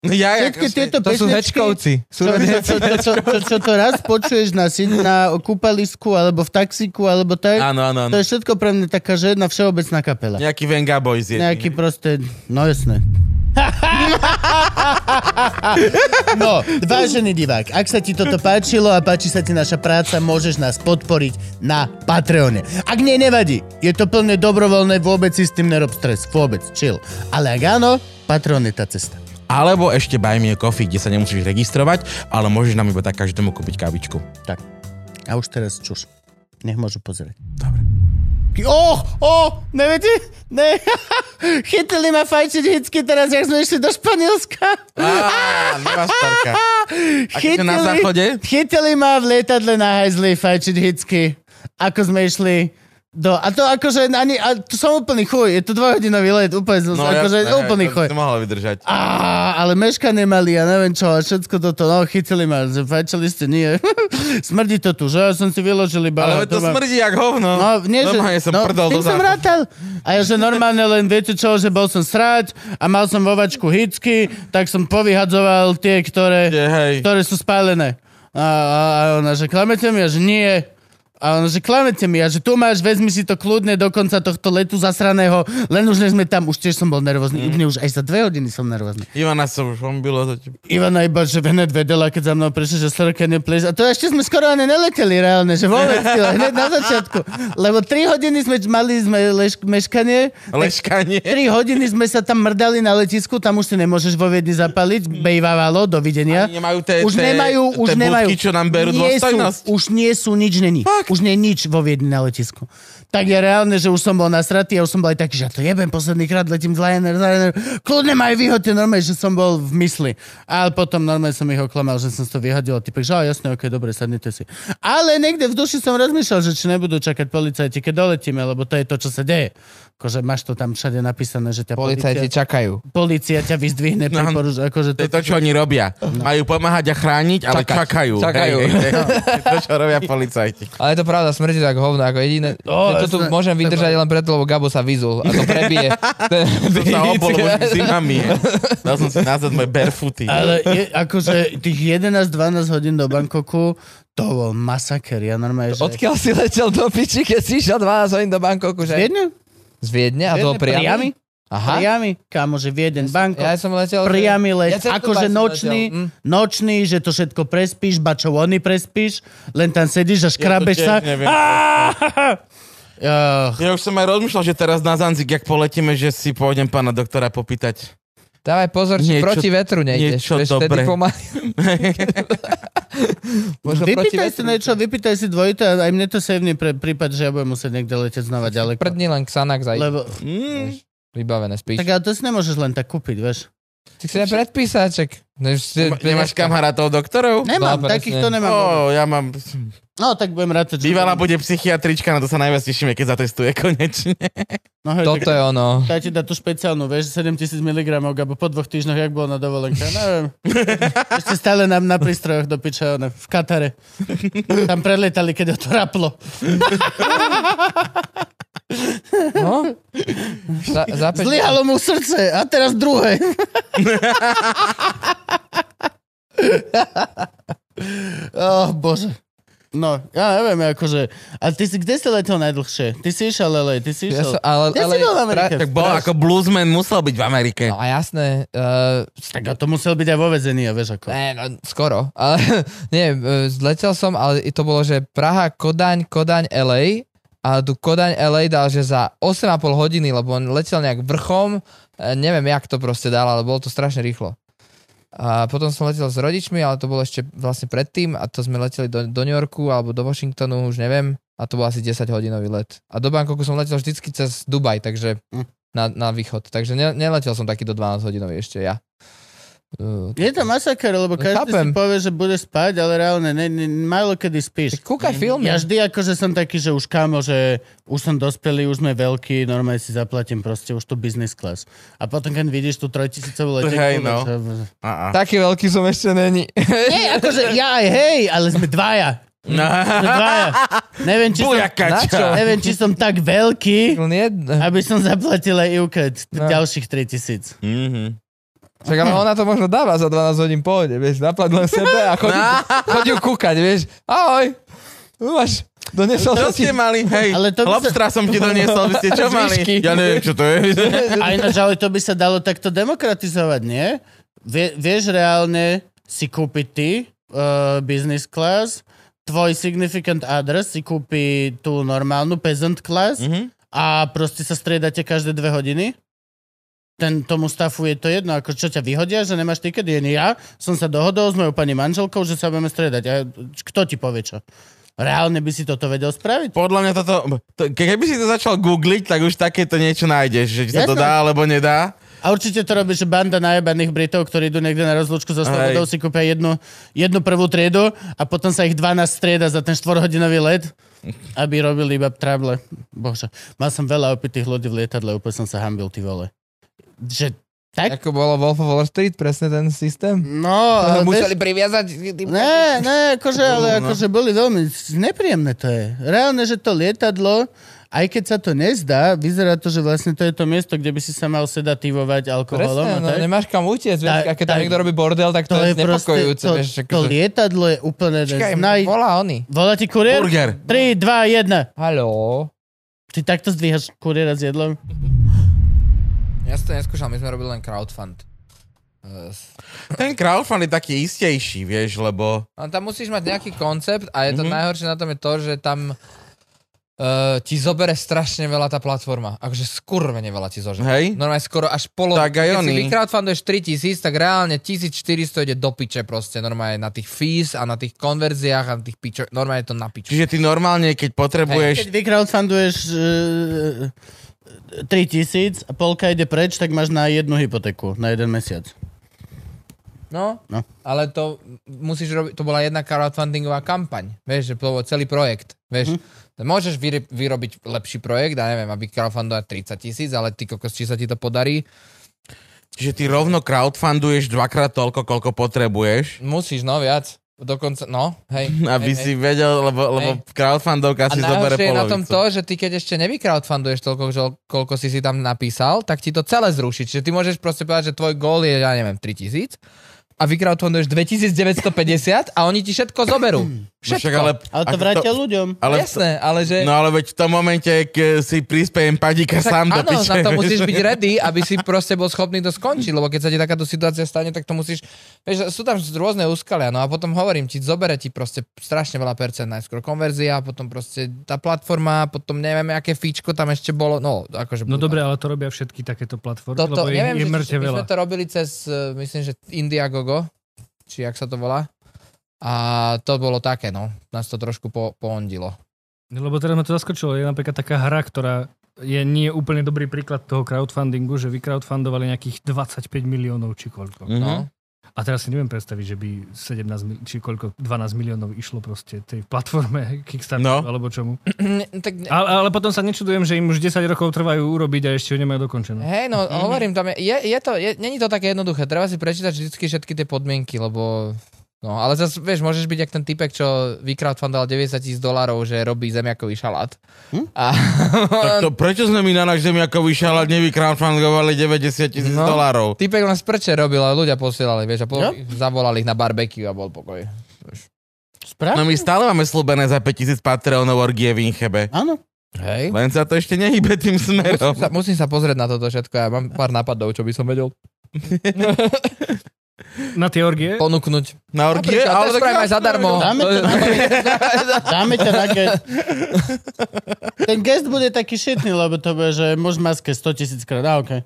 Ja, akože- ja,
Všetky tieto
To sú
pesničky,
hečkovci. Sú
čo, čo,
rodinci.
čo, čo, čo, čo, čo to raz počuješ na, sin- na kúpalisku, alebo v taxiku, alebo tak,
Áno, áno, áno.
to je všetko pre mňa taká, že jedna všeobecná kapela.
Nejaký Venga Boys je.
Nejaký proste, no jasné. No, vážený divák, ak sa ti toto páčilo a páči sa ti naša práca, môžeš nás podporiť na Patreone. Ak nie, nevadí. Je to plne dobrovoľné, vôbec si s tým nerob stres. Vôbec, chill. Ale ak áno, Patreon je tá cesta.
Alebo ešte Buy Me a Coffee, kde sa nemusíš registrovať, ale môžeš nám iba tak každému kúpiť kávičku.
Tak. A už teraz čuš. Nech môžu pozrieť. Dobre. Och, oh, neviete? Ne. Chytili ma fajčiť hicky teraz, jak sme išli do Španielska.
Á, nevastarka. keď
Chytili,
na záchode?
chytili ma v lietadle na hajzli fajčiť hicky, ako sme išli do... A to akože ani... A to som úplný chuj, je to dvojhodinový let, úplne, no, akože
jasné,
úplný
to
chuj.
by si mohla vydržať.
Á, ale meškanie mali a neviem čo, a všetko toto, no chytili ma, že fajčili ste, nie. Smrdí to tu, že ja som si vyložil iba...
Ale to
doma.
smrdí jak hovno.
No, nie, že,
Normálne som
no,
prdol
s tým
do
som
záchodu.
rátal. A ja, že normálne len, viete čo, že bol som srať a mal som vovačku hicky, tak som povyhadzoval tie, ktoré,
Je, hej.
ktoré sú spálené. A, a, a ona, že klamete mi? A že nie. A ona, že klamete mi? A že tu máš, vezmi si to kľudne do konca tohto letu zasraného. Len už než sme tam, už tiež som bol nervózny. Mm. už aj za dve hodiny som nervózny.
Ivana sa už bombilo za teba.
Ivana iba, že hneď vedela, keď za mnou prišli, že Sorka nepleš. A to ešte sme skoro ani neleteli reálne, že vôbec, ty, hneď na začiatku. Lebo 3 hodiny sme mali sme leš- meškanie,
Leškanie.
3 hodiny sme sa tam mrdali na letisku, tam už si nemôžeš vo Viedni zapaliť, bejvávalo, dovidenia.
Mm. Ani nemajú tie-
už
tie-
nemajú,
tie
už
budky,
nemajú.
čo nám berú
nie sú,
dôstojnosť.
už nie sú, nič není.
Fakt?
Už nie je nič vo Viedni na letisku. Tak je reálne, že už som bol nasratý a už som bol aj taký, že ja to jebem, posledný krát letím z Liner, z Liner. Kľudne ma aj vyhodte, normálne, že som bol v mysli. Ale potom normálne som ich oklamal, že som si to vyhodil a typek, že á, jasne, ok, dobre, sadnite si. Ale niekde v duši som rozmýšľal, že či nebudú čakať policajti, keď doletíme, lebo to je to, čo sa deje. Akože máš to tam všade napísané, že ťa
Policajti
policia,
čakajú.
policia ťa vyzdvihne, no,
No.
poruš, akože
To je to, čo oni robia. Majú pomáhať a chrániť, ale
Čakať.
čakajú.
Čakajú.
Hej, hej, hej. To, čo robia policajti.
Ale je to pravda, smrdí tak hovno, ako jediné.
No,
že to tu
jasné.
môžem vydržať len preto, lebo Gabo sa vyzul a to prebije. Ten-
Som sa obol už zimami. Dal som si nazad moje barefooty.
Ale je, akože tých 11-12 hodín do Bangkoku, to bol masaker. Ja normálne, že...
Odkiaľ si letel do piči, keď si išiel 12 hodín do Bangkoku? Že...
Viedne?
Z Viedne? A to bol
Viedne, Priamy?
priamy? Aha.
Priamy, kámo, že Vieden, Bangkok.
Ja som letel... že-
priamy let,
cez Dubaj
akože
som
nočný,
letel. Mm.
nočný, že to všetko prespíš, ba čo oni prespíš, len tam sedíš a
Ja to
škrabeš
tiež
sa.
neviem.
Uh,
Ja už som aj rozmýšľal, že teraz na Zanzik, jak poletíme, že si pôjdem pána doktora popýtať.
Dávaj pozor, či
Niečo-
proti vetru nejdeš.
niečo
Vieš,
dobre.
Vtedy pomaly. Možno proti
vypýtaj si
vetru.
niečo, vypýtaj si dvojité, aj mne to sevne pre prípad, že ja budem musieť niekde letieť znova ďaleko.
Prdni len Xanax aj
Lebo,
Mm.
vybavené, spíš.
tak ale to si nemôžeš len tak kúpiť, vieš.
Ty si daj predpísať, čak. no, Než-
Nemáš kamarátov doktorov?
Nemám,
No, presne.
takýchto nemám.
Ó, ja mám...
No, tak budem rád, že...
Bývalá bude psychiatrička, na to sa najviac tešíme, keď zatestuje konečne.
No, hej,
Toto
tak,
je ono.
tá ti dá tú špeciálnu, vieš, 7000 mg, alebo po dvoch týždňoch, jak bolo na dovolenke, ja neviem. Ešte stále nám na prístrojoch do piče, one, v Katare. Tam preletali, keď ho to raplo.
No? Za, za päť-
Zlyhalo mu srdce a teraz druhé. Oh, bože. No, ja neviem, akože... A ty si, kde si letel najdlhšie? Ty si išiel, Lele, ty si
Ja
išiel.
som- ale-
Kde si
ale-
bol v Amerike?
Tak bol ako bluesman, musel byť v Amerike.
No a jasné, uh,
Tak a to musel byť aj vo vezení, a vieš ako.
ne, no, skoro. Ale, nie, eh, zletel som, ale to bolo, že Praha, Kodaň, Kodaň, LA a tu Kodaň LA dal, že za 8,5 hodiny, lebo on letel nejak vrchom, eh, neviem, jak to proste dal, ale bolo to strašne rýchlo. A potom som letel s rodičmi, ale to bolo ešte vlastne predtým a to sme leteli do, do New Yorku alebo do Washingtonu, už neviem, a to bol asi 10 hodinový let. A do Bangkoku som letel vždycky cez Dubaj, takže
Hm.
na, na východ. Takže ne, neletel som takýto 12 hodinový ešte ja. Eh,
Je to masaker, lebo
No,
každý
chápem.
si povie, že bude spať, ale reálne, ne, ne, málo kedy spíš.
Tak kúkaj filmy.
Ja vždy akože som taký, že už kámo, že už som dospelý, už sme veľkí, normálne si zaplatím proste už tu business class. A potom, keď vidíš tú trojtisícovú letenku...
Hej, no.
čo-
A-a.
Taký veľký som ešte není.
Nie, akože ja aj hej, ale sme dvaja.
No.
Sme dvaja. Neviem, či som,
Na čo?
Bujakača.
neviem, či som tak veľký,
Len jedna.
aby som zaplatil aj Ivke t-
No.
ďalších 3000.
Mhm.
Však ale ona to možno dáva za 12 hodín pohode, vieš, napad len sebe a chodí, chodí ju kúkať, vieš. Ahoj, tu máš, donesol
Čo
som ti.
ste mali? Hej,
Ale to by sa-
lobstra som ti doniesol, vy ste čo
Z
mali?
výšky.
Ja neviem, čo to je.
A ináč, ale to by sa dalo takto demokratizovať, nie? Vie, vieš reálne si kúpiť ty uh, business class, tvoj significant others si kúpi tú normálnu peasant class
Mhm.
a proste sa striedate každé dve hodiny? Ten, tomu stafu je to jedno, ako čo ťa vyhodia, že nemáš ty kedy ani ja. Som sa dohodol s mojou pani manželkou, že sa budeme striedať. A kto ti povie čo? Reálne by si toto vedel spraviť?
Podľa mňa toto... To, keby si to začal googliť, tak už takéto niečo nájdeš, že ti sa to
Jasné.
dá alebo nedá.
A určite to robí, že banda najebaných Britov, ktorí idú niekde na rozlúčku so slobodou, si
Hej.
kúpia jednu, jednu prvú triedu a potom sa ich 12 strieda za ten štvorhodinový let, aby robili iba trable. Bože, mal som veľa opitých ľudí v lietadle, úplne som sa hambil, ty vole. Že tak?
Ako bolo Wolf of Wall Street, presne ten systém.
No, ale
Museli priviazať.
Ne, ne, akože, ale
No.
akože boli veľmi nepríjemné to je. Reálne, že to lietadlo, aj keď sa to nezdá, vyzerá to, že vlastne to je to miesto, kde by si sa mal sedativovať alkoholom. a
Presne, no,
tak.
nemáš kam utiecť, vieš,
Tak,
a keď tam
tak.
niekto robí bordel, tak to, je znepokojujúce,
to,
vieš.
to
akože-
lietadlo je úplne...
Čakaj,
Čakaj, naj...
volá oni.
Volá ti kuriér?
Burger.
3, 2, 1.
Haló.
Ty takto zdvíhaš kuriéra s jedlom?
Ja som to neskúšal, my sme robili len crowdfund. Eh, s-
Ten crowdfund je taký istejší, vieš, lebo...
Ale tam musíš mať nejaký koncept a je
Mhm.
to mm-hmm. najhoršie na tom je to, že tam uh, ti zobere strašne veľa tá platforma. Akože skurvene veľa ti zožne.
Hej?
Normálne skoro až polovicu.
Tak aj
Keď si
oni.
vycrowdfunduješ 3000, tak reálne 1400 ide do piče proste. Normálne na tých fees a na tých konverziách a na tých pičo. Normálne je to na piču.
Čiže ty normálne, keď
Keď e,
potrebuješ...
vy crowdfunduješ uh, 3000 a polka ide preč, tak máš na jednu hypotéku, na jeden mesiac.
No,
No.
ale to musíš robiť, to bola jedna crowdfundingová kampaň, vieš, že to bol celý projekt,
Mhm.
vieš. Mm. Môžeš vyre, vyrobiť lepší projekt, ja neviem, aby crowdfundovať 30 tisíc, ale ty kokos, či sa ti to podarí,
Čiže ty rovno crowdfunduješ dvakrát toľko, koľko potrebuješ.
Musíš, no viac. Dokonca, no, hej.
Aby
hej,
si vedel, lebo, lebo crowdfundovka
hej. A
si zobere
najhoršie je na tom
polovicu. No
to, že ty keď ešte nevycrowdfunduješ toľko, že, koľko si si tam napísal, tak ti to celé zruší. Čiže ty môžeš proste povedať, že tvoj gól je, ja neviem, 3000 a vycrowdfunduješ 2950 a oni ti všetko zoberú.
No
Všetko.
však ale,
Ale to
ak
vrátia ľuďom.
ale,
Jasné, ale že...
No ale veď v tom momente, keď si prispiejem padíka
tak
sám do
áno,
piče.
na to
vieš.
musíš byť ready, aby si proste bol schopný to skončiť, lebo keď sa ti takáto situácia stane, tak to musíš, vieš, sú tam rôzne úskalia, no a potom hovorím ti, zobere ti proste strašne veľa percent, najskôr konverzia, potom proste tá platforma, potom neviem, aké fíčko tam ešte bolo, no akože...
No
brutálne.
dobre, ale to robia všetky takéto platformy,
toto,
lebo je,
neviem,
je
že
mŕte
či, my
veľa.
sme to robili cez, eh, myslím, že Indiegogo, či jak sa to volá. A to bolo také, no. Nás to trošku po, poondilo.
Lebo teraz ma to zaskočilo. Je napríklad taká hra, ktorá je nie úplne dobrý príklad toho crowdfundingu, že vycrowdfundovali nejakých 25 miliónov či koľko.
Mhm.
No.
A teraz si neviem predstaviť, že by 17 mil- či koľko, 12 miliónov išlo proste tej platforme Kickstarter
No.
alebo čomu.
tak ne-
Ale, ale potom sa nečudujem, že im už 10 rokov trvajú urobiť a ešte ho nemajú dokončené.
Hej, no
Mhm.
hovorím, tam je, je, je to, je, není to také jednoduché, treba si prečítať vždy všetky tie podmienky, lebo... No, ale zase, vieš, môžeš byť jak ten typek, čo vycrowdfundal 90 tisíc dolárov, že robí zemiakový šalát. Hm? A
Tak to, prečo sme mi na náš zemiakový šalát nevycrowdfundovali 90 tisíc
No.
dolárov?
typek len z
No.
prče robil a ľudia posielali, vieš, a po,
Jo.
zavolali ich na barbecue a bol pokoj.
Pravda?
No my stále máme slúbené za 5000 Patreonov orgie v Inchebe.
Áno.
Hej.
Len sa to ešte nehybe tým
Musím
smerom.
sa, musím sa pozrieť na toto všetko, ja mám pár nápadov, čo by som vedel
Na tie orgie?
ponúknuť.
Na orgie?
Napríklad, to spravím aj zadarmo.
Dáme to na Dáme ťa na gest. Ten gest bude taký šitný, lebo to bude, že muž v maske 100 tisíc krát. A okej.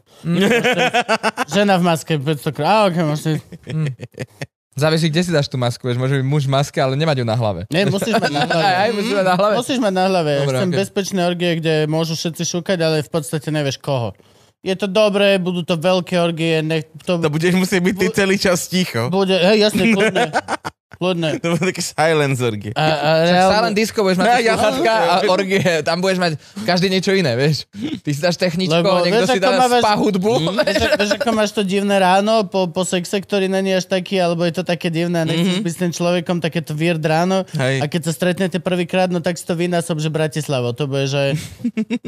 Žena v maske 500 krát. A okej, možno.
Závisí, kde si dáš tú masku, vieš, môže byť muž v maske, ale nemať ju na hlave.
Nie, musíš mať na hlave.
Aj, aj, musíme na hlave.
Musíš mať na hlave.
Dobre,
Dobre, Chcem
okej.
bezpečné orgie, kde môžu všetci šúkať, ale v podstate nevieš koho. Je to dobré, budú to veľké orgie, nech to
To budeš musieť byť ty
Bu-
celý čas ticho.
bude, hej, jasne, kľudne. Kľudne.
To bude také silence orgie.
A, a reálne,
Silent disco budeš mať
Ne,
tie
ja-
sluchatka a orgie, tam budeš mať každý niečo iné, vieš. Ty si dáš techničko,
Lebo vieš,
niekto si
ako
dá
má väz- Mm.
spa hudbu.
Vieš, vieš, ako máš to divné ráno po, po sexe, ktorý není až taký, alebo je to také divné, nechceš mm-hmm. byť s tým človekom takéto weird ráno
Mhm. Hej.
a keď sa stretnete prvýkrát, no tak si to vynásob, že Bratislavo, to bude, že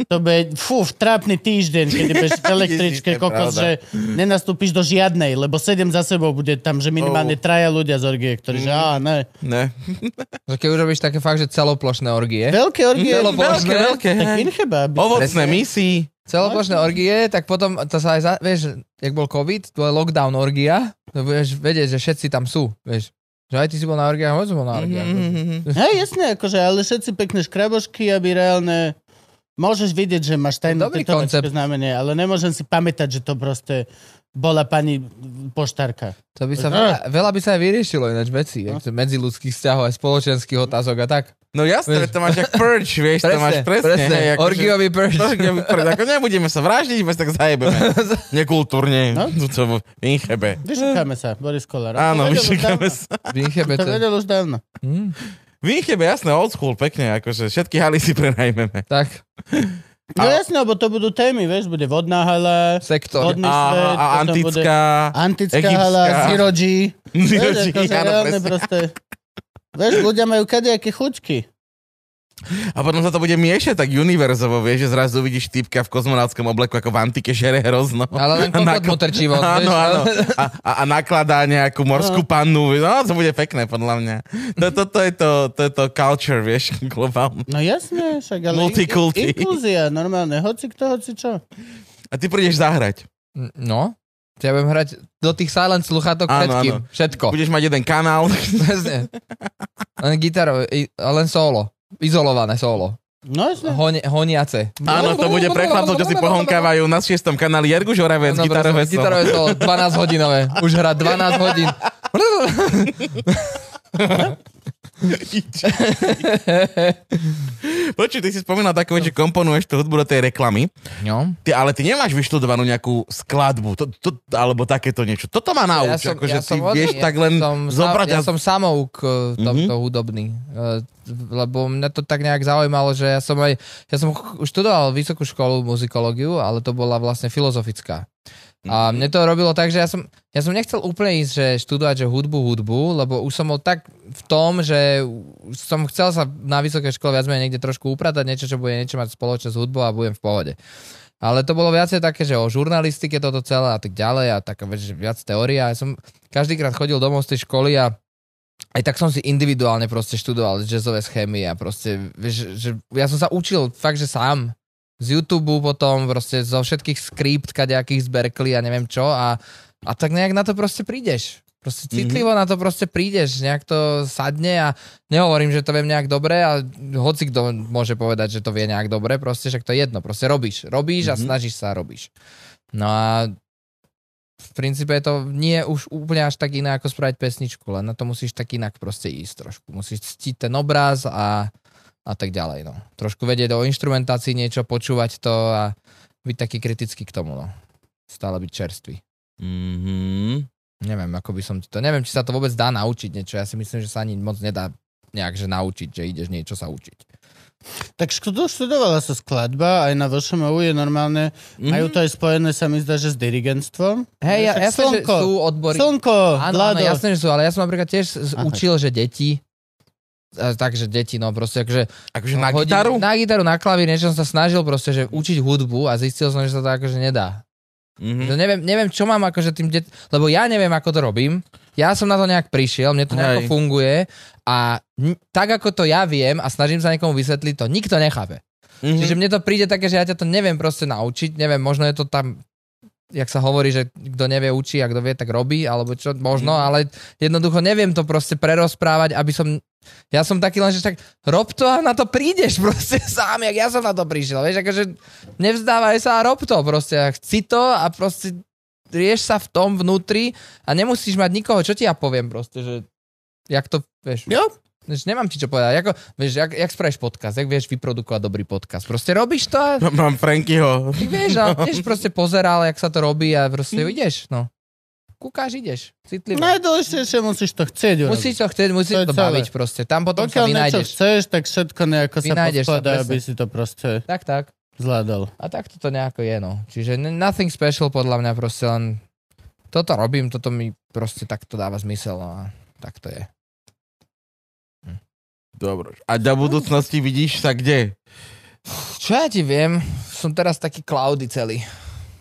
to bude, fú, trápny týždeň, keď budeš v električke
Ježiš, to je
kokos,
pravda.
že nenastúpiš do žiadnej, lebo sedem za sebou bude tam, že minimálne
Oh. Mhm.
traja ľudia z orgie, ktorí, že á, ne.
Ne.
Že keď urobíš také fakt, že celoplošné orgie,
Veľké orgie,
Veľké,
veľké,
veľké,
tak
hej.
incheba. aby-
Ovocné misí.
celoplošné
no.
orgie, tak potom to sa aj, za, vieš, jak bol COVID, to je lockdown orgia, to budeš vedieť, že všetci tam sú, vieš. Že aj ty si bol na orgiách, hoď som
Mhm,
bol na orgiách. Mhm.
Hej, jasne, akože, ale všetci pekné škrabošky, aby reálne... Môžeš vidieť, že máš tajné
Dobrý
tetovačké
koncept.
znamenie, ale nemôžem si pamätať, že to proste bola pani poštárka.
To by sa,
Ne.
veľa, veľa by sa aj vyriešilo ináč veci, no. medziludských vzťahov, aj spoločenských otázok a tak.
No jasné,
Vieš.
to máš jak purge, vieš, to máš presne. hej, akože-
Orgiový prst.
To, že- purge, ako nebudeme sa vraždiť, bez tak zajebeme. Nekultúrne.
No.
No? To v Inchebe.
Vyšukáme sa, Boris Kolár.
Áno, vyšukáme
sa.
sa.
To
Vinchebete.
vedel už dávno.
Hm,
V Inchebe, jasné, old school, pekne, akože všetky haly si prenajmeme.
tak,
No jasne, lebo to budú témy, vieš, bude vodná hala,
sektor.
vodný
A,
svet,
a
potom bude
antická...
antická
egyptská.
hala, Siroji. Vieš,
Niročí,
akože
áno,
reálne
presne.
proste. Vieš, ľudia majú kadejaké chuťky.
A potom sa to bude miešať tak univerzovo, vieš, že zrazu vidíš typka v kozmonautskom obleku, ako v antike žere hrozno.
Ale len kokot mu trčí von, vieš,
Áno, áno.
ale-
A, a, a nakladá nejakú morskú pannu. vieš. No, to bude pekné, podľa mňa. To, to, to, je, to, to je to culture, vieš, globálne.
No jasne, však ale... in-
Multikulty.
Inklúzia, normálne, hoci kto, hoci čo.
A ty prídeš zahrať.
No, ja budem hrať do tých silent sluchátok
Áno,
všetkým.
áno.
No.
Všetko.
Budeš mať jeden kanál.
Presne. Len gitarové, i- a len solo. Izolované solo.
No jasne.
Honi, honiace.
Áno, to bude pre chlapcov, čo si pohonkávajú na šiestom kanáli Jergu Žoravec,
Áno,
gitarové
presne, gitarové
solo.
solo. 12 hodinové. Už hrá 12 hodín.
Počuj, ty si spomínal takové, že komponuješ tú hudbu do tej reklamy.
No.
Ty, ale ty nemáš vyštudovanú nejakú skladbu, to, to, alebo takéto niečo. Toto má nauč, ja akože ty
od-
vieš tak len
som, sa-
zobrať
Ja
a... Mhm.
som samouk eh, tomto mm-hmm. hudobný, eh, lebo mňa to tak nejak zaujímalo, že ja som aj, ja som ch- študoval vysokú školu muzikológiu, ale to bola vlastne filozofická. A
Mhm.
mne to robilo tak, že ja som, ja som nechcel úplne ísť, že študovať, že hudbu, hudbu, lebo už som bol tak v tom, že už som chcel sa na vysokej škole viac menej niekde trošku upratať, niečo, čo bude niečo mať spoločné s hudbou a budem v pohode. Ale to bolo viacej také, že o žurnalistike toto celé a tak ďalej a taká vec, že viac teória. Ja som každýkrát chodil domov z tej školy a aj tak som si individuálne proste študoval jazzové schémy a proste, vieš, že ja som sa učil fakt, že sám z YouTube potom, proste zo všetkých skript, kadejakých z Berkeley a neviem čo a, a tak nejak na to proste prídeš. Proste citlivo mm-hmm. na to proste prídeš, nejak to sadne a nehovorím, že to viem nejak dobre a hoci kto môže povedať, že to vie nejak dobre, proste však to je jedno, proste robíš, robíš mm-hmm. a
Mhm.
snažíš sa a robíš. No a v princípe je to nie už úplne až tak iné, ako spraviť pesničku, len na to musíš tak inak proste ísť trošku. Musíš ctiť ten obraz a, a tak ďalej. No. Trošku vedieť o instrumentácii niečo, počúvať to a byť taký kritický k tomu. No. Stále byť čerstvý.
Mhm.
Neviem, ako by som ti to... Neviem, či sa to vôbec dá naučiť niečo. Ja si myslím, že sa ani moc nedá nejak, že naučiť, že ideš niečo sa učiť.
Tak študu- študovala sa skladba, aj na VŠMU je normálne.
Mhm.
Majú to aj spojené, sa mi zdá, že s dirigentstvom.
Hej, ja,
Však
jasné, že
slnko,
sú odbory...
slnko,
Áno, áno,
Vlado.
jasné, že sú, ale ja som napríklad tiež z-
Aha.
učil, že deti, a takže deti, no proste, akože
Akože na
hodiny-
gitaru?
Na gitaru, na klavír, niečo som sa snažil proste, že učiť hudbu a zistil som, že sa to akože
Mhm.
nedá.
Mhm.
Mm-hmm. Neviem, neviem, čo mám akože tým det... Lebo ja neviem, ako to robím. Ja som na to nejak prišiel, mne to
Hej.
nejako funguje a n- tak, ako to ja viem a snažím sa niekomu vysvetliť, to nikto nechápe.
Mhm.
Mm-hmm. Čiže mne to príde také, že ja ťa to neviem proste naučiť, neviem, možno je to tam jak sa hovorí, že kto nevie učí a kto vie, tak robí, alebo čo, možno, ale jednoducho neviem to proste prerozprávať, aby som, ja som taký len, že tak rob to a na to prídeš proste sám, jak ja som na to prišiel, vieš, akože nevzdávaj sa a rob to proste, a chci to a proste rieš sa v tom vnútri a nemusíš mať nikoho, čo ti ja poviem proste, že jak to, vieš.
Jo.
Vieš, nemám ti čo povedať. Ako, vieš, jak, jak spravíš podcast, jak vieš vyprodukovať dobrý podcast. Proste robíš to a
No.
Mám Frankyho.
ty vieš, a tiež proste pozeral, jak sa to robí a proste
Hm.
ideš, no. Kúkáš, ideš. Citlivo.
Najdôležitejšie musíš to chcieť urobiť.
Musíš to chcieť,
No, To
musíš
je
to,
celé.
baviť proste. Tam potom
Pokiaľ
sa
niečo
vynájdeš.
chceš, tak všetko nejako sa
Vynájdeš sa,
poskladá,
presne.
aby si to proste
Tak, tak.
zvládal.
A tak to nejako je, no. Čiže n- nothing special podľa mňa proste len toto robím, toto mi proste takto dáva zmysel no a tak to je.
Dobre. A do budúcnosti vidíš sa kde?
Čo ja ti viem, som teraz taký cloudy celý.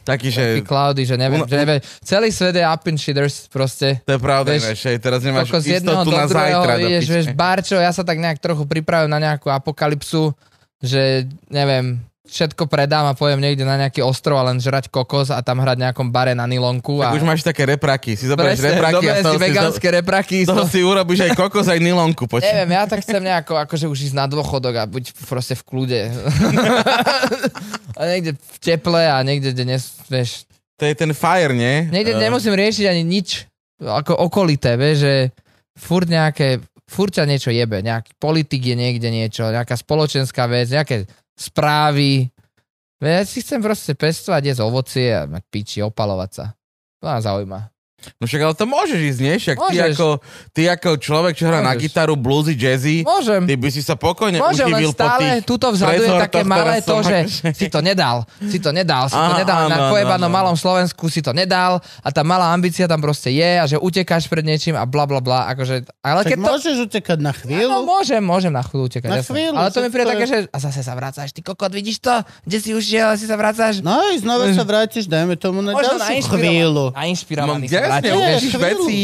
Taký, že...
Taký cloudy, že neviem,
Uno-
že neviem. Celý svet je up in shitters proste.
To je pravda,
Vieš,
vieš, aj teraz nemáš
Ako z jedného
istotu
do
na
druhého,
zajtra. do
ideš,
piče.
vieš, Barčo, ja sa tak nejak trochu pripravím na nejakú apokalypsu, že neviem, všetko predám a pojem niekde na nejaký ostrov a len žrať kokos a tam hrať v nejakom bare na nilonku.
tak
A...
už máš také repraky. Si zoberieš
Presne,
repraky a z toho
dobre, si
si, zo-
vegánske repraky. no.
z toho
to-
si urobíš aj kokos, aj nylonku. Počuť.
Neviem, ja tak chcem nejako, akože už ísť na dôchodok a buď proste v kľude. a niekde v teple a niekde, kde nes, vieš,
To je ten fire, nie?
Niekde
Eh,
nemusím riešiť ani nič ako okolité, vieš, že furt nejaké, furt ťa niečo jebe, nejaký politik je niekde niečo, nejaká spoločenská vec, nejaké správy. Vieš, Ja si chcem proste pestovať, jesť ovocie a mať piči, opalovať sa. To ma zaujíma.
No však ale to môžeš ísť, nie? Však ty
Môžeš.
ako, ty ako človek, čo hrá na
Môžeš.
gitaru, bluesy, jazzy,
Môžem.
ty by si sa pokojne
Môžem len
uživil vlastne po
stále,
tých...
tuto vzadu je
rezortoch,
také malé
ktoré
to,
som
že
akože-
si to nedal, si to nedal, si to
Áno,
nedal, na
áno,
pojebanom
áno.
malom Slovensku si to nedal a tá malá ambícia tam proste je a že utekáš pred niečím a bla bla bla, akože,
Tak
ale keď to...
môžeš utekať na
Áno,
chvíľu?
môžem, môžem na chvíľu utekať.
Na
jasné.
chvíľu,
ale to mi
však
príde
to je-
také, že a zase sa vracáš, ty kokot, vidíš to? Kde si ušiel, si sa vracáš?
No i znova
Mhm.
sa vrátiš, dajme tomu na
Možno
ďalšiu chvíľu.
Mám
nainšpirovaný. sa
No, jasne,
vrátil.
Nie,
uvidíš
chvíľu.
veci,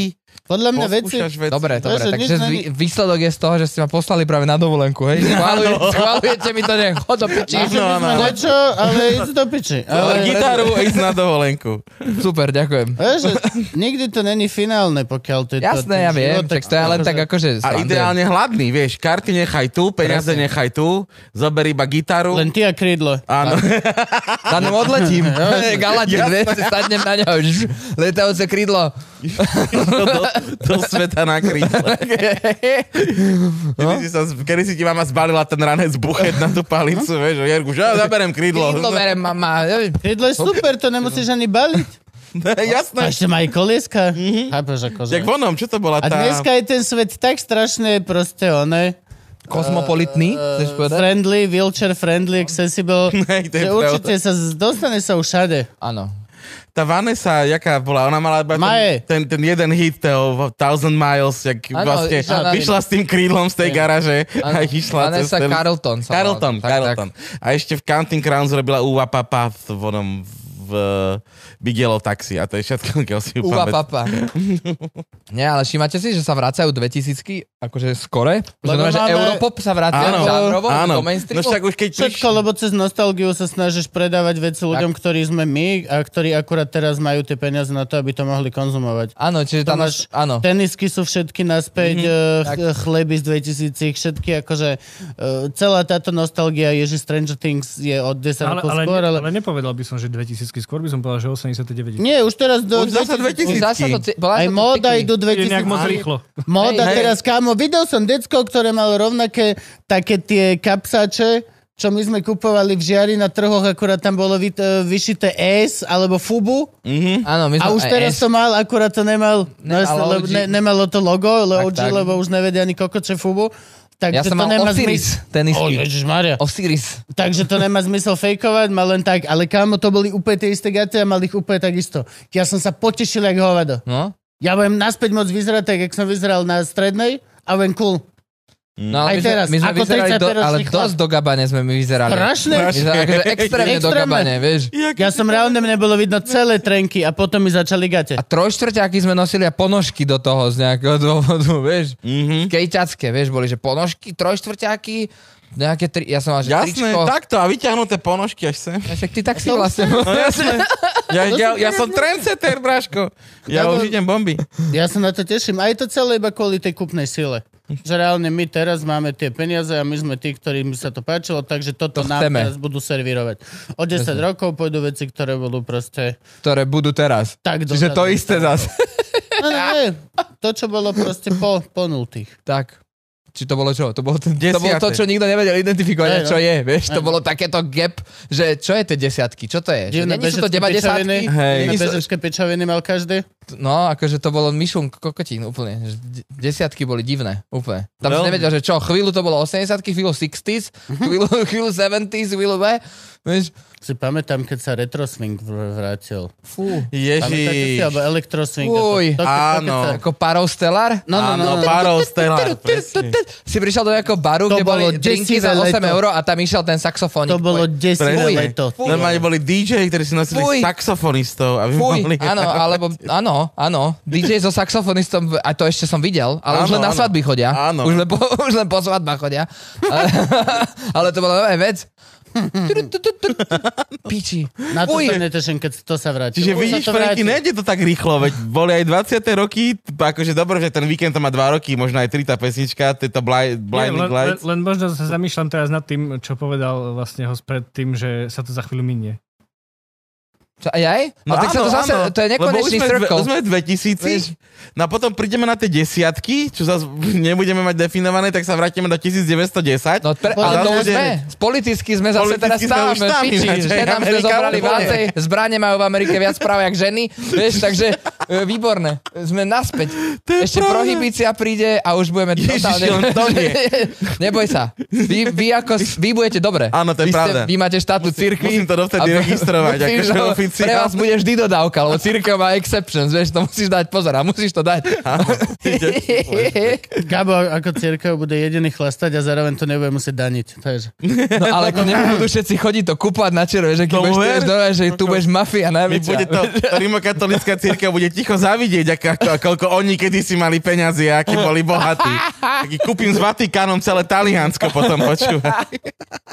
Podľa mňa veci...
poskúšaš veci.
Dobre, dobre,
Vieš, že
takže
nič
vy- výsledok je z toho, že ste ma poslali práve na dovolenku, hej? Schváluje, schválujete mi to, nech chod do piči.
Čiže my sme niečo, ale ísť do piči.
Ale
Ale...
gitaru ísť na dovolenku.
Super, ďakujem.
Vieš, že nikdy to není finálne, pokiaľ to je to, ten
Jasné, ja viem,
život,
tak to ja len tak akože...
A
srandujem.
ideálne hladný, vieš, karty nechaj tu, peniaze
Presne.
nechaj tu, zober iba gitaru.
Len ty a krídlo.
Áno,
Za ním odletím. Galadín, vieš, sadnem na ňo. žž, Letajúce krídlo.
do, do, do sveta na krídle. No? Kedy, si sa, kedy si ti mama zbalila ten ranec buchet na tú palicu, vieš, o Jergu, že ja zaberem krídlo. No,
Krídlo berem, mama.
Krídlo je super, to nemusíš ani baliť. A
Jasné.
ešte má aj kolieska.
Mhm.
Chápeš, akože.
Jak vonom, čo to bola
A
tá...
dneska je ten svet tak strašne proste one.
Kosmopolitný, chceš povedať?
Friendly, wheelchair friendly, accessible.
Hej, to je
že
pravda.
určite sa, z- dostane sa už všade.
Áno.
Tá Vanessa, jaká bola, ona mala iba
Maje.
ten, ten, ten jeden hit, toho Thousand Miles, jak
Áno,
vlastne
išla na-
vyšla s tým krídlom z tej garaže a išla cez
Vanessa
ten...
Carlton. sa volá.
Carlton,
Tak,
Carlton. A ešte v Counting Crowns robila Uva Papa v onom v eh, Big Yellow Taxi a to je všetko, keď si
tak. Uva
pamätám.
papa. Nie, ale všímate si, že sa vracajú 2000 akože skore? Že,
Lebo
normálne, že
máme-
Europop sa vracia
Áno,
žánrovo
áno.
do mainstreamu?
No však už keď
Všetko,
prišli-
lebo cez nostalgiu sa snažíš predávať veci ľuďom, ktorí sme my a ktorí akurát teraz majú tie peniaze na to, aby to mohli konzumovať.
Áno, čiže tam
Tomáš,
máš... Áno. Mhm.
Tenisky sú všetky naspäť, mm-hmm, chleby z 2000, všetky akože eh, celá táto nostalgia je, že Stranger Things je od 10
Ale,
rokov
ale,
skôr, ale...
ale nepovedal by som, že 2000 skôr by som povedal, že 89.
Nie, už teraz do...
Už zasa 2000.
Už zase to ci-
Aj
bola to
móda
pekný.
idú
Je nejak moc
2000.
rýchlo.
Móda
Hej, hej.
teraz, kámo, videl som decko, ktoré malo rovnaké také tie kapsáče, čo my sme kupovali v žiari na trhoch, akurát tam bolo vyt- eh, vyšité S alebo FUBU
Áno, my
a
sme...
už
aj
teraz
S.
to mal, akurát to nemal, no,
Nemal
jasne, lebo
OG.
ne, nemalo to logo, lebo OG,
Tak, tak.
lebo už nevedia ani kokoče FUBU. Takže
Ja som
to
mal
nemá
Osiris
zmysel. O,
tenisky.
ježišmaria.
Osiris.
Takže to nemá zmysel fejkovať, mal len tak, ale kámo, to boli úplne tie isté gaty a mal ich úplne takisto. Ja som sa potešil, jak hovado.
No?
Ja budem naspäť moc vyzerať tak, jak som vyzeral na strednej a budem cool.
No,
Aj
ale my sme,
teraz,
my sme
ako
vyzerali, do,
35-ročný
ale
chlap.
dosť do gabane sme my vyzerali.
Strašné.
My sme akože extrémne do
Extrémne.
gabane, vieš.
Ja som random, nebolo vidno celé trenky a potom mi začali gate.
A trojštvrťáky sme nosili a ponožky do toho z nejakého dôvodu, vieš.
Mhm.
Skejťacké, vieš, boli, že ponožky, trojštvrťáky, nejaké tri... Ja som mal, že
Jasné,
tričko.
takto a vyťahnuté ponožky až sem.
Ja Však ty tak si vlastne... Jasné.
Ja, No ja, ja som trendsetter, Braško. Ja
Lebo-
už idem bomby.
Ja sa na to teším. Aj to celé iba kvôli tej kúpnej sile. Že reálne my teraz máme tie peniaze a my sme tí, ktorým sa to páčilo, takže toto
To
nám
chceme.
teraz budú servírovať. O 10 rokov pôjdu veci, ktoré budú proste
Ktoré budú teraz.
tak
Čiže to
dozadu.
isté zase.
No, no, nie. To, čo bolo proste po, po nultých.
Tak. Či to bolo čo? To bolo, ten, to, bolo
Desiate.
to, čo nikto nevedel identifikovať,
Hej, no.
čo je, vieš?
Hej,
To
no.
bolo takéto gap, že čo je tie desiatky? Čo to je? Že
Divné
není sú to
bežecké pičoviny.
90
Hej.
Na bežecké pečoviny mal každý.
No, akože to bolo myšunk kokotín úplne. že d- Desiatky boli divné, úplne. Tam
No.
Veľmi.
si nevedel, že čo, chvíľu to bolo 80 chvíľu 60s,
Mhm.
chvíľu, chvíľu 70s, chvíľu V. Vieš,
Si pamätám, keď sa retroswing vr- vrátil.
fú.
Pamätáte si?
Ježiš.
Alebo elektroswing.
Fuj,
To- to- to- to-
áno.
to-
No. Ako parov stelár?
No, no, no.
Áno,
no.
párov stelár, presne.
Si prišiel do nejakého
To
baru, kde bolo
boli
drinky za
desivé
8
leto.
eur a tam išiel ten saxofónik.
To bolo 10
Presne.
leto.
Fuj.
Normálne boli DJ, ktorí si nosili
Fuj.
saxofonistov. Aby
Fuj,
mohli...
áno, alebo, áno, áno, DJ so saxofonistom, a to ešte som videl, ale áno,
Áno,
už len na
áno.
svadby chodia.
Áno.
Už len po, už len po svadbách chodia. Ale, ale to bola nová vec. Tru, tu, tu, tru. Piči.
Na to
Fuj.
sa neteším, keď to sa vráti.
Čiže
Už sa
vidíš,
to
Franky,
vráti.
nejde to tak rýchlo, veď boli aj 20. roky, t- akože dobre, že ten víkend to má 2 roky, možno aj 3 tá pesnička, tieto Bli-
Nie,
Blinding
len, len,
Lights.
len možno sa zamýšľam teraz nad tým, čo povedal vlastne host pred tým, že sa to za chvíľu minie.
Čo, aj, aj? No, tak sa to zase, to je nekonečný
lebo už sme,
circle.
Už sme v 2000,
Vieš.
no a potom prídeme na tie desiatky, čo zase nebudeme mať definované, tak sa vrátime do 1910.
No, pre,
Boli
ale to
sme-
už sme. Z politicky sme zase
Politicky
teraz
sme
tam.
už tam,
Piči,
ináč, hej,
ženám sme
Amerika
zobrali
úplne.
viacej, zbranie majú v Amerike viac práv jak ženy. Vieš, takže e, výborné. Sme naspäť.
To je
Ešte
pravda.
prohibícia príde a už budeme
Ježiš, len to nie.
Neboj sa. Vy, vy, ako, s- vy budete dobre.
Áno, to je
vy
pravda.
Vy máte štátu cirkvi.
musím to dovtedy
a-
registrovať, akože
že Pre
oficiálne.
vás bude vždy dodávka, lebo cirkev má exceptions, vieš, to musíš dať pozor a musíš to dať.
Gabo ako církev bude jediný chlastať a zároveň to nebude musieť daniť. Takže.
No ale ako nebudú všetci chodiť to kúpať na červe, že keď
To
budeš
ver.
tiež dole, že tu budeš mafia
My
najväčšia.
bude to, rímokatolická církev bude ticho zavidieť, ako, ako, koľko oni kedysi mali peniazy a akí boli bohatí. Taký kúpim s Vatikánom celé Taliansko potom počúva.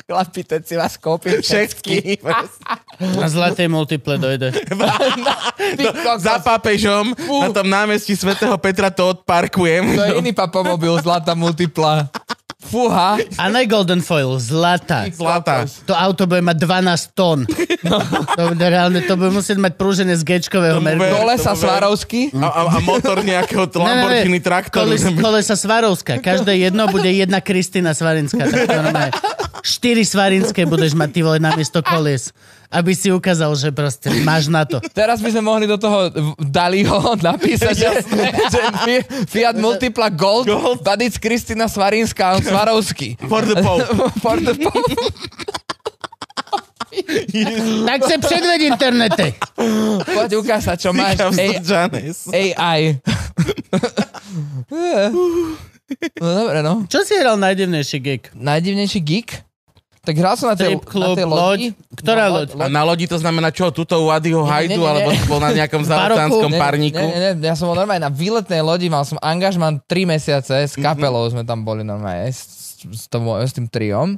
Chlapi, teď si vás kúpim všetky.
Všetky.
A zlaté multiple dojde.
no,
Ty kokos.
Za pápežom na tom námestí svätého Petra to
To
odparkujem.
je iný papamobil, zlatá multipla. Fúha.
A ne golden foil, zlata.
Zlatá.
To auto bude mať 12 tón. To bude reálne, to bude musieť mať prúženie z gečkového
To bude-
merku.
Dole
to
sa
ver.
Svarovsky.
A, a, a motor nejakého Lamborghini traktoru.
Koles, kolesa Svarovská. Každé jedno bude jedna Kristina Svarinská. Tak to normálne. Štyri Svarinské budeš mať ty vole namiesto koles. Aby si ukázal, že proste máš na to.
Teraz by sme mohli do toho v- Daliho napísať, že, že Fi- Fiat Multipla Gold,
Gold.
Badic Kristina Svarinská a Svarovský.
For the Pope.
For the Pope.
Tak sa predved internete.
Poď ukáž sa, čo máš.
Máš
Ej, AI. no dobre, no.
Čo si hral najdivnejší gig?
Najdivnejší geek? Tak hral som na tej,
Strip club,
na tej
loď.
lodi.
Ktorá
No,
loď?
A na lodi to znamená čo? Tuto u Adiho Hajdu,
nie, nie.
alebo si bol na nejakom
Baroku.
zaoceánskom
Ne,
parníku?
Ne, ne, ne, ja som bol normálne na výletnej lodi, mal som angažman 3 mesiace, s kapelou sme tam boli normálne, s, s, tom, s tým triom.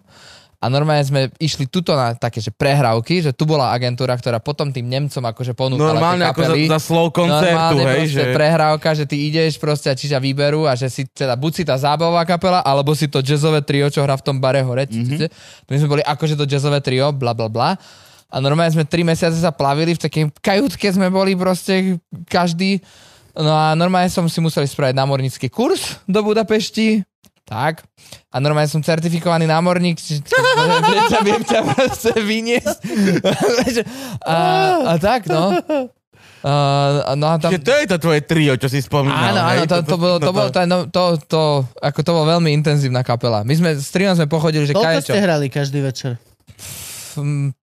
A normálne sme išli tuto na také, že prehrávky, že tu bola agentúra, ktorá potom tým Nemcom akože ponúkala
Normálne
tie
ako za,
kapely.
za slov koncertu,
Normálne
hej,
proste
že...
prehrávka, že ty ideš proste a čiže výberu a že si teda buď si tá zábavová kapela, alebo si to jazzové trio, čo hrá v tom bare hore.
Mhm.
Mm-hmm. My sme boli akože to jazzové trio, bla bla bla. A normálne sme tri mesiace sa plavili, v takej kajutke sme boli proste každý. No a normálne som si museli spraviť námornícky kurz do Budapešti. Tak. A normálne som certifikovaný námorník, čiže viem ťa, viem ťa proste vyniesť. a, a tak, no. A, no a tam...
Že to je to tvoje trio, čo si spomínal.
Áno, áno,
hej?
to, to, bolo, to, bolo, to, no, to, to, ako to bolo veľmi intenzívna kapela. My sme, s triom sme pochodili, že
Koľko ste
kaječo.
hrali každý večer?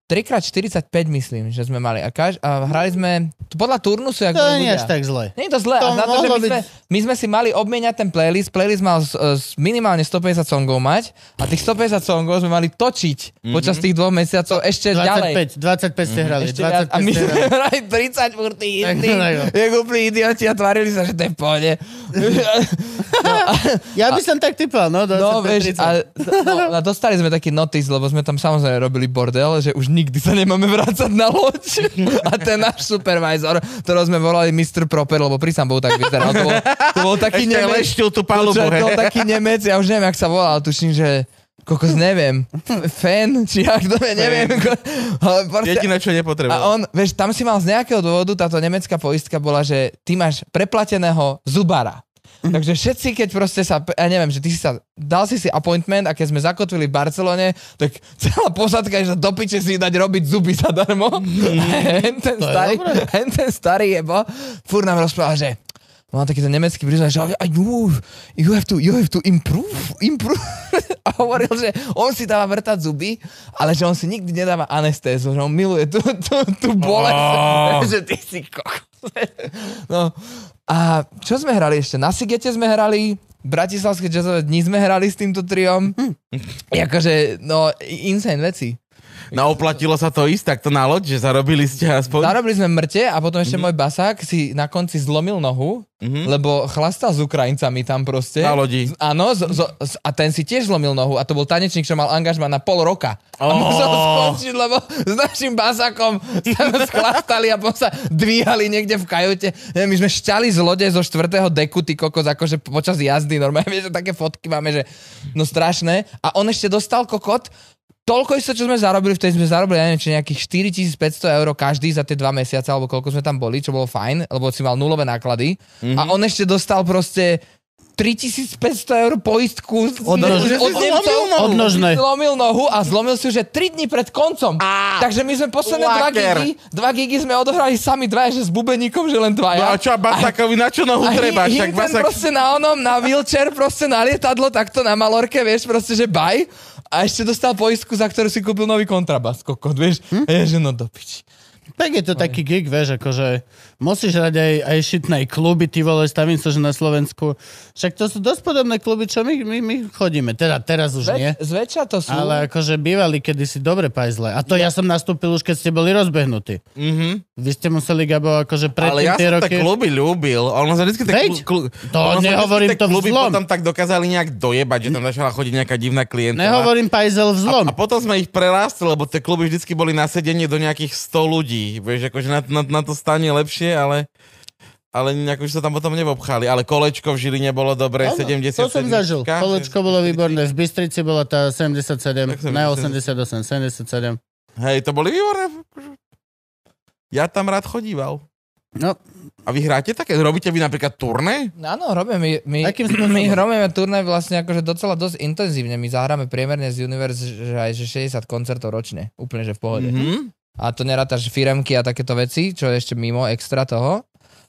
3x45 myslím, že sme mali. A, kaž, a hrali sme t- podľa turnusu, ako
To
boli
nie
ľudia.
je až tak zle.
Nie je to zlé,
To
to na to, že
mohlo
my, sme, my sme si mali obmieniať ten playlist, playlist mal z, z minimálne 150 songov mať a tých 150 songov sme mali točiť mm-hmm. počas tých dvoch mesiacov ešte ďalej.
25, 25 ste hrali,
Mhm. Ešte viac.
25
A my
ste
sme
hrali.
hrali 30 furt tých
Tak
istých,
no.
dlho.
jak úplní idioti a tvárili sa, že to je v pohode.
Ja by som tak typal, no,
No,
25,
vieš,
30.
a, no, a dostali sme taký notice, lebo sme tam samozrejme robili bordel, že už nikdy sa nemáme vrácať na loď. A ten náš supervisor, ktorého sme volali Mr. Proper, lebo pri Bohu tak vyzeral. To bol, to bol taký
Ešte aj
nemec.
leštil tú palubu,
Počúvaj,
hej.
To bol taký Nemec, ja už neviem, jak sa volal, tuším, že kokos neviem. Fan, či jak to je, neviem. ko- Ale proste,
Jediné, čo nepotrebujem.
a on, vieš, tam si mal z nejakého dôvodu, táto nemecká poistka bola, že ty máš preplateného zubara. Takže všetci, keď proste sa, ja neviem, že ty si sa, dal si si appointment a keď sme zakotvili v Barcelone, tak celá posadka je, že do piče si dať robiť zuby zadarmo. A hen ten, starý, hen ten starý jebo, fur nám rozprával, že Mám takýto nemecký príznak, že "Ah, you, you, have to, you have to improve, improve. A hovoril, že on si dáva vrtať zuby, ale že on si nikdy nedáva anestézu, že on miluje tú, tú, tú bolesť.
Á.
že ty si kokos. No. A čo sme hrali ešte? Na Sigete sme hrali, Bratislavské jazzové dni sme hrali s týmto triom. Akože, no, insane veci.
No oplatilo sa to ísť takto na loď, že zarobili ste aspoň.
Zarobili sme mŕte a
Mhm.
potom ešte môj basák si na konci zlomil nohu, lebo chlastal s Ukrajincami tam proste.
Na lodi.
Z- Áno, z, z, z, a ten si tiež zlomil nohu a to bol tanečník, čo mal angažma na pol roka. A
Oh.
musel skončiť, lebo s našim basákom sa schlastali a potom sa dvíhali niekde v kajute. Ne, My sme šťali z lode zo štvrtého deku, ty kokos, akože počas jazdy normálne, vieš, že také fotky máme, že no strašné. A on ešte dostal kokot, Toľko isto, čo sme zarobili, vtedy sme zarobili, ja neviem, či nejakých 4500 eur každý za tie dva mesiace, alebo koľko sme tam boli, čo bolo fajn, lebo si mal nulové náklady. Mm-hmm. A on ešte dostal proste 3500 eur poistku z-
Od- že si
zlomil
Nemcov.
nohu.
Od-
Odnožnej.
Zlomil nohu a zlomil si ju, že 3 dní pred koncom.
Á,
Takže my sme posledné 2
laker.
gigy, 2 gigy sme odohrali sami dvaja, že s bubeníkom, že len
No a
dvaja.
čo, a Basakovi na čo nohu
A
treba?
hi-
Však
Hinton
Basak...
proste na onom, na wheelchair, proste na lietadlo, takto na Malorke, vieš, proste, že baj. A ešte dostal poistku, za ktorú si kúpil nový kontrabas, kokot, vieš. Hm? Ježe, no do piči.
Tak je to taký gig, vieš, akože musíš hrať aj, aj šitnej kluby, ty vole, stavím sa, že na Slovensku. Však to sú dosť podobné kluby, čo my, my, my chodíme. Teda teraz už nie.
Zväč- zväčša to sú...
Ale akože bývali kedysi dobre pajzle. A to ja som nastúpil už, keď ste boli rozbehnutí.
Mhm.
Vy ste museli, Gabo, akože
Ale
predtým
ja
tie
som
roky...
tak kluby ľúbil. Ono sa vždycky
Veď, to nehovorím to
kluby
vzlom.
potom tak dokázali nejak dojebať, že tam začala chodiť nejaká divná klientka.
Nehovorím pajzel vzlom.
A potom sme ich prerástli, lebo tie kluby vždycky boli na sedenie do nejakých 100 ľudí. Vieš, akože na, na, na to stane lepšie, ale ale nejak už sa tam potom neobchali. Ale kolečko v Žili nebolo dobré,
Áno, To
70
som zažil. Kolečko bolo výborné. V Bystrici bola tá 77,
Tak som
ne
myslel,
88, 77.
Hej, to boli výborné. Ja tam rád chodíval.
No,
A vy hráte také? Robíte vy napríklad turné?
Áno, robíme, my, my,
Akým spôsobom?
my robíme turné vlastne akože docela dosť intenzívne. My zahráme priemerne z Universe že aj že 60 koncertov ročne, úplne že v pohode.
Mhm.
A to nerátaš firemky a takéto veci, čo je ešte mimo extra toho.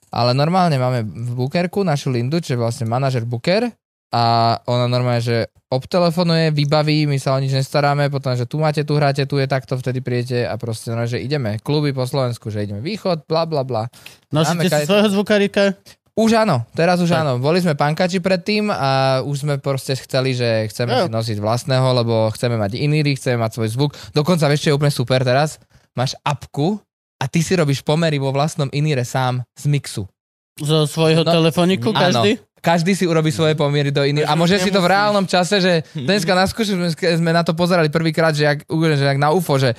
Ale normálne máme v Bookerku našu Lindu, čo je vlastne manažer Booker a ona normálne, že obtelefonuje, vybaví, my sa o nič nestaráme, potom, že tu máte, tu hráte, tu je takto, vtedy prídete a proste, no, že ideme kluby po Slovensku, že ideme východ, bla bla bla.
nosíte
Máme
si
kaj-
svojho zvukarika?
Už áno, teraz už áno. Boli sme pankači predtým a už sme proste chceli, že chceme
Jo.
si nosiť vlastného, lebo chceme mať iný rých, chceme mať svoj zvuk. Dokonca vieš, čo je úplne super teraz? Máš apku a ty si robíš pomery vo vlastnom inire sám z mixu.
Zo svojho
No,
telefoniku každý?
Áno. Každý si urobí svoje pomiery do iných.
Takže
A môže
už
si to v
nemusíš.
reálnom čase, že dneska na skúšku sme, sme na to pozerali prvýkrát, že jak, že jak na UFO, že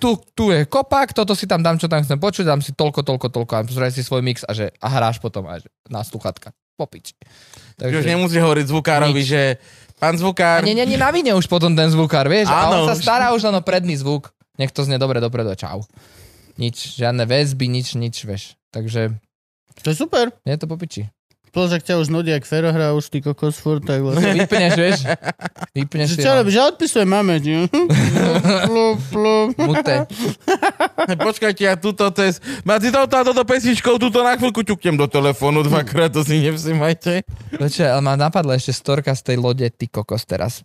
tu, tu je kopak, toto si tam dám, čo tam chcem počuť, dám si toľko, toľko, toľko a pozeraj si svoj mix a, že, a hráš potom a že, na sluchatka. Popič.
Že už nemusí hovoriť zvukárovi, že pán
a
zvukár,
nie, nie, nie, na vine už potom ten zvukár, vieš?
Áno,
a on sa
už-
stará už len o predný zvuk. Nech to znie dobre dopredu a čau. Nič, žiadne väzby, nič, nič, vieš. Takže
To je super.
je to popiči.
Plus, ak ťa už nudí, ak Fero hrá už ty kokos furt, tak vlastne.
Vypneš, vieš? Vypneš
Že
si
čo
ho.
robíš? Ja odpisujem mame. nie? Plup, plup.
Mute.
počkajte, ja túto test, medzi touto a touto pesničkou, túto na chvíľku ťuknem do telefónu dvakrát, to si nevšimajte.
Počkaj, ale ma napadla ešte storka z tej lode, ty kokos teraz.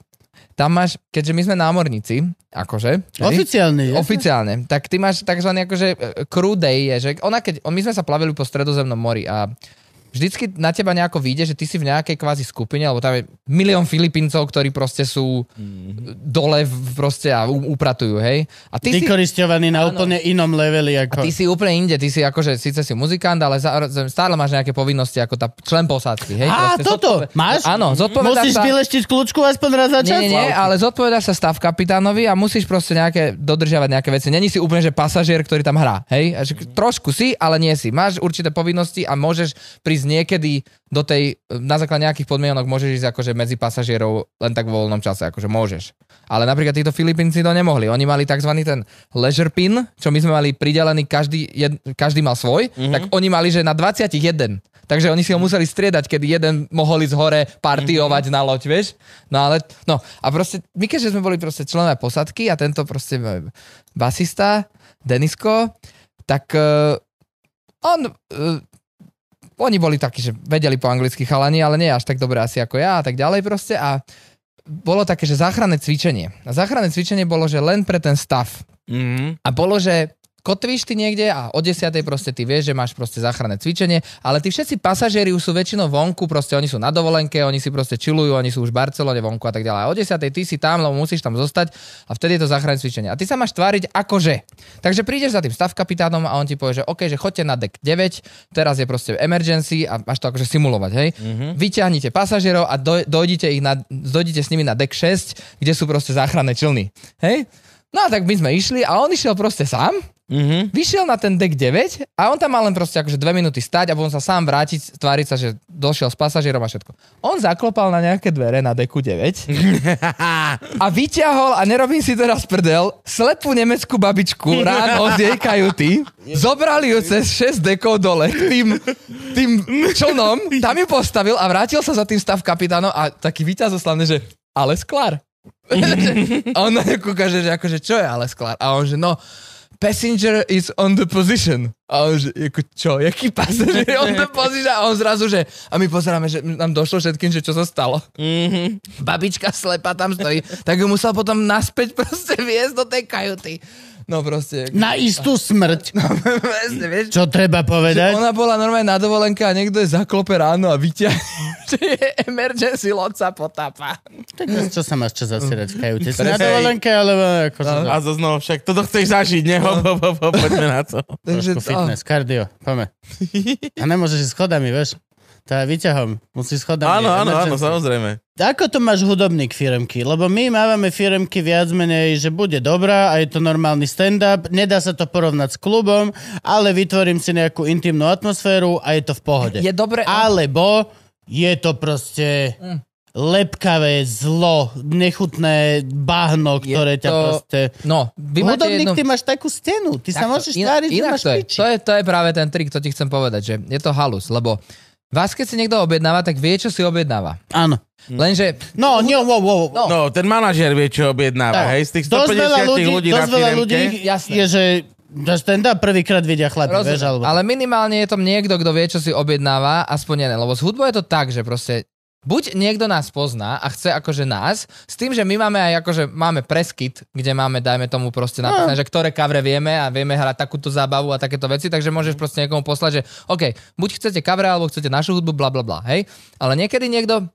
tam máš, keďže my sme námorníci, akože, hej,
Oficiálny, je?
oficiálne, tak ty máš tzv. akože e, crew day, je, že ona keď, my sme sa plavili po stredozemnom mori a vždycky na teba nejako vyjde, že ty si v nejakej kvázi skupine, alebo tam je milión Filipíncov, ktorí proste sú dole v- proste a u- upratujú, hej. A ty, si,
vykoristovaný na úplne inom leveli
a
ako...
ty si úplne inde, ty si akože, síce si muzikant, ale zároveň stále máš nejaké povinnosti ako tá člen posádky, hej.
Á,
Proste
toto,
zodpoved-
máš?
Áno, zodpovedáš
Musíš
sa...
vyleštiť kľúčku aspoň raz za čas?
Nie, nie, nie, ale zodpovedáš sa stav kapitánovi a musíš proste nejaké dodržiavať nejaké veci. Není si úplne, že pasažier, ktorý tam hrá, hej? A že Trošku si, ale nie si. Máš určité povinnosti a môžeš prísť niekedy do tej, na základe nejakých podmienok môžeš ísť akože medzi pasažierov len tak vo voľnom čase, akože môžeš. Ale napríklad títo Filipínci to nemohli. Oni mali tzv. ten leisure pin, čo my sme mali pridelený, každý, jed, každý mal svoj, mm-hmm. tak oni mali, že na 21. Takže oni si ho museli striedať, kedy jeden mohol ísť hore partiovať na loď, vieš? No ale, no a proste, my keďže sme boli proste členovia posadky a tento proste e, basista, Denisko, tak e, on, uh, oni boli takí, že vedeli po anglicky chalani, ale nie až tak dobre asi ako ja a tak ďalej proste a bolo také, že záchranné cvičenie. A záchranné cvičenie bolo, že len pre ten stav.
Mhm.
Mm-hmm.
A bolo, že kotvíš ty niekde a o 10. proste ty vieš, že máš proste záchranné cvičenie, ale tí všetci pasažieri už sú väčšinou vonku, proste oni sú na dovolenke, oni si proste čilujú, oni sú už v Barcelone vonku a tak ďalej. A o 10. ty si tam, lebo musíš tam zostať a vtedy je to záchranné cvičenie. A ty sa máš tváriť akože. Takže prídeš za tým stav kapitánom a on ti povie, že OK, že chodte na deck 9, teraz je proste emergency a máš to akože simulovať, hej. Mm-hmm. Vyťahnite pasažierov a doj, dojdite, ich na, dojdite s nimi na deck 6, kde sú proste záchranné člny, hej. No a tak my sme išli a on išiel proste sám,
Mm-hmm.
vyšiel na ten deck 9 a on tam mal len proste akože dve minúty stať a potom sa sám vrátiť, tváriť sa, že došiel s pasažierom a všetko. On zaklopal na nejaké dvere na deku 9 a vyťahol, a nerobím si teraz prdel, slepú nemeckú babičku ráno z jej kajuty, zobrali ju cez 6 dekov dole k tým, tým člnom, tam ju postavil a vrátil sa za tým stav kapitánom a taký vyťazoslavný, že ale sklár. a on na ňu kúka, že, že akože čo je ale sklár? A on že no, passenger is on the position. A on že, ako čo, jaký passenger je on the position? A on zrazu, že, a my pozeráme, že nám došlo všetkým, že čo sa stalo.
Mhm.
Mm-hmm. Babička slepa tam stojí, tak ju musel potom naspäť proste viesť do tej kajuty. No proste,
Na istú smrť,
presne, vieš,
čo treba
že
povedať.
ona bola normálne na dovolenke a niekto je zaklope ráno a vyťahne, že je emergency loď sa potápa.
Tak čo sa máš čo zasierať v kajute? Si na
Presne.
dovolenke, alebo akože ako sa...
No, A zo znovu však toto chceš zažiť,
No.
ne? Hop, hop, hop, hop, poďme na to.
Trošku
Takže, oh,
fitness, kardio, poďme. A nemôžeš ísť schodami, vieš? Tá výťahom, musíš schodami.
Áno, áno, áno,
emergency.
samozrejme.
Ako to máš hudobník firemky? Lebo my mávame firemky viac menej, že bude dobrá a je to normálny stand-up, nedá sa to porovnať s klubom, ale vytvorím si nejakú intimnú atmosféru a je to v pohode.
oh, je dobre,
Alebo je to proste
Mm.
lepkavé zlo, nechutné bahno,
Je
ktoré ťa
to-
proste...
no, vy máte
Hudobník,
jednu...
ty máš takú stenu, ty sa
Takto,
môžeš
ina-
tváriť, že
inak
máš
to je,
piči.
to, je, to je práve ten trik, to ti chcem povedať, že je to halus, lebo vás, keď si niekto objednáva, tak vie, čo si objednáva.
Áno.
Lenže
No, nie, wow, wow. wow.
No, ten manažer vie, čo objednáva, hej? Z tých 150 ľudí, ľudí na
dosť veľa ľudí
firemke.
Jasné.
je, že že stand-up prvýkrát vidia chlapi, vieš,
Rozumiem,
alebo...
ale minimálne je tam niekto, kto vie, čo si objednáva, aspoň jeden, lebo s hudbou je to tak, že proste buď niekto nás pozná a chce akože nás, s tým, že my máme aj akože máme preskit, kde máme, dajme tomu proste
No.
napísané, že ktoré kavre vieme a vieme hrať takúto zábavu a takéto veci, takže môžeš
Hm.
proste niekomu poslať, že OK, buď chcete kavre, alebo chcete našu hudbu, bla bla bla, hej? Ale niekedy niekto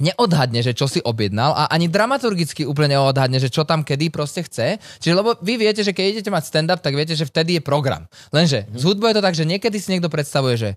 neodhadne, že čo si objednal a ani dramaturgicky úplne neodhadne, že čo tam kedy proste chce. Čiže lebo vy viete, že keď idete mať stand-up, tak viete, že vtedy je program. Lenže mm-hmm. s hudbou je to tak, že niekedy si niekto predstavuje, že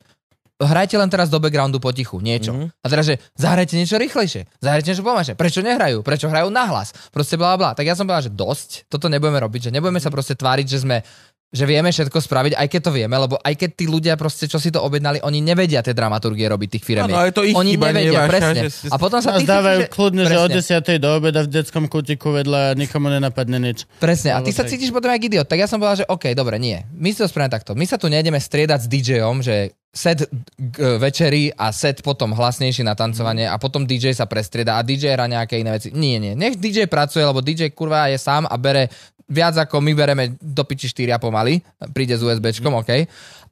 hrajte len teraz do backgroundu potichu, niečo.
Mhm.
Mm-hmm. A teraz, že zahrajte niečo rýchlejšie, zahrajte niečo pomalšie. Prečo nehrajú? Prečo hrajú nahlas? Proste bla bla. bla. Tak ja som povedal, že dosť, toto nebudeme robiť, že nebudeme sa proste tváriť, že sme že vieme všetko spraviť, aj keď to vieme, lebo aj keď tí ľudia proste, čo si to objednali, oni nevedia tie dramaturgie robiť tých firiem.
Áno, je to ich
oni
chyba, nie
nevedia,
vaša,
presne.
že ste-
A potom sa
Nás
ty
dávajú
cítiš, že-
kľudne, že od
Presne.
10. do obeda v detskom kútiku vedľa a nikomu nenapadne nič.
Presne, a ty
Alebo
sa
tak.
cítiš potom jak idiot. Tak ja som povedal, že OK, dobre, nie. My si to spravíme takto. My sa tu nejdeme striedať s DJom, že set k, večeri a set potom hlasnejší na tancovanie a potom DJ sa prestrieda a DJ hrá nejaké iné veci. Nie, nie. Nech DJ pracuje, lebo DJ kurva je sám a bere viac ako my bereme do piči 4 a pomaly. Príde s USBčkom, OK.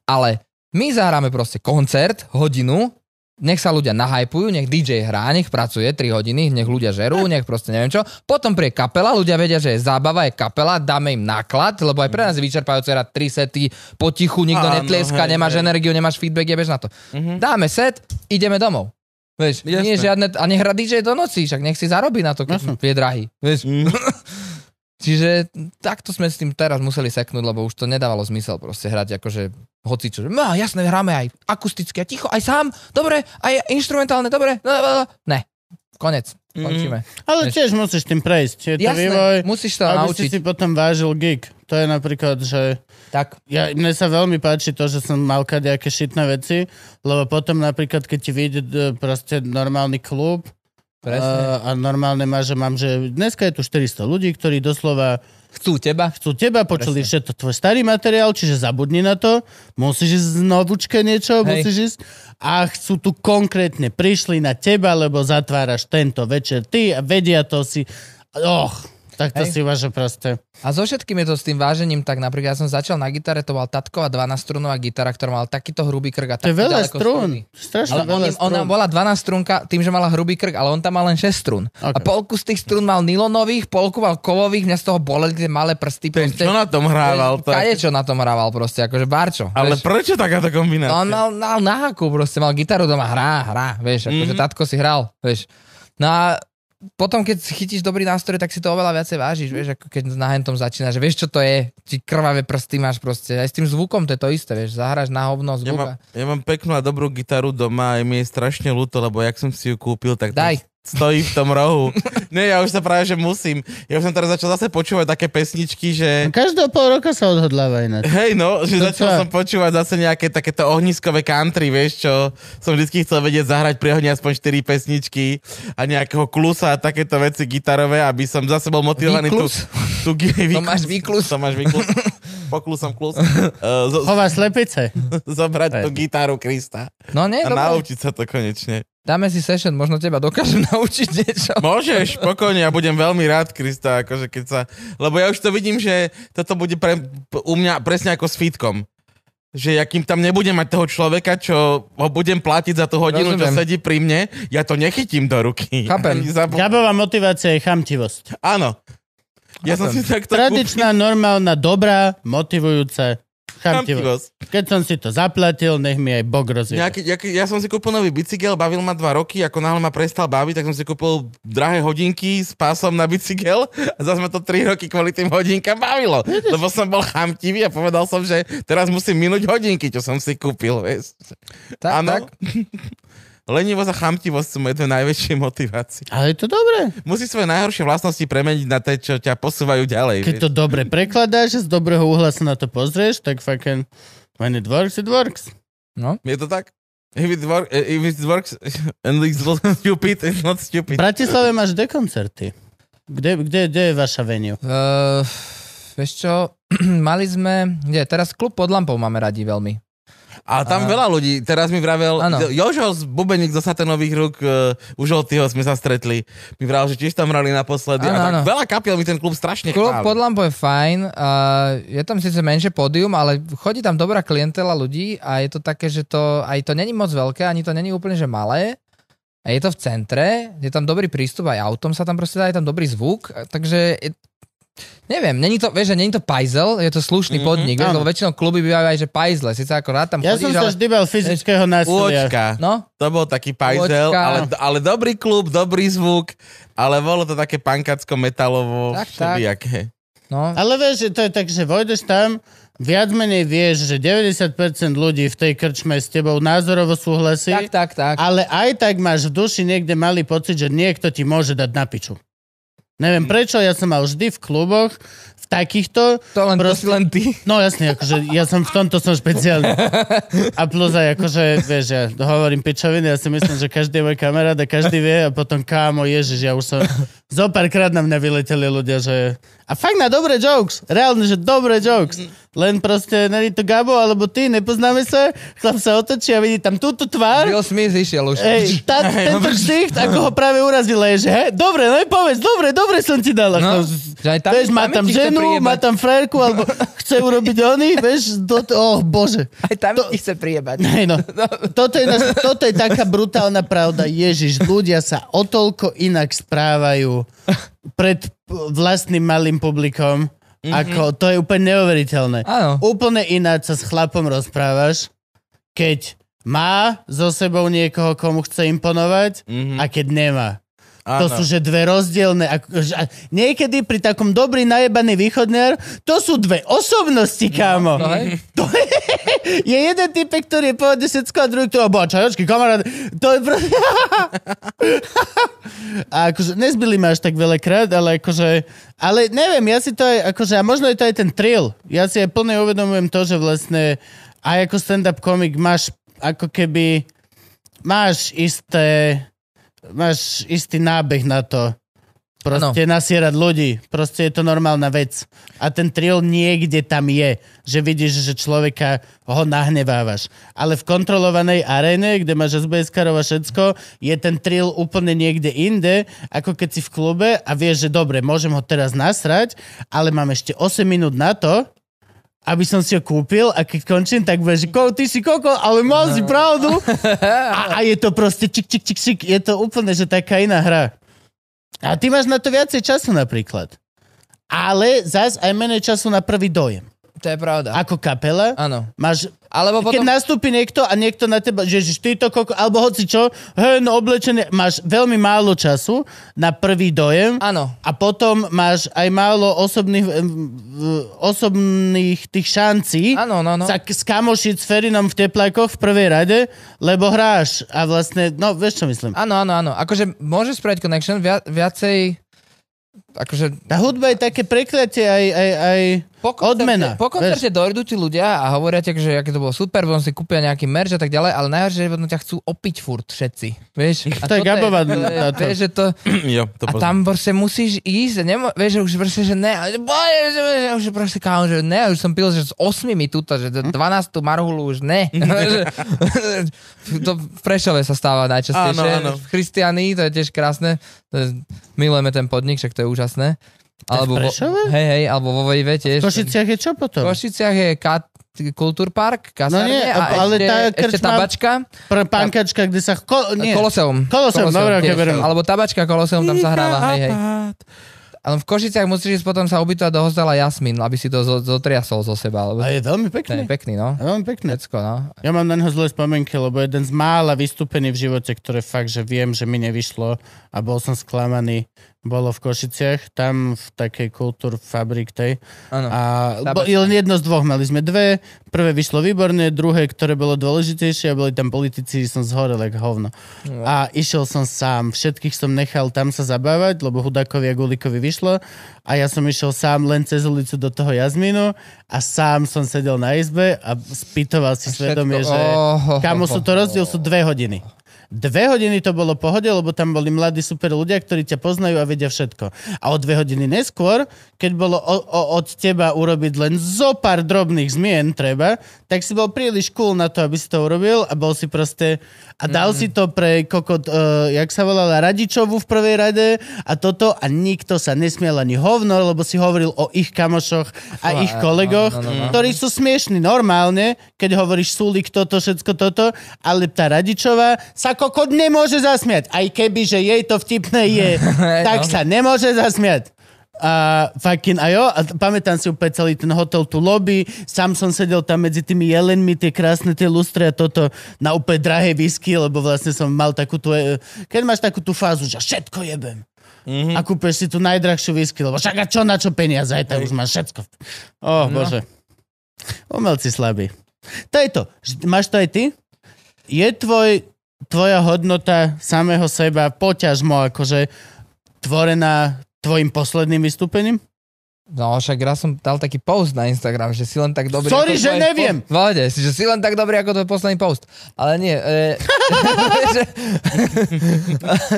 Ale my zahráme proste koncert, hodinu nech sa ľudia nahajpujú, nech DJ hrá, nech pracuje 3 hodiny, nech ľudia žerú, nech proste neviem čo. Potom prie kapela, ľudia vedia, že je zábava, je kapela, dáme im náklad, lebo aj pre nás je vyčerpajúce hrať 3 sety, potichu, nikto
Áno,
netlieska,
hej,
nemáš
hej. Mhm.
energiu, nemáš feedback, jebeš na to. Dáme set, ideme domov. Vieš, nie
Jasné.
je žiadne, a nech hrá DJ do noci, však nech si zarobí na to,
Jasné.
keď je drahý. Vieš,
Mm.
Čiže takto sme s tým teraz museli seknúť, lebo už to nedávalo zmysel proste hrať akože hocičo. No jasné, hráme aj akusticky a ticho, aj sám, dobre, aj instrumentálne, dobre. no, no, no. Ne, konec, končíme.
Ale
Vieš-
tiež musíš tým prejsť. Je Mhm. to vývoj,
Jasné, musíš sa
aby si
naučiť.
si potom vážil gig. To je napríklad, že
Tak,
ja, mne sa veľmi páči to, že som mal kadejaké šitné veci, lebo potom napríklad, keď ti vyjde e, proste normálny klub,
presne.
A, a normálne má, že mám, že dneska je tu 400 ľudí, ktorí doslova
Chcú teba.
chcú teba, počuli všetko tvoj starý materiál, čiže zabudni na to, musíš ísť znovučke niečo,
Hej.
musíš ísť a chcú tu konkrétne, prišli na teba, lebo zatváraš tento večer ty a vedia to si, och, tak to
Hej.
si važe proste.
A so všetkým je to s tým vážením, tak napríklad ja som začal na gitare, to mal tatková 12-strunová gitara, ktorá mala takýto hrubý krk a
To je
taký
veľa
ďaleko
strún,
struny.
strašne
Ale on,
veľa
im-
strún.
ona bola 12 strunka tým, že mala hrubý krk, ale on tam mal len 6 strun. A polku z tých strun mal nylonových, polku mal kovových, mňa z toho boleli tie malé prsty.
Ten,
proste,
čo na tom hrával? Tak?
Kaje, čo na tom hrával proste, akože barčo.
Ale
vieš. No,
prečo takáto kombinácia?
on
No,
mal, mal na haku proste, mal gitaru doma, hrá, hrá, vieš, akože
Mhm.
tatko si hral, vieš. No a potom, keď si chytíš dobrý nástroj, tak si to oveľa viacej vážiš, vieš, ako keď na hentom začína, že vieš, čo to je, ti krvavé prsty máš proste, aj s tým zvukom to je to isté, vieš, zahráš na
Ja
hovno
mám,
zvuk. a-
ja mám peknú a dobrú gitaru doma a mi je strašne ľúto, lebo jak som si ju kúpil, tak tam
Daj.
stojí v tom rohu. Nie, ja už sa práve, že musím. Ja už som teraz začal zase počúvať také pesničky, že...
Každého pol roka sa odhodláva ináč.
Hej no, že
To čo?
začal som počúvať zase nejaké takéto ohniskové country, vieš čo, som vždy chcel vedieť zahrať pri ohni aspoň 4 pesničky a nejakého klusa a takéto veci gitarové, aby som zase bol motivovaný tu,
Výklus?
tu, tu,
Tomáš Výklus?
Tomáš Výklus. Poklusom klus. Uh, zo,
Chová slepice.
zobrať tú gitaru Krista
No nie,
a
dobre.
naučiť sa to konečne.
Dáme si session, možno teba dokážem naučiť niečo.
Môžeš, pokojne, ja budem veľmi rád, Krista, akože keď sa... Lebo ja už to vidím, že toto bude pre, p- u mňa presne ako s fitkom. Že ja kým tam nebudem mať toho človeka, čo ho budem platiť za tú hodinu, Rozumiem.
Rozumiem.
čo sedí pri mne, ja to nechytím do ruky.
Chápem.
Ani Zapo-
Gabová motivácia je chamtivosť.
Áno. Ja som si takto kúpil
Tradičná, normálna, dobrá, motivujúca chamtivosť.
chamtivosť.
Keď som si to zaplatil, nech mi aj Bog rozvíja.
Nejaký, nejaký, ja som si kúpil nový bicykel, bavil ma dva roky, ako náhle ma prestal baviť, tak som si kúpil drahé hodinky s pásom na bicykel a zase ma to tri roky kvôli tým hodinkám bavilo. Lebo som bol chamtivý a povedal som, že teraz musím minúť hodinky, čo som si kúpil, vieš.
Tak, tak.
Áno. Lenivosť a chamtivosť sú moje dve najväčšie motivácie.
Ale je to dobré.
Musíš svoje najhoršie vlastnosti premeniť na tie, čo ťa posúvajú ďalej.
Keď
vieš.
to dobre prekladáš, z dobrého uhla sa na to pozrieš, tak fucking when it works, it works.
no.
Je to tak? If it, work, eh, if it works and it's not stupid, it's not
V
stupid.
Bratislave máš dve koncerty. Kde, kde, kde je vaša venue?
Uh, vieš čo, mali sme, nie, teraz klub pod lampou máme radi veľmi.
A tam
A-
veľa ľudí, teraz mi vravel,
Áno.
Jo- Jožo z Bubeník zo Satenových rúk, uh, u Žoltyho sme sa stretli, mi vravel, že tiež tam hrali naposledy.
Áno,
a tak
áno.
veľa kapiel mi ten klub strašne
Klub
chvál.
pod lampou je fajn, uh, je tam síce menšie pódium, ale chodí tam dobrá klientela ľudí a je to také, že to, aj to není moc veľké, ani to není úplne, že malé. A je to v centre, je tam dobrý prístup, aj autom sa tam proste dá, je tam dobrý zvuk, a takže je, neviem, není to, vieš, že není to pajzel, je to slušný
Mhm,
podnik, vieš,
áno.
lebo väčšinou kluby bývajú aj, že pajzle, síce ako rád tam
Ja som
chodíš,
sa
ale...
vždy bal fyzického násilia.
Úočka.
No,
To bol taký pajzel,
Úočka.
ale, ale dobrý klub, dobrý zvuk, ale bolo to také pankacko-metalovo,
Tak, tak.
všelijaké.
no.
Ale vieš, že to je tak, že vojdeš tam, viac menej vieš, že 90% ľudí v tej krčme s tebou názorovo súhlasí.
Tak, tak, tak.
Ale aj tak máš v duši niekde malý pocit, že niekto ti môže dať na piču.
Hm.
Neviem prečo, ja som mal vždy v kluboch, v takýchto,
To len, to
proste-
si len ty.
no jasne, akože ja som v tomto som špeciálny. A plus aj akože, vieš, ja hovorím pičoviny, ja si myslím, že každý je môj kamarát a každý vie a potom kámo, ježiš, ja už som, zo párkrát na mňa vyleteli ľudia, že a fakt na dobré jokes, reálne, že dobré jokes. Len proste, není to Gabo alebo ty, nepoznáme sa, chlap sa otočí a vidí tam túto tvár.
Bill Smith išiel už.
Ej, tá, tento ksicht, ako ho práve urazil, je, že he, dobre, no i povedz, dobre, dobre som ti dal.
No,
No,
že Že aj tam,
Vieš, má tam
je ti chce
ženu, má
prijebať.
tam frajerku, alebo chce urobiť oni, vieš, do to, oh bože.
Aj tam
To-
to... chce priebať.
Hej, no. toto, je, naš- toto je taká brutálna pravda. Ježiš, ľudia sa o toľko inak správajú pred p- vlastným malým publikom, ako to je úplne neuveriteľné.
Áno.
Úplne ináč sa s chlapom rozprávaš, keď má so sebou niekoho, komu chce imponovať
Mhm.
a keď nemá.
Áno.
To sú že dve rozdielne. ako- že- a Niekedy pri takom dobrý najebaný východniar, to sú dve osobnosti, kámo.
no hej.
to je, je jeden typ, ktorý je povedne všetko a druhý, ktorý bol čajočky, kamarát. To je proste... a akože nezbyli ma až tak veľakrát, ale akože... Ale neviem, ja si to aj, akože, a možno je to aj ten thrill. Ja si aj plne uvedomujem to, že vlastne aj ako stand-up komik máš ako keby... Máš isté máš istý nábeh na to. Proste ano. nasierať ľudí. Proste je to normálna vec. A ten triol niekde tam je. Že vidíš, že človeka ho nahnevávaš. Ale v kontrolovanej aréne, kde máš sbs a všetko, je ten trill úplne niekde inde, ako keď si v klube a vieš, že dobre, môžem ho teraz nasrať, ale mám ešte 8 minút na to, aby som si ho kúpil a keď končím, tak bude, že ko, ty si koko, ale mal si pravdu. A, a je to proste čik, čik, čik, čik. Je to úplne, že taká iná hra. A ty máš na to viacej času napríklad. Ale zás aj menej času na prvý dojem.
To je pravda.
Ako kapela
Áno.
máš
Alebo
potom... Keď
potom...
nastúpi niekto a niekto na teba, že ježiš, ty to koko, alebo hoci čo, hen oblečené, máš veľmi málo času na prvý dojem.
Áno.
A potom máš aj málo osobných, em, v- osobných tých šancí
Áno, no, no.
sa k- skamošiť s Ferinom v teplákoch v prvej rade, lebo hráš a vlastne, no vieš čo myslím.
Áno, áno, áno. Akože môžeš spraviť connection via, viacej... Akože
Tá hudba je také prekliatie aj, aj, aj
po koncerte,
odmena.
po koncerte dojdú ti ľudia a hovoria ti, že aké to bolo super, potom si kúpia nejaký merch a tak ďalej, ale najhoršie, že potom ťa chcú opiť furt všetci. Vieš? A
To je
toto
Gabová
to je-
na to.
Vieš, že to,
jo, to
a tam proste musíš ísť, nemo, vieš, že už proste, že ne, a že bože, že, že, už proste kámo, že ne, už som pil, že s osmimi tuto, že
Hm?
12 marhulu už ne. Že- to v Prešove sa stáva najčastejšie.
Áno, áno.
V Christianii, to je tiež krásne, to je, milujeme ten podnik, však to je úžasné. Alebo vo,
Prešove?
hej, hej, alebo vo Vejve
V
tiež.
Košiciach je čo
v
potom?
Košiciach je kat, kultúrpark,
No
kasárne
nie,
a
ale
ešte,
tá
ešte
krčma-
tabačka.
Pre pankačka, kde sa... Ko, nie.
Koloseum.
Koloseum, dobre, ok,
tiež.
beriem.
Alebo tabačka Koloseum tam sa hráva, hej, hej. Ale v Košiciach musíš ísť potom sa ubytovať do hostela Jasmin, aby si to zo- zotriasol zo seba. Lebo
A je veľmi
to je
pekný.
pekný, no.
Veľmi pekné.
Vecko, no.
Ja mám na neho zlé spomienky, lebo jeden z mála vystúpení v živote, ktoré fakt, že viem, že mi nevyšlo a bol som sklamaný, bolo v Košiciach, tam v takej kultúr fabrik tej.
Áno.
A bo,
Tabačka.
je len jedno z dvoch, mali sme dve, prvé vyšlo výborné, druhé, ktoré bolo dôležitejšie a boli tam politici, som zhorel jak hovno. A išiel som sám, všetkých som nechal tam sa zabávať, lebo Hudakovi a Gulikovi vyšlo a ja som išiel sám len cez ulicu do toho Jazmínu a sám som sedel na izbe a spýtoval si svedomie,
Všetko-
že
Oh,
kamo sú to rozdiel, sú dve hodiny. Dve hodiny to bolo pohode, lebo tam boli mladí super ľudia, ktorí ťa poznajú a vedia všetko. A o dve hodiny neskôr, keď bolo o, o, od teba urobiť len zo pár drobných zmien treba, tak si bol príliš cool na to, aby si to urobil a bol si proste... A dal mm. si to pre kokot, uh, jak sa volala, Radičovu v prvej rade a toto a nikto sa nesmiel ani hovno, lebo si hovoril o ich kamošoch a
Fakt,
ich kolegoch,
no, no, no, no.
ktorí sú smiešni normálne, keď hovoríš Sulik toto, všetko toto, ale tá Radičová sa kokot nemôže zasmiať. Aj keby, že jej to vtipné je, tak
No.
sa nemôže zasmiať. A fucking, a jo, a t- pamätám si úplne celý ten hotel, tu lobby, sám som sedel tam medzi tými jelenmi, tie krásne tie lustre a toto na úplne drahé whisky, lebo vlastne som mal takú tú, e, keď máš takú tú fázu, že všetko jebem. Mm-hmm.
Mhm.
A kúpeš si tú najdrahšiu whisky, lebo však a čo na čo peniaze, aj tak už máš všetko. oh, no. bože. Umelci slabí. To je to. Ž- Máš to aj ty? Je tvoj, tvoja hodnota samého seba poťažmo akože tvorená tvojim posledným vystúpením?
No, však raz som dal taký post na Instagram, že si len tak dobrý...
Sorry, že
tvoj
neviem.
Post. Vode, že si len tak dobrý ako tvoj posledný post. Ale nie. E, že-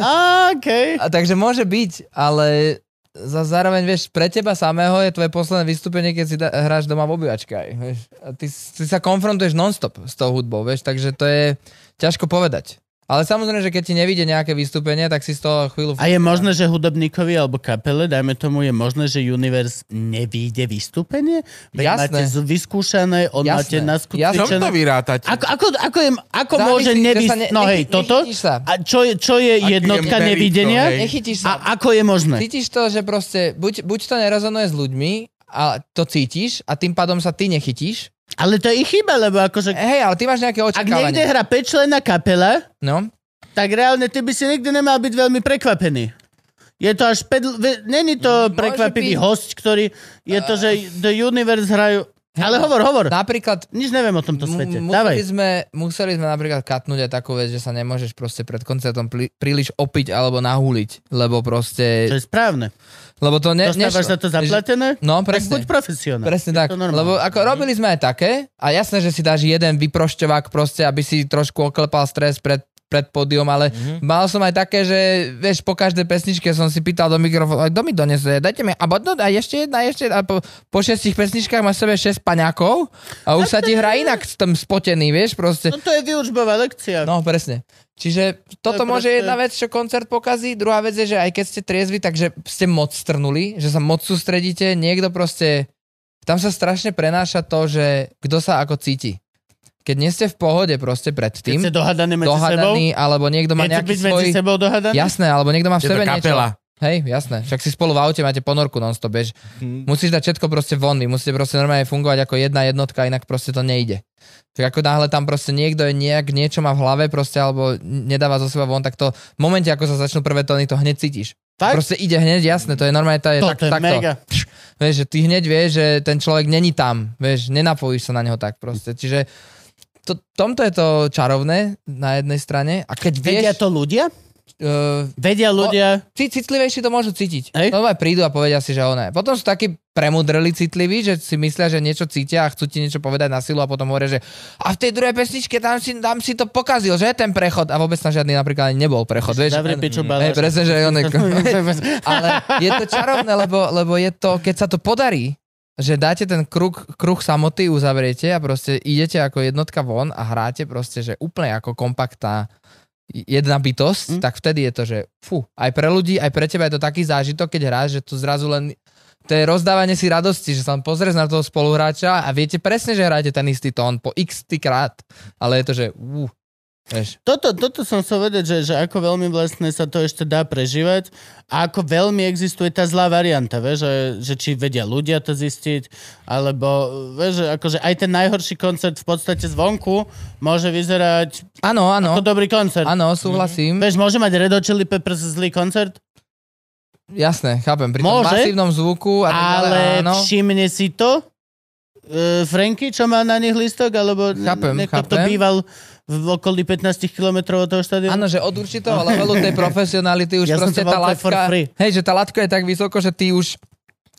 Á, okej.
a takže môže byť, ale za, zároveň, vieš, pre teba samého je tvoje posledné vystúpenie, keď si da, hráš doma v obývačke aj, vieš. A ty, s- ty sa konfrontuješ nonstop s tou hudbou, vieš, takže to je ťažko povedať. Ale samozrejme, že keď ti nevíde nejaké vystúpenie, tak si z toho chvíľu...
A je možné, že hudobníkovi alebo kapele, dajme tomu, je možné, že Universe nevíde vystúpenie? Veď
Jasné.
máte z- vyskúšané, on
Jasné.
máte
Čom
Jasné.
naskúšané.
to vyrátate?
Ako, ako, ako, je, ako
Závisí,
môže
že
nevys...
sa ne-
no
nechy-
hej, toto?
nechytíš sa.
A čo je, čo je
Aký je
jednotka
merit to,
nevidenia?
hej?
Nechytíš sa.
A ako je možné?
Cítiš to, že proste, buď, buď to nerezonuje s ľuďmi, a to cítiš a tým pádom sa ty nechytíš.
Ale to je ich chyba, lebo akože...
Hej, ale ty máš nejaké
Ak niekde
E, očakávanie.
hra 5 člena kapela,
No,
tak reálne ty by si nikdy nemal byť veľmi prekvapený. Je to až ped... ve- Není to
Môže
prekvapivý
byť.
host, ktorý... Je to, že The Universe hrajú... Ale hovor, hovor.
napríklad
Nič neviem o tomto
mu-
svete.
museli,
Dávaj.
sme, museli sme napríklad katnúť aj takú vec, že sa nemôžeš proste pred koncertom pli, príliš opiť alebo nahúliť, lebo
To
proste...
je správne.
Lebo to ne,
Dostávaš
nešlo.
za to zaplatené?
No,
Tak
presne.
buď profesionál.
Presne
Je
tak,
to normálne. Mhm.
lebo ako robili sme aj také a jasné, že si dáš jeden vyprošťovák proste, aby si trošku oklepal stres pred pred pódium, ale
Mhm.
mm-hmm. mal som aj také, že vieš, po každej pesničke som si pýtal do mikrofónu, aj kto mi donese, dajte mi, a, bodno, a ešte jedna, ešte jedna, a po, po šestich pesničkách máš v sebe šesť paňakov a už sa ti hrá inak s tým spotený, vieš, proste.
No to je výučbová lekcia.
No, presne. Čiže toto
To je
môže
proste-
jedna vec, čo koncert pokazí, druhá vec je, že aj keď ste triezvi, takže ste moc strnuli, že sa moc sústredíte, niekto proste... Tam sa strašne prenáša to, že kto sa ako cíti. Keď nie ste v pohode proste pred
Keď
tým,
ste dohadaní medzi
dohadaný, alebo niekto
sebou,
má
chcete
nejaký
byť
svoj...
medzi sebou dohadaný?
Jasné, alebo niekto má
Je
v
to
sebe niečo.
kapela.
Hej, jasné. Však si spolu v aute máte ponorku non-stop, bež.
Mhm.
Musíš dať všetko proste von, vy musíte proste normálne fungovať ako jedna jednotka, inak proste to nejde. Tak ako náhle tam proste niekto je nejak, niečo má v hlave proste, alebo nedáva zo seba von, tak to v momente, ako sa začnú prvé tóny, to hneď cítiš.
Tak?
Proste ide hneď, jasné, to je normálne, to je
To,
tak,
to je
takto.
mega.
Vieš, že ty hneď vieš, že ten človek není tam, vieš, nenapojíš sa na neho tak proste. Čiže to, tomto je to čarovné na jednej strane. A keď vieš...
Vedia to ľudia?
eh,
Vedia ľudia...
Tí citlivejší to môžu cítiť.
Hej.
No aj prídu a povedia si, že ona. Potom sú takí premudreli citliví, že si myslia, že niečo cítia a chcú ti niečo povedať na silu a potom hovoria, že a v tej druhej pesničke tam si, tam si to pokazil, že ten prechod. A vôbec tam žiadny napríklad ani nebol prechod. Vieš?
Zavri piču
Hej,
baláš.
presne, že on je... Ale je to čarovné, lebo, lebo je to, keď sa to podarí, že dáte ten kruh, kruh samoty, uzavriete a proste idete ako jednotka von a hráte proste, že úplne ako kompaktná jedna
Mm.
bytosť, mm. tak vtedy je to, že fú, aj pre ľudí, aj pre teba je to taký zážitok, keď hráš, že tu zrazu len to je rozdávanie si radosti, že sa len pozrieš na toho spoluhráča a viete presne, že hráte ten istý tón po x krát, ale je to, že uh, vieš,
Toto, toto som chcel vedieť, že, že ako veľmi vlastne sa to ešte dá prežívať a ako veľmi existuje tá zlá varianta, vieš, že, že či vedia ľudia to zistiť, alebo vieš, že akože aj ten najhorší koncert v podstate zvonku môže vyzerať
áno, áno,
ako dobrý koncert.
No. áno, súhlasím.
Vieš, môže mať Red Hot Chili Peppers zlý koncert,
Jasné, chápem. Pri tom
Môže,
masívnom zvuku a tak ďalej,
ale
áno.
všimne si to e, Franky, čo má na nich listok, alebo n-
Chápem,
niekto to
chápem.
býval v okolí 15 kilometrov od toho štadionu.
Áno, že od určitého levelu tej profesionality už
Ja som
proste
to mal úplne
tá
for
latka,
free.
hej, že tá latka je tak vysoko, že ty už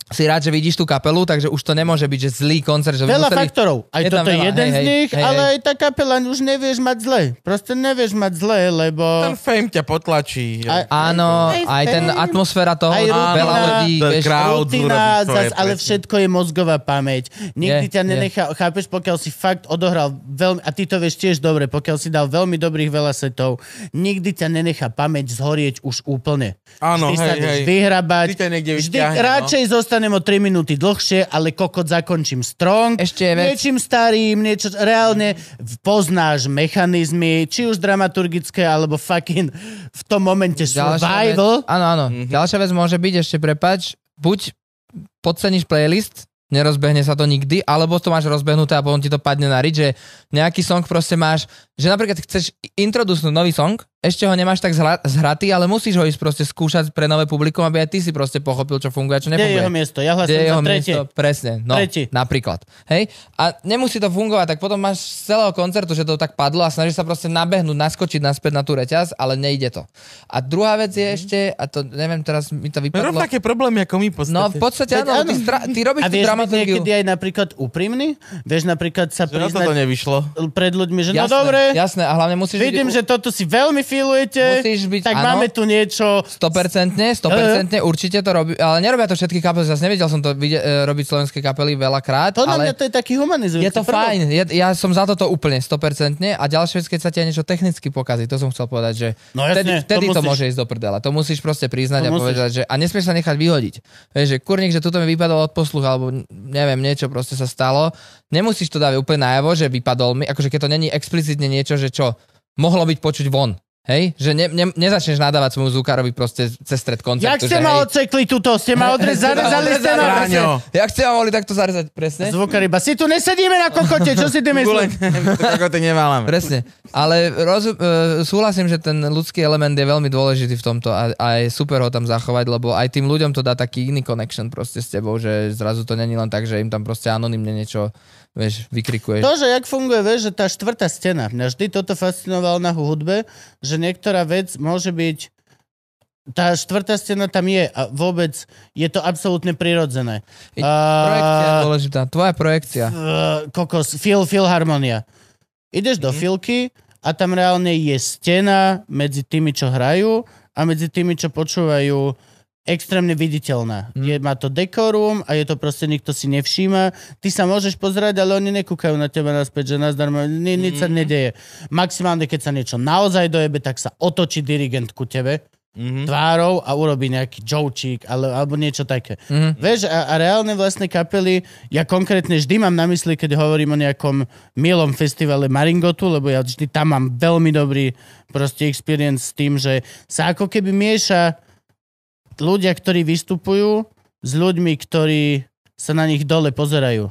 si rád, že vidíš tú kapelu, takže už to nemôže byť, že zlý koncert, že by
Veľa
museli...
faktorov. Aj
Je
toto
tam
je
veľa,
jeden
hej,
z
hej,
nich,
hej,
ale
hej.
aj tá kapela už nevieš mať zle. Proste nevieš mať zle, lebo...
Ten fame ťa potlačí.
A-
Áno,
Hej,
aj ten
hej.
atmosféra toho,
Aj rutina.
veľa ľudí,
To je
vieš,
krá- crowd
Rutina,
urobí svoje,
zas, ale
presne.
všetko je mozgová pamäť. Nikdy
Je,
ťa
je.
nenechá, chápeš, pokiaľ si fakt odohral veľmi, a ty to vieš tiež dobre, pokiaľ si dal veľmi dobrých veľa setov, nikdy ťa nenechá pamäť zhorieť už úplne.
Áno,
Vždy sa
hej,
ideš
hej.
vyhrabať.
Vždy ťa niekde
Vždy
vyťahne, no.
radšej zostanem o 3 minúty dlhšie, ale kokot zakončím strong.
Ešte je vec.
Niečím starým, niečo... Reálne poznáš mechanizmy, či už dramaturgické, alebo fucking v tom momente
vec,
survival.
áno, áno. Ďalšia vec môže byť, ešte prepač, buď podceníš playlist, nerozbehne sa to nikdy, alebo to máš rozbehnuté a potom ti to padne na rič, že nejaký song proste máš, že napríklad chceš introducnúť nový song, ešte ho nemáš tak zhra- zhratý, ale musíš ho ísť proste skúšať pre nové publikum, aby aj ty si proste pochopil, čo funguje a čo
Kde je jeho
nefunguje.
miesto? Ja hlasujem
Kde je
za
jeho
tretie.
miesto? Presne, no,
Tretí.
napríklad. Hej? A nemusí to fungovať, tak potom máš z celého koncertu, že to tak padlo a snažíš sa proste nabehnúť, naskočiť naspäť na tú reťaz, ale nejde to. A druhá vec
Mhm.
je ešte, a to neviem, teraz mi to vypadlo.
Rovnaké problémy ako my v podstate.
No v podstate
áno.
áno, ty, stra- ty robíš
A
tú
vieš byť
dramaturgiu.
niekedy aj napríklad úprimný? Vieš napríklad sa
Že na to
priznať
nevyšlo.
pred ľuďmi, že no
Jasné.
dobre, Ja
Jasné, a hlavne musíš
Vidím,
byť,
že toto si veľmi filujete.
Musíš byť,
tak
áno.
máme tu niečo...
100%, 100% určite to robí, ale nerobia to všetky kapely, zase nevedel som to vide, e, robiť slovenské kapely veľakrát,
To na
ale...
mňa to je taký humanizujúci.
Je to
prvok.
fajn, ja, ja som za toto úplne 100% a ďalšia vec, keď sa ti aj niečo technicky pokazí, to som chcel povedať, že
No jasne,
vtedy, vtedy
to
to,
musíš.
môže ísť do prdela, to musíš proste
To
priznať a
musíš.
povedať, že a nesmieš sa nechať vyhodiť. Vieš, že kurník, že tuto mi vypadol od posluch, alebo neviem, niečo proste sa stalo, nemusíš to dávať úplne najavo, že vypadol mi, akože keď to není explicitne niečo, že čo mohlo byť počuť von. Hej, že ne, ne, nezačneš nadávať svojmu zvukárovi proste cez stred
Jak
koncertu.
ste
že
ma
hej,
odsekli tuto? Ste ma odrez... zarezali ste ma...
odrezali. Braňo.
Jak ste ma mohli takto zarezať, presne?
Zvukar iba, si tu nesedíme na kokote, čo si ty myslíš?
Guleň, ako ty neválame.
Presne. Ale rozum, e, súhlasím, že ten ľudský element je veľmi dôležitý v tomto a, a je super ho tam zachovať, lebo aj tým ľuďom to dá taký iný connection proste s tebou, že zrazu to není len tak, že im tam proste anonymne niečo vieš, vykrikuješ.
To, že jak funguje, vieš, že tá štvrtá stena, mňa vždy toto fascinovalo na hudbe, že niektorá vec môže byť tá štvrtá stena tam je a vôbec je to absolútne prirodzené.
I- Projekcia je dôležitá. Tvoja projekcia.
uh, kokos, fil, filharmonia. Ideš do filky a tam reálne je stena medzi tými, čo hrajú a medzi tými, čo počúvajú extrémne viditeľná. Je, má to dekorum a je to proste, nikto si nevšíma. Ty sa môžeš pozerať, ale oni nekúkajú na teba naspäť, že nazdarmo, ni, nič sa nedeje. Maximálne, keď sa niečo naozaj dojebe, tak sa otočí dirigent ku tebe tvárou a urobí nejaký jočík ale, alebo niečo také.
Mhm.
Vieš, a, a reálne vlastne kapely, ja konkrétne vždy mám na mysli, keď hovorím o nejakom milom festivale Maringotu, lebo ja vždy tam mám veľmi dobrý proste experience s tým, že sa ako keby mieša ľudia, ktorí vystupujú s ľuďmi, ktorí sa na nich dole pozerajú.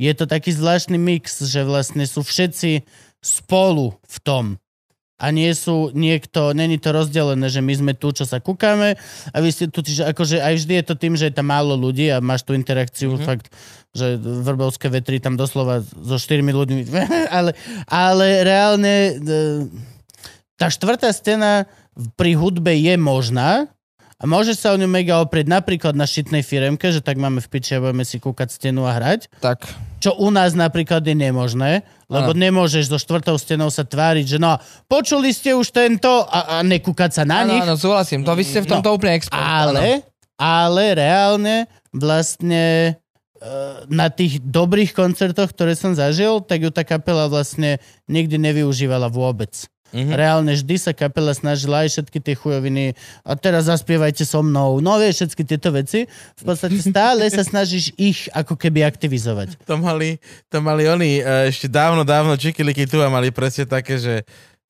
Je to taký zvláštny mix, že vlastne sú všetci spolu v tom a nie sú niekto, není to rozdelené, že my sme tu, čo sa kúkame a vy ste tu, čiže akože aj vždy je to tým, že je tam málo ľudí a máš tú interakciu mm-hmm. fakt, že vrbovské vetry tam doslova so štyrmi ľuďmi, ale, ale reálne e, tá štvrtá stena v- pri hudbe je možná a môže sa o ňu mega oprieť napríklad na šitnej firemke, že tak máme v piči a budeme si kúkať stenu a hrať,
Tak.
čo u nás napríklad je nemožné, lebo
Áno.
nemôžeš so štvrtou stenou sa tváriť, že no, počuli ste už tento a, a nekúkať sa na
Áno,
nich,
áno, súhlasím. To vy ste v tomto úplne expert. áno.
ale, ale reálne vlastne e, na tých dobrých koncertoch, ktoré som zažil, tak ju tá kapela vlastne nikdy nevyužívala vôbec.
Mhm.
Reálne vždy sa kapela snažila aj všetky tie chujoviny a teraz zaspievajte so mnou, no vieš, všetky tieto veci. V podstate stále sa snažíš ich ako keby aktivizovať.
To mali, to mali oni e, ešte dávno, dávno čikiliky tu a mali presne také, že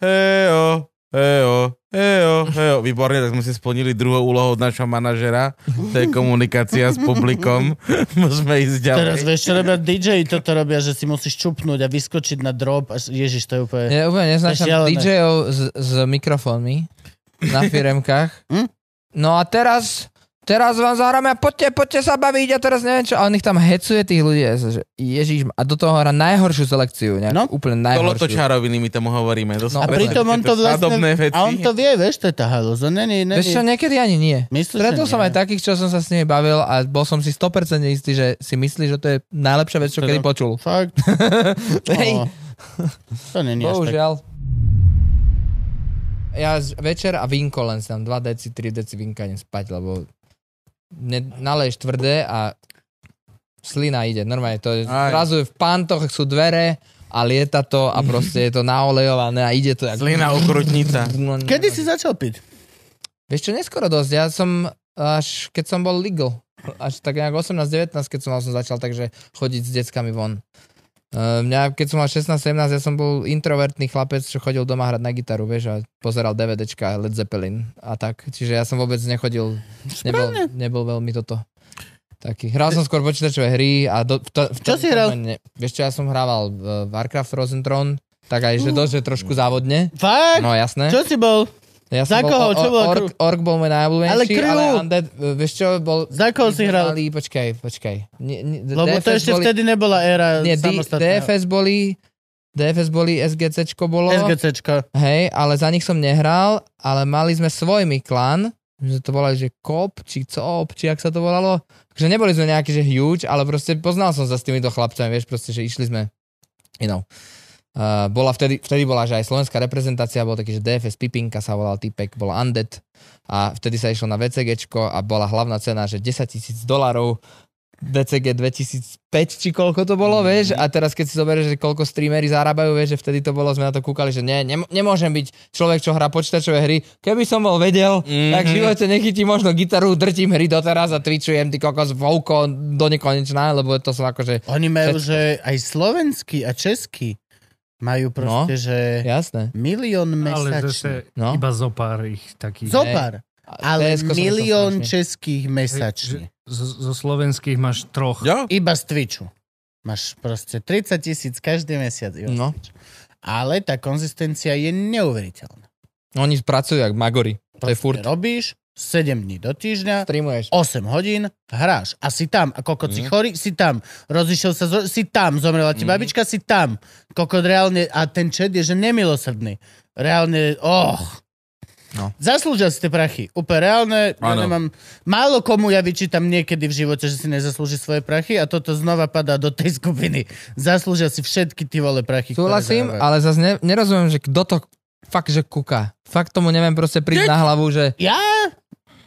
heo, heo, heo, heo. Výborne, tak sme si splnili druhou úlohu od našho manažera. To je komunikácia s publikom. Môžeme ísť ďalej.
Teraz vieš, čo robia DJ, toto robia, že si musíš čupnúť a vyskočiť na drop. A ježiš, to je úplne...
Ja úplne neznášam
To je šialené.
DJ-ov s, s mikrofónmi na firemkách.
Hm?
No a teraz, teraz vám zahráme a poďte, poďte sa baviť a teraz neviem čo. A on ich tam hecuje tých ľudí. Ja sa, že Ježiš, a do toho hrá najhoršiu selekciu. Nejak,
No.
no? Úplne
To
najhoršiu.
lotočároviny my tomu hovoríme. To sú
No,
A
presne,
pritom on to
Sadobné
vlastne...
veci.
A on to vie, vieš, to je tá No, halúz. On není, není...
Vieš čo, niekedy ani nie.
Myslíš, že
Stretol
nie?
som aj takých, čo som sa s nimi bavil a bol som si 100% istý, že si myslí, že to je najlepšia vec, čo
Teda-
kedy počul.
Fakt.
Hej.
No, to není až tak.
Bohužiaľ. Ja z- večer a vinko len sem, 2 deci, 3 deci vinka idem spať, lebo ne, naleješ tvrdé a slina ide, normálne to je,
Aj.
zrazu je v pantoch sú dvere a lieta to a proste je to naolejované a ide to. jak-
Zlina ukrutnica.
No, no.
Kedy si začal piť?
Vieš čo, neskoro dosť, ja som až keď som bol legal, až tak nejak 18-19, keď som, mal, som začal takže chodiť s deckami von. Uh, mňa, keď som mal 16-17, ja som bol introvertný chlapec, čo chodil doma hrať na gitaru, vieš, a pozeral DVDčka Led Zeppelin a tak. Čiže ja som vôbec nechodil, nebol, nebol veľmi toto taký. Hral som skôr počítačové hry a do, v to, v
Čo
tom-
si hral?
Ne, vieš čo, ja som hrával v Warcraft Frozen Throne, tak aj, že dosť, že trošku závodne.
Fakt?
No jasné.
Čo si bol?
No Ja
Za
som
koho?
bol, o-
Čo bola
o- ork,
krv?
ork bol môj najobľúbenejší,
Ale
ale,
krv!
ale Undead, e, vieš čo, bol...
Za koho si hral?
Malý, počkaj, počkaj. Nie, nie,
Lebo to ešte
boli,
vtedy nebola éra
Nie, D,
samostatná.
DFS boli... DFS boli, SGCčko bolo,
SGCčko.
hej, ale za nich som nehral, ale mali sme svoj mi klan, že to volali, že kop, či cop, či ak sa to volalo. Takže neboli sme nejaký, že huge, ale proste poznal som sa s týmito chlapcami, vieš, proste, že išli sme inou. Uh, bola vtedy, vtedy bola, že aj slovenská reprezentácia, bol taký, že DFS Pipinka sa volal typek, bola Undead a vtedy sa išlo na VCGčko a bola hlavná cena, že 10 tisíc dolarov DCG 2005, či koľko to bolo, vieš, a teraz keď si zoberieš, že koľko streamery zarábajú, vieš, že vtedy to bolo, sme na to kúkali, že nie, nem- nemôžem byť človek, čo hrá počítačové hry, keby som bol vedel, mm-hmm. tak v živote nechytím možno gitaru, drtím hry doteraz a twitchujem ty kokos vouko do nekonečná, lebo to som akože,
Oni majú, že aj slovenský a český majú
No.
proste, že
jasné.
milión
Ale
mesačne.
zase
No.
iba zo pár ich takých.
Zopár,
A
ale
TSK som myslel
milión
strašne.
českých mesačne.
Že zo, zo slovenských máš troch.
Jo?
Iba z Twitchu. Máš proste 30 tisíc každý mesiac. iba z
No.
Twitchu. Ale tá konzistencia je neuveriteľná.
Oni pracujú jak magori. To
Proste
je furt.
Robíš 7 dní do týždňa,
Streamuješ.
8 hodín, hráš a si tam. A kokot si chorý, si tam. Rozišiel sa, zo- si tam. Zomrela ti babička, si tam. Kokot reálne, a ten čet je, že nemilosrdný. Reálne, och.
No.
Zaslúžia si tie prachy. Úplne reálne. Ja
Áno.
nemám, málo komu ja vyčítam niekedy v živote, že si nezaslúži svoje prachy a toto znova padá do tej skupiny. Zaslúžia si všetky ty vole prachy. ktoré
Súhlasím,
zarábajú.
ale zase ne, nerozumiem, že kto to fakt, že kúka. Fakt tomu neviem proste prísť na hlavu, že
Ja?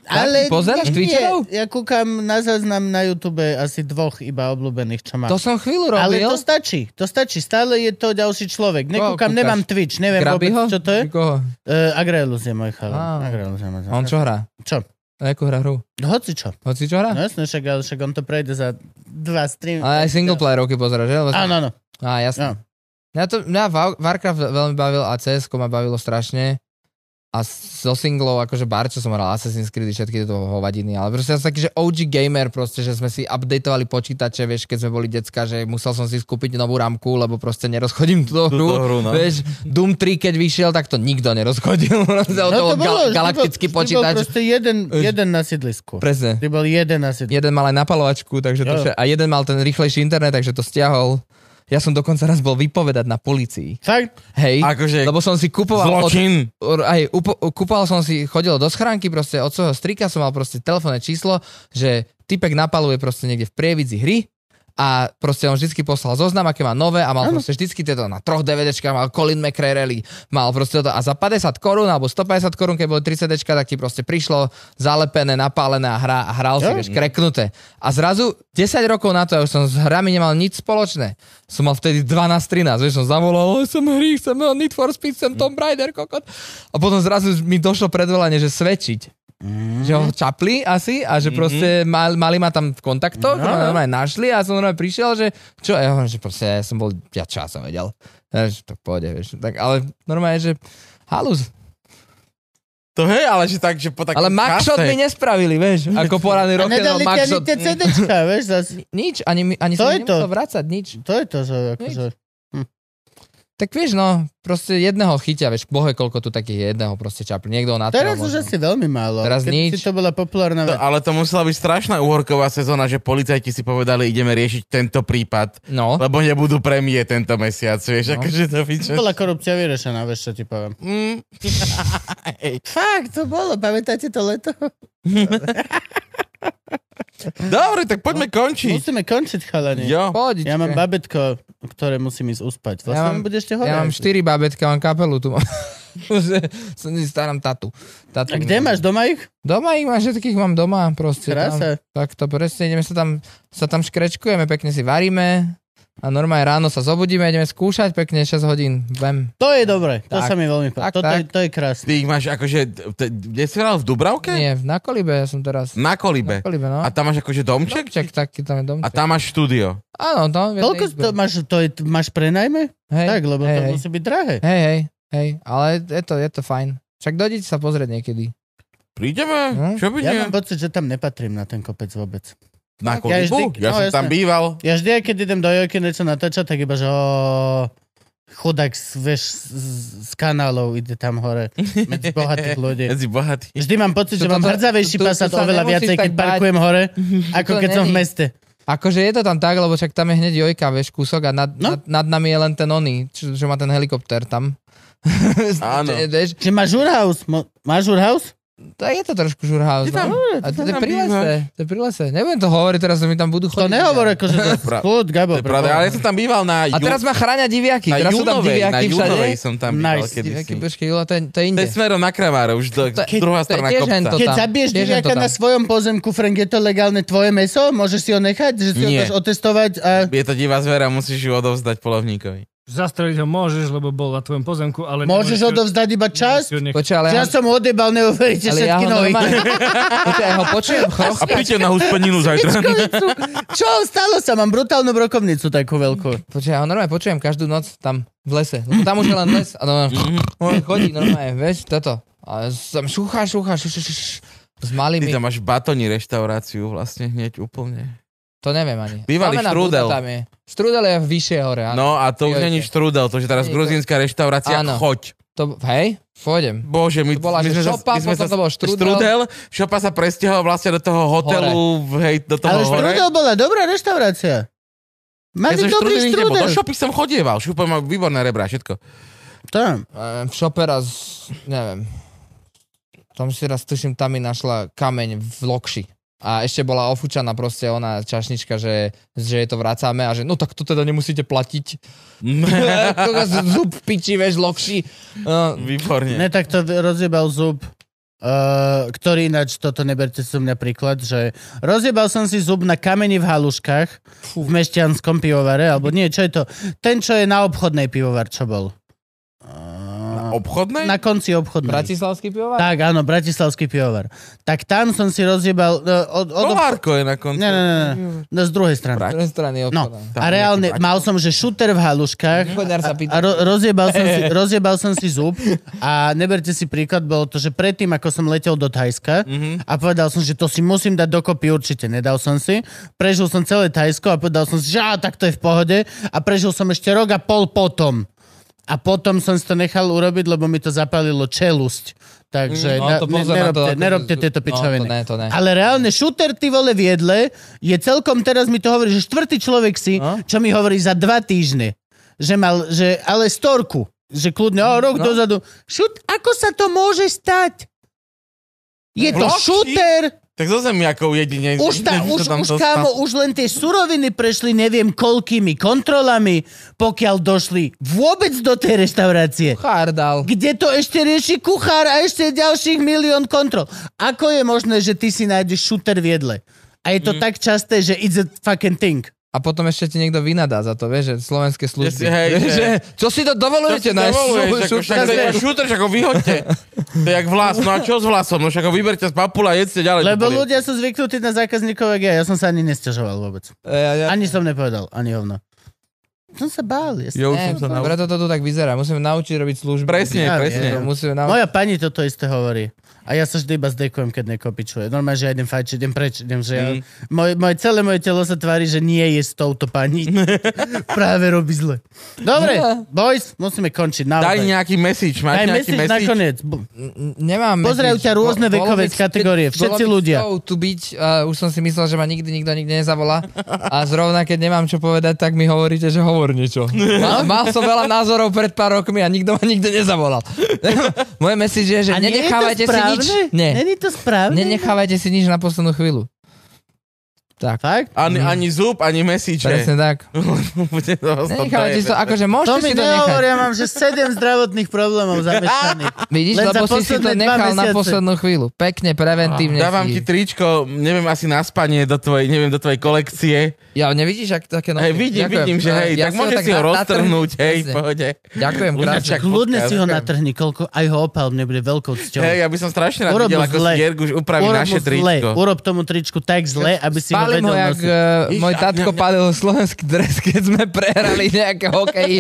Ale
pozeráš
nie,
Twitcherov?
Ja kúkam na záznam na YouTube asi dvoch iba obľúbených, čo mám.
to som chvíľu
Ale
robil.
to stačí, to stačí. Stále je to ďalší človek. Nekúkam,
kúkaš?
nemám Twitch, neviem
Grabi ho?
vôbec, čo to je.
Či
Uh,
Koho?
Agraelus je môj chalán.
Á.
Agraelus je môj
A on
chalán.
čo hrá?
Čo? No
Na Akú hra hru?
Hoci čo.
Hoci čo hrá?
No jasne, však, ale však on to prejde za dva stream.
Ale aj single playerovky pozeráš, že? Lebo-
Áno, áno.
Á,
No.
jasné. Mňa, to, mňa Wa- Warcraft veľmi bavil a cs ma bavilo strašne. A so singlov, akože bar, čo som hral, Assassin's Creed, všetky tieto hovadiny, ale proste ja som taký, že OG gamer proste, že sme si updateovali počítače, vieš, keď sme boli decka, že musel som si skúpiť novú ramku, lebo proste nerozchodím túto hru.
Túto hru, no.
Vieš, Doom 3, keď vyšiel, tak to nikto nerozchodil. No, to bol gal-
vždy
galaktický
vždy
počítač.
bol proste jeden,
Eh,
jeden na sídlisku.
Presne.
Ty bol jeden na sídlisku.
Jeden mal aj napalovačku, takže to
Jo.
vše, a jeden mal ten rýchlejší internet, takže to stiahol. Ja som dokonca raz bol vypovedať na policii.
Fakt?
Hej,
Akože
lebo som si kupoval...
zločin.
Od, aj upo, kupoval som si, chodil do schránky proste od svojho strika, som mal proste telefónne číslo, že typek napaluje proste niekde v prievidzi hry a proste on vždycky poslal zoznam, aké má nové a mal proste vždycky tieto na troch DVDčkách, mal Colin McRae Rally, mal proste to a za 50 korún alebo 150 korún, keď boli 30 dečka, tak ti proste prišlo zalepené, napálené a, hra, a hral si,
Jo.
vieš, kreknuté. A zrazu 10 rokov na to, ja už som s hrami nemal nič spoločné. Som mal vtedy 12-13, vieš, som zavolal, "O, som hry, som Need for Speed, som Tomb Raider, kokot. A potom zrazu mi došlo predvolanie, že svedčiť. Že ho čapli asi a že proste mal, mali ma tam v kontaktoch, no. ma normálne našli a som normálne prišiel, že čo, ja hovorím, že proste ja som bol, ja čo, ja som vedel. Ja, že to pôjde, vieš. Tak, ale normálne, že halus.
To hej, ale že tak, že po takom
Ale Maxshot
čase-
mi nespravili, vieš, ako poraný
A
rokenol
nedali ti ani
Maxshot.
tie CDčka, vieš? Zas.
Nič, ani, mi- ani
To
som
je to.
nemusel vrácať, nič.
To je to, že akože...
Tak vieš, no, proste jedného chytia, vieš, bohe, koľko tu takých je, jedného proste čapli. Niekto ho natrel
Teraz už
možno.
asi veľmi málo.
no. Teraz
Keď
nič.
si to bola populárna vec.
To, ale to musela byť strašná uhorková sezóna, že policajti si povedali, ideme riešiť tento prípad,
No,
lebo nebudú premie tento mesiac, vieš,
No.
no. akože to vyče...
Bola korupcia vyriešená, vieš čo ti poviem.
Mm,
Fakt, to bolo, pamätáte to leto?
dobre, tak poďme
No,
končiť.
Musíme končiť, chalani.
Jo.
poď.
Ja mám
babetku.
babetko, ktoré musím ísť uspať.
Ja
Vlastne
mám-
ja budeš ešte hore.
Ja mám štyri babetka, mám kapelu tu. mám. Že Som si starám tatu. tatu.
A kde máš doma ich?
Doma ich mám, všetkých mám doma proste. Tam,
Krása.
tak to presne, ideme sa tam, sa tam škrečkujeme, pekne si varíme a normálne ráno sa zobudíme, ideme skúšať pekne 6 hodín. Bam.
To je dobre, to
Tak,
sa mi veľmi
tak,
páči. To, to, je- to je krásne.
Ty ich máš akože... t- Kde si hral? V Dubravke?
Nie, na kolibe ja som teraz.
Na
Na
Kolibe.
kolibe, no.
A tam máš akože domček?
Domček, taký tam je
A
domček.
tam máš štúdio.
Áno, no. v jednej
Koľko
izbe.
to máš, to je, máš prenajme?
Hej,
tak, lebo
hej,
to
hej.
musí byť drahé.
Hej, hej, hej, ale je to, je to fajn. Však dojdite sa pozrieť niekedy.
Prídeme?
Hm?
Čo by
Ja
nie?
mám pocit, že tam nepatrím na ten kopec vôbec. Ja
Na Kolibu?
vždy-
Ja
no,
som tam
jasné.
býval.
Ja vždy, aj keď idem do Jojky niečo natáčať, tak iba, že ó, chudák, z- vieš, z, z kanálov ide tam hore, medzi bohatých ľudí.
Ja si bohatý.
Vždy mám pocit, že
To-
mám
to-
hrdzavejší
to- to- to
pasat
sa
oveľa
nemusíš
viacej,
tak
keď
báť.
parkujem hore, ako
To
keď som v
není.
meste.
Akože je to tam tak, lebo však tam je hneď Jojka, vieš, kúsok a nad, no?
No.
nad, nad nami je len ten oný, čo, čo má ten helikopter tam.
Áno.
Vieš,
Či máš Urhaus? Mo- máš Urhaus?
To je to trošku
Je
Žurhaus.
tam-
no.
je
A to, to je
tam
pri lese, to je pri lese. Nebudem to hovoriť, teraz mi tam
To
budú chodiť.
nehovor, ako, že to je
Pra-
chud, Gabo.
To je pravda, ale ja som tam býval na...
A
Ju-
teraz ma chráňa diviaky.
na
teraz sú tam
Junovej, na
diviaky všade.
Junovej som tam býval
Nice.
Diviaky,
kedysi.
počkej, Jula, to je, to je
To
inde.
je smerom na Kravárov, už do,
je-
druhá
to je
strana
tiež
kopca.
hento.
Keď
tam.
zabiješ
Tiež je to
diviaka
tam.
na svojom pozemku, Frank, je to legálne tvoje meso? Môžeš si ho nechať? Že si ho
Nie.
dáš otestovať? A...
Je to divá zvera, musíš ju odovzdať polovníkovi.
Zastreliť ho môžeš, lebo bol na tvojom pozemku, ale...
Môžeš odovzdať iba časť?
Počkaj, ale,
Ja
ja,
som ho odebal, neuveríte
ale ja
všetky
ho
nohy.
normálne... Počkaj, ja ho počujem
A
chrochkať.
príďte na huspaninu zajtra.
Čo? Stalo sa, mám brutálnu brokovnicu takú veľkú.
Počkaj, ja ho normálne počujem každú noc tam v lese. Lebo tam už je len les. A normálne,
Mhm.
on chodí normálne, vieš, toto. A som šúcha, šúcha, šúcha, šúcha, s
Ty
malými,
tam máš batoni reštauráciu vlastne hneď úplne.
to neviem ani.
Bývalý
Znamená,
štrúdel.
Buda Tam je. Štrúdel je vyššie hore, áno.
No a to už
Jojte.
není štrúdel, to že teraz
Nie, to-
gruzínska reštaurácia,
Áno.
choď.
To, hej, pôjdem.
Bože, my,
To bola,
my
že
sme
šopa,
sa, my sme
potom
sa,
to bol štrúdel.
šopa sa presťahoval vlastne do toho hotelu, v, hej, do toho
Ale
hore.
štrúdel bola dobrá reštaurácia.
Ja
Mali
som
dobrý
štrúdel nikde bol, do
štrúdel.
šopy som chodieval, šopa má výborné rebra, všetko.
Tam.
E, šopera z, neviem. Tam si raz, tuším, tam mi našla kameň v lokši. A ešte bola ofúčaná proste ona čašnička, že, že je to vracáme a že no tak to teda nemusíte platiť. Kokos, Zub v piči, vieš, lokši. No,
Výborne.
Ne, tak to rozjebal zub, uh, ktorý ináč, toto neberte si mňa príklad, že rozjebal som si zub na kameni v Haluškách v Mešťanskom pivovare, alebo nie, čo je to? Ten, čo je na obchodnej pivovar, čo bol? Uh,
Obchodné?
na konci obchodnej.
Bratislavský pivovar?
Tak, áno, Bratislavský pivovar. Tak tam som si rozjebal... Uh, od, od,
Kolárko je na konci.
ne, ne, ne, ne, no, z druhej strany.
Z druhej strany
No,
obchoda.
a reálne, mal som, že šuter v haluškách
Hm?
a,
Chodňar sa
a
pýta.
ro, rozjebal, som si, rozjebal som si zub a neberte si príklad, bolo to, že predtým, ako som letel do Thajska
Mhm.
a povedal som, že to si musím dať dokopy určite, nedal som si. Prežil som celé Thajsko a povedal som si, že á, tak to je v pohode a prežil som ešte rok a pol potom. A potom som si to nechal urobiť, lebo mi to zapalilo čelusť. Takže
No,
na,
to
ne,
pozor na to,
nerobte,
ako-
nerobte tieto
no, to
pičoviny.
ne, to ne.
Ale reálne, šúter ty vole v jedle je celkom, teraz mi to hovorí, že štvrtý človek si,
No.
čo mi hovorí za dva týždne, že mal, že, ale storku, že kľudne, o, rok
No.
dozadu. Šut, ako sa to môže stať? Je to
Vlhší?
šúter,
Tak zo zemiakov jedine.
už, tá,
jedine,
už,
čo tam
už,
dostal.
kámo, už len tie suroviny prešli neviem koľkými kontrolami, pokiaľ došli vôbec do tej reštaurácie
Chárdal.
kde to ešte rieši kuchár a ešte ďalších milión kontrol. Ako je možné, že ty si nájdeš šúter v jedle? A je to mm. tak časté, že it's a fucking thing.
A potom ešte ti niekto vynadá za to, vieš, že slovenské
si-
služby.
hej,
Vieš,
že-
že, čo si to dovolujete?
na
nájsť sú-
šúter.
sú-
Však to je šúter, však ho vyhoďte. To je jak vlas. No a čo s vlasom? No však ho vyberte z papula a jedzte ďalej.
Lebo
To boli-
ľudia sú zvyknutí na zákazníkov, ja, ja som sa ani nestiažoval vôbec.
E, ja- ja-
Ani som nepovedal, ani hovno. Som sa bál. Ja som...
Ja už
Ne,
som sa naučil.
Preto to tu tak vyzerá. Musíme naučiť robiť službu.
Presne,
Ja
presne.
viem.
Musíme
no.
naučiť.
Moja pani toto isté hovorí. A ja sa vždy iba zdekujem, keď nekopičuje. Normálne, že ja idem fajčiť, idem preč, idem, že ja...
Mm.
Moj, moje, celé moje telo sa tvári, že nie je s touto pani. Práve robí zle. Dobre,
Ja.
boys, musíme končiť.
No. Daj
naozaj.
nejaký message, máš
Daj
nejaký
message
message?
nakoniec.
N- Nemám...
Pozerajú
message.
ťa rôzne
Bolo
vekové
mi st-
kategórie,
bolo
všetci
mi
ľudia.
cťou tu byť, uh, už som si myslel, že ma nikdy nikto nikdy nezavolá. A zrovna, keď nemám čo povedať, tak mi hovoríte, že hovor
No.
niečo. Mal, mal som veľa názorov pred pár rokmi a nikto ma nikdy nezavolal. Moje message je, že
A nie je to
nenechávajte si nič.
správne?
Nie,
Není to správne?
nenechávajte si nič na poslednú chvíľu. Tak,
Fakt?
Ani, ani zub, ani message.
presne tak.
Bude to ostatné.
Nenechávajte si to, akože
To
môžete si
mi
to nechať.
nehovor, ja mám, že 7 zdravotných problémov zamestnaných.
Vidíš,
Len
lebo
za
si si to
posledné dva
nechal na
mesiace.
poslednú chvíľu. Pekne, preventívne.
Dávam ti
si.
tričko, neviem, asi na spanie do tvojej, neviem, do tvojej kolekcie.
Ja nevidíš, ak také
Hej, vidím, vidím, že hej, tak
si
môžeš si ho
No, na-
roztrhnúť, hej, v
Presne.
pohode.
Ďakujem,
Ľudia
krásne.
čak-
Kľudne si ho
Ďakujem.
natrhni, koľko aj ho opal, mne bude veľkou cťou.
Hej, ja by som strašne rád
Urob
videl,
mu
ako
zle.
si Jergu už upraví
Urob
naše
mu zle,
tričko.
urob tomu tričku tak zle, aby si ho
Spálim
vedel
ho, jak
nosiť.
uh, môj
Iš, a-
tatko
mňa-
palil slovenský dres, keď sme prehrali nejaké hokeji.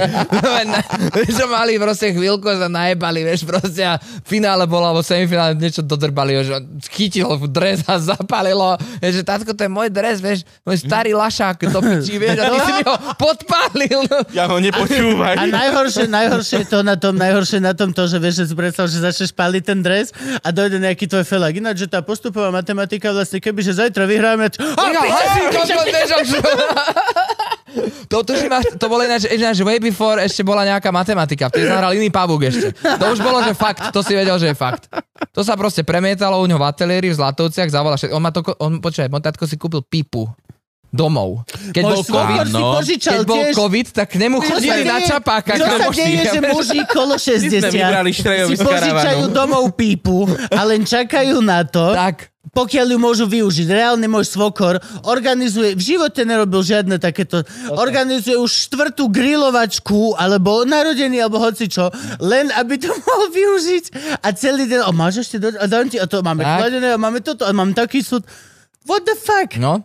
Čo mali proste chvíľku a sa najebali, vieš, proste a v finále bolo, alebo v semifinále niečo dodrbali, že on chytil dres a zapalilo. Je, že tatko, to je môj dres, vieš, môj starý lašák, to pičí, vieš, a ty si mi ho podpálil.
Ja ho nepočúvaj.
A najhoršie, najhoršie je to na tom, najhoršie na tom to, že vieš, že si predstav, že začneš paliť ten dres a dojde nejaký tvoj felak. Ináč, že tá postupová matematika vlastne, keby, že zajtra vyhráme...
Ja,
A,
hasi, kokot, vieš, a- To, tuším, až- to bolo ináč, ináč way before ešte bola nejaká matematika, vtedy sa hral iný pavúk ešte. To už bolo, že fakt, to si vedel, že je fakt. To sa proste premietalo u ňo v ateliéri, v Zlatovciach, zavolal všetko. On, ma to, ko- on počkaj, môj tatko si kúpil pipu domov. Keď bol
Môj
COVID,
svokor si
no.
požičal
keď bol
tiež.
COVID, tak k nemu chodili
sa
na
deje-
čapáka.
Čo sa
kamoši.
deje, že muži kolo 60
vybrali Štrejov
si
z karavanu.
požičajú domov pípu a len čakajú na to,
Tak,
pokiaľ ju môžu využiť. Reálne môj svokor organizuje, v živote nerobil žiadne takéto, organizuje už štvrtú grilovačku, alebo narodený, alebo hocičo, len aby to mohol využiť. A celý deň, a máš ešte, do, a dám ti, a to máme
Tak.
chladené, a máme toto, a mám taký súd. What the fuck?
no.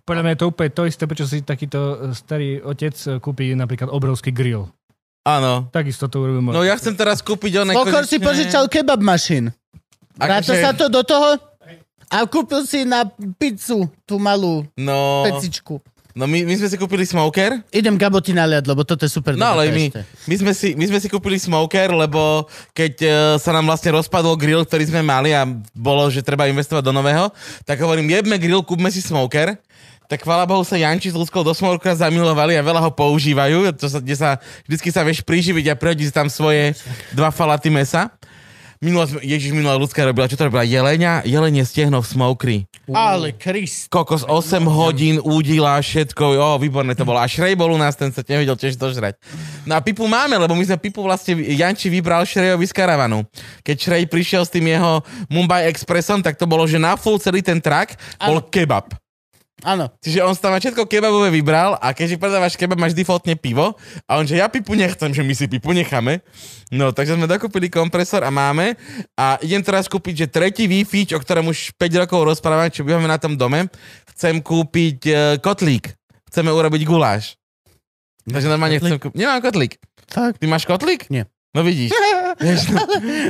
Podľa mňa je to úplne to isté, prečo si takýto eh, starý otec eh, kúpi napríklad obrovský grill.
Áno.
Takisto to urobí môj.
No ja chcem teraz kúpiť oné... Akože
Svokor si požičal kebab mašín. Ráta sa to do toho? A kúpil si na pizzu tú malú
No,
pecičku.
no my, my sme si kúpili smoker.
Idem Gaboti naliať, lebo toto je super.
No ale
dobré
my,
ešte.
my, sme si, my sme si kúpili smoker, lebo keď e, sa nám vlastne rozpadol grill, ktorý sme mali a bolo, že treba investovať do nového, tak hovorím, jebme grill, kúpme si smoker. Tak chvála Bohu sa Janči s Ľudskou do smokera zamilovali a veľa ho používajú, to sa, kde sa, vždycky sa vieš priživiť a prehodiť si tam svoje dva falaty mesa. Minula, sme- Ježiš, minulá ľudská robila, čo to robila? Jelenia? Jelenie stehno v smokri.
Ale Krist.
Kokos 8 hodín údila všetko, jo, výborné to bolo. A Šrej bol u nás, ten sa nevedel tiež dožrať. No a Pipu máme, lebo my sme Pipu vlastne, Janči vybral Šrejovi z karavanu. Keď Šrej prišiel s tým jeho Mumbai Expressom, tak to bolo, že na full celý ten track bol kebab.
Áno.
Čiže on tam všetko kebabové vybral a keďže predávaš kebab, máš defaultne pivo a on, že ja pipu nechcem, že my si pipu necháme. No, takže sme dokúpili kompresor a máme a idem teraz kúpiť, že tretí wi o ktorom už 5 rokov rozprávam, čo bývame na tom dome, chcem kúpiť e, kotlík. Chceme urobiť guláš. Takže normálne
kotlík?
chcem kúpiť. Nemám kotlík.
Tak.
Ty máš kotlík?
Nie.
No vidíš. Vieš, no.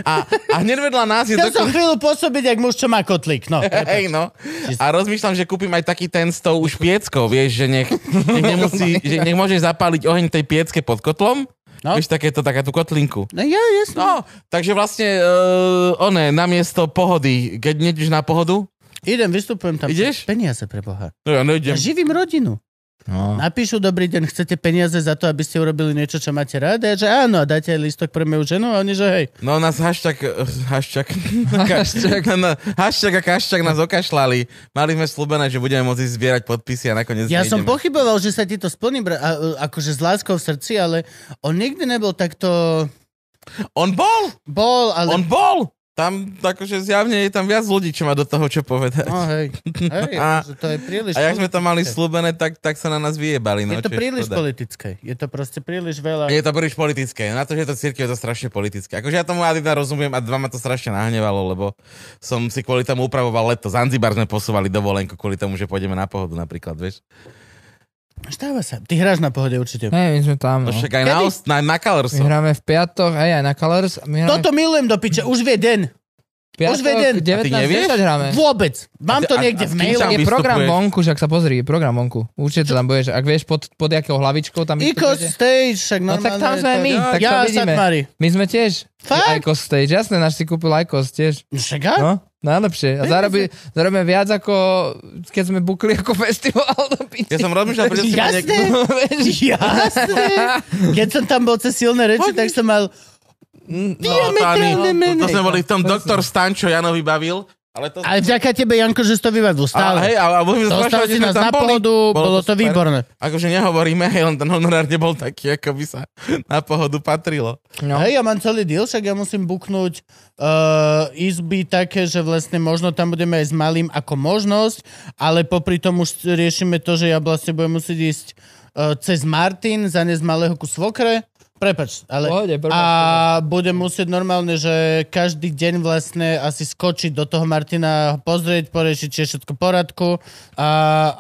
A, a hneď vedľa nás je...
Chcel
dokonca-
som chvíľu pôsobiť, jak muž, čo má kotlik. No.
Hej, no. A rozmýšľam, že kúpim aj taký ten s tou už pieckou, vieš, že nech, nech, nemusí, že nech môžeš zapáliť oheň tej piecke pod kotlom.
No.
No. Vieš, takéto, takáto kotlinku.
No ja, jasno.
No, takže vlastne, uh, one, namiesto pohody, keď nejdeš na pohodu,
Idem, vystupujem tam.
Ideš?
Peniaze pre Boha.
no ja nejdem.
Ja živím rodinu.
no.
Napíšu, dobrý deň, chcete peniaze za to, aby ste urobili niečo, čo máte rada? Ja, že áno, a dáte aj listok pre moju ženu? A oni, že hej.
No nás hašťak, eh, hašťak,
Haščák.
na- hašťak a kašťak nás okašľali. Mali sme slúbené, že budeme môcť ísť zbierať podpisy a nakoniec
Ja som
nejdeme.
pochyboval, že sa ti to splní, bra- a, a- akože s láskou v srdci, ale on nikdy nebol takto...
On bol,
Bol, ale...
on bol! Tam, akože zjavne je tam viac ľudí, čo má do toho čo povedať.
No hej, hej
A-
akože to je príliš...
A jak sme to mali
politické.
slúbené, tak, tak sa na nás vyjebali. No,
Je to
čo
príliš
škoda.
politické. Je to proste príliš veľa...
Je to príliš politické. Na to, že je to církev, je to strašne politické. Akože ja tomu Adida rozumiem a dva ma to strašne nahnevalo, lebo som si kvôli tomu upravoval leto. Zanzibar sme posúvali dovolenku kvôli tomu, že pôjdeme na pohodu napríklad, vieš.
Stáva sa. Ty hráš na pohode určite.
Hej, my sme tam.
No
No.
však aj na,
Kedy?
Aust- na, na
My
Kalorso.
hráme v piatok, hej, aj na Colors. My hráme
Toto milujem do piče, už vie deň.
v piatok,
už veden. A ty
19.10 hráme.
Vôbec. Mám
A ty-
to
a-
niekde
a
v
s kým
maile.
tam
Je program
vystupuješ?
vonku, však sa pozri, je program vonku. Určite tam budeš, ak vieš pod, pod jakou hlavičkou tam
Icos
vystupujete.
Stage, však
No
normálne.
tak tam sme
je to-
my, tak
ja
to vidíme.
Satmari.
My sme tiež.
Fakt?
Icos stage, jasné, náš si kúpil Icos tiež.
Však áno.
No, najlepšie. A zarobí, zarobíme viac ako keď sme bukli ako festival. do
Ja
piči.
som rozmýšľal, prečo si ma
Jasné.
niekto...
Jasne. Keď som tam bol cez silné reči, tak som mal... Diametrálne
Mm, no, to, to
menej.
sme boli v tom doktor Stan, čo Jano vybavil. Ale to...
Ale vďaka tebe, Janko, že si to vyvedol
A,
stále.
hej, a, a budeme sa
Dostal
sprašovať,
si
kde sme
nás
tam
na
boli.
pohodu, bolo to
super.
výborné.
Akože nehovoríme, hej, len ten honorár nebol taký, ako by sa na pohodu patrilo.
No.
Hej, ja mám celý diel, však ja musím buknúť uh, izby také, že vlastne možno tam budeme aj s malým ako možnosť, ale popri tom už riešime to, že ja vlastne budem musieť ísť uh, cez Martin, zaniesť malého ku svokre. Prepač, ale...
Pohode, prepáč,
a budem musieť normálne, že každý deň vlastne asi skočiť do toho Martina, ho pozrieť, poriešiť, či je všetko v poradku. A,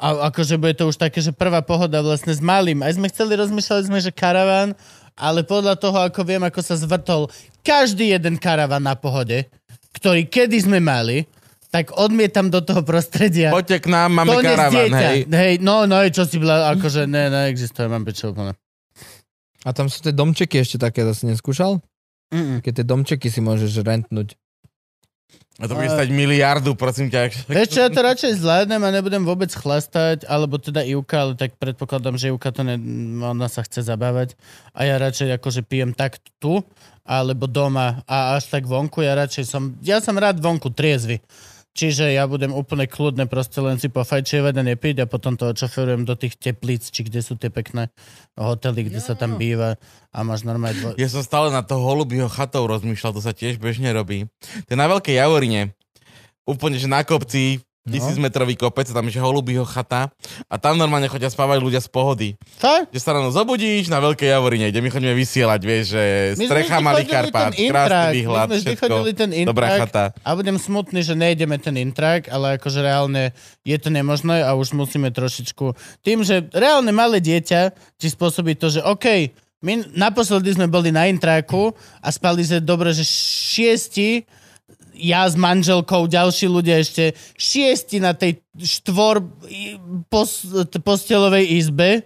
a akože bude to už také, že prvá pohoda vlastne s malým. Aj sme chceli, rozmýšľali sme, že karaván, ale podľa toho, ako viem, ako sa zvrtol každý jeden karaván na pohode, ktorý kedy sme mali, tak odmietam do toho prostredia.
Poďte k nám, máme
Konec
karavan,
dieťa.
hej.
hej. no, no, čo si bola, akože, ne, neexistuje, mám pečo úplne.
A tam sú tie domčeky ešte také, zase neskúšal?
Mm-mm.
Keď tie domčeky si môžeš rentnúť.
A to bude stať miliardu, prosím ťa.
Vieš čo, ja to radšej zvládnem a nebudem vôbec chlastať, alebo teda Ivka, ale tak predpokladám, že Ivka to ne... ona sa chce zabávať a ja radšej akože pijem tak tu, alebo doma a až tak vonku, ja radšej som, ja som rád vonku triezvy. Čiže ja budem úplne kľudne, proste len si pofajčievať a nepiť a potom to očoferujem do tých teplíc, či kde sú tie pekné hotely, kde sa tam býva a máš normálne... Dvo...
Ja som stále na to holubího chatou rozmýšľal, to sa tiež bežne robí. To je na Veľkej Javorine. Úplne, že na kopci, tisícmetrový kopec, tam je že holubího chata a tam normálne chodia spávať ľudia z pohody.
Tak?
Že sa ráno zobudíš na Veľkej Javorine, kde my chodíme vysielať, vieš, že strecha malý Karpát, krásny výhľad,
my sme vždy
všetko,
chodili ten
dobrá
intrak
chata.
a budem smutný, že nejdeme ten intrak, ale akože reálne je to nemožné a už musíme trošičku... Tým, že reálne malé dieťa ti spôsobí to, že OK, my naposledy sme boli na intraku a spali sme dobre, že šiesti ja s manželkou, ďalší ľudia ešte šiesti na tej štvor i- pos, t- postelovej izbe.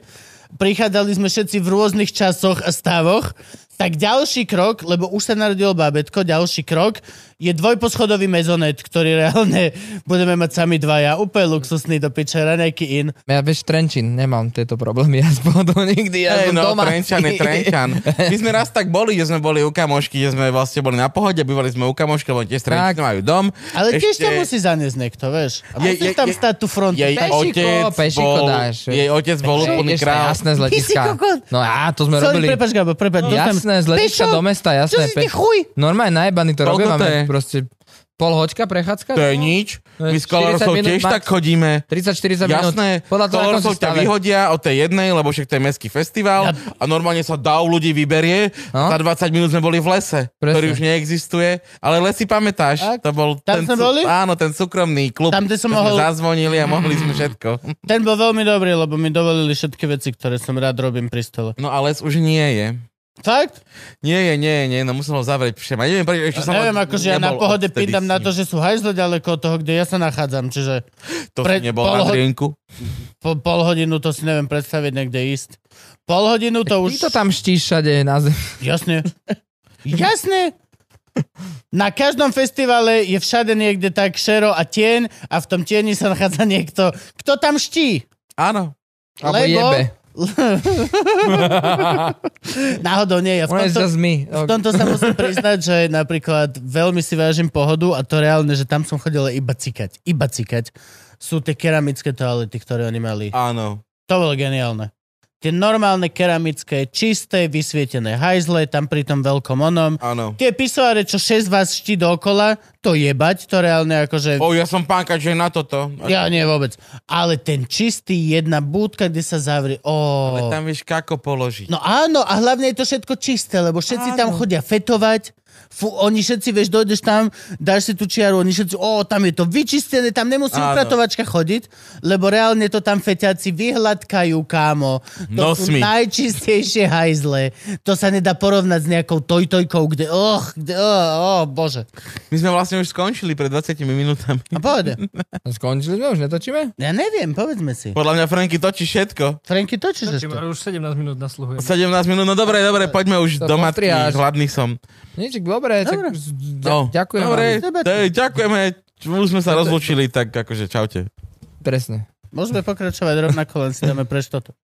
Prichádzali sme všetci v rôznych časoch a stavoch. Tak ďalší krok, lebo už sa narodilo bábetko, ďalší krok je dvojposchodový mezonet, ktorý reálne budeme mať sami dvaja. Úplne luxusný do piče, raňajky in.
Ja vieš, Trenčín, nemám tieto problémy, ja z pohodou nikdy, ja
Hej,
som
no,
doma.
Trenčan je Trenčan. My sme raz tak boli, že sme boli u kamošky, že sme vlastne boli na pohode, bývali sme u kamošky, lebo tiež Trenčan majú dom.
Ale tiež
Ešte-
tam musí zaniesť niekto, vieš. A
Je-
musíš
je-
tam
je-
stať tú frontu.
Jej
Pešiko,
otec
pešiko
bol,
dáš.
jej otec bol
Že
úplný
ideš na
král.
jasné z letiska.
Ty si kokot.
No a to sme
Sorry,
robili.
prepáč, Gabo, prepáč. dostanem-
Jasné, z letiska
Pešo,
do mesta,
Čo
jasné.
si ty
pe-
chuj?
Normálne najebaný to
Koľko
robíme,
to je?
máme proste pol hoďka prechádzka.
To je nič. My s
40
Kolorsou
minút
tiež
max.
tak chodíme.
30-40 minút.
Jasné,
Podľa toho, ako
Kolorsov
si
ťa
stave.
vyhodia od tej jednej, lebo však to je mestský festival a normálne sa dav ľudí vyberie.
No.
Za 20 minút sme boli v lese,
Presne.
ktorý už neexistuje. Ale les si pamätáš,
Tak.
to bol
Tam
ten,
sme
sú-
boli?
áno, ten súkromný klub.
Tam, kde som
sme
mohol-
Zazvonili a mohli sme všetko.
Ten bol veľmi dobrý, lebo mi dovolili všetky veci, ktoré som rád robím pri stole.
No a les už nie je.
Fakt?
Nie je, nie je, nie, no musel ho zavrieť všem. A neviem, prečo, ešte som ho
neviem, akože ja na
nebol
pohode
odtedy
pýtam
s
na
ním.
to, že sú hajzle ďaleko od toho, kde ja sa nachádzam, čiže
To
pred-
nebol
pol
na
hod-
drienku.
po pol hodinu to si neviem predstaviť niekde ísť. Pol hodinu to
Ty
už...
to tam štíš všade na zem.
Jasne. Jasne. Na každom festivale je všade niekde tak šero a tieň a v tom tieni sa nachádza niekto, kto tam ští.
Áno.
Alebo
Lebo-
jebe.
Náhodou nie, ja v
Ono je
tomto,
just me.
V tomto sa musím priznať, že napríklad veľmi si vážim pohodu a to reálne, že tam som chodil iba cikať. Iba cikať. Sú tie keramické toalety, ktoré oni mali.
Áno.
To bolo geniálne. Tie normálne keramické, čisté, vysvietené hajzle, tam pri tom veľkom onom.
Áno.
Tie pisoáre, čo 6 vás ští dookola, to jebať, to reálne akože...
O, ja som pánka, že na toto.
Ja nie vôbec. Ale ten čistý, jedna búdka, kde sa zavrie. Oh.
Ale tam vieš, kako položiť.
No áno, a hlavne je to všetko čisté, lebo všetci áno. tam
Áno.
chodia fetovať, Fú, oni všetci, vieš, dojdeš tam, dáš si tú čiaru, oni všetci, o, tam je to vyčistené, tam nemusí
Áno.
upratovačka chodiť, lebo reálne to tam feťáci vyhľadkajú, kámo. To sú
Nosmi.
najčistejšie hajzle. To sa nedá porovnať s nejakou tojtojkou, kde, och, kde, oh, oh, bože.
My sme vlastne už skončili pred 20 minútami.
A povede.
Skončili sme už, netočíme?
Ja neviem, povedzme si.
Podľa mňa Franky točí všetko.
Franky, točíš
Čiže
ešte?
už 17 minút nasluhujem.
17 minút, no dobre, dobre, poďme už
To
do matky,
postriháš.
hladný som.
Nič, dobre. tak
Dobre.
z-
No.
ďa- Ďakujem
dobre,
vám.
vám.
to je- ďakujeme, už sme sa rozlúčili, tak akože čaute.
Presne.
Môžeme pokračovať rovnako, len si dáme preč toto.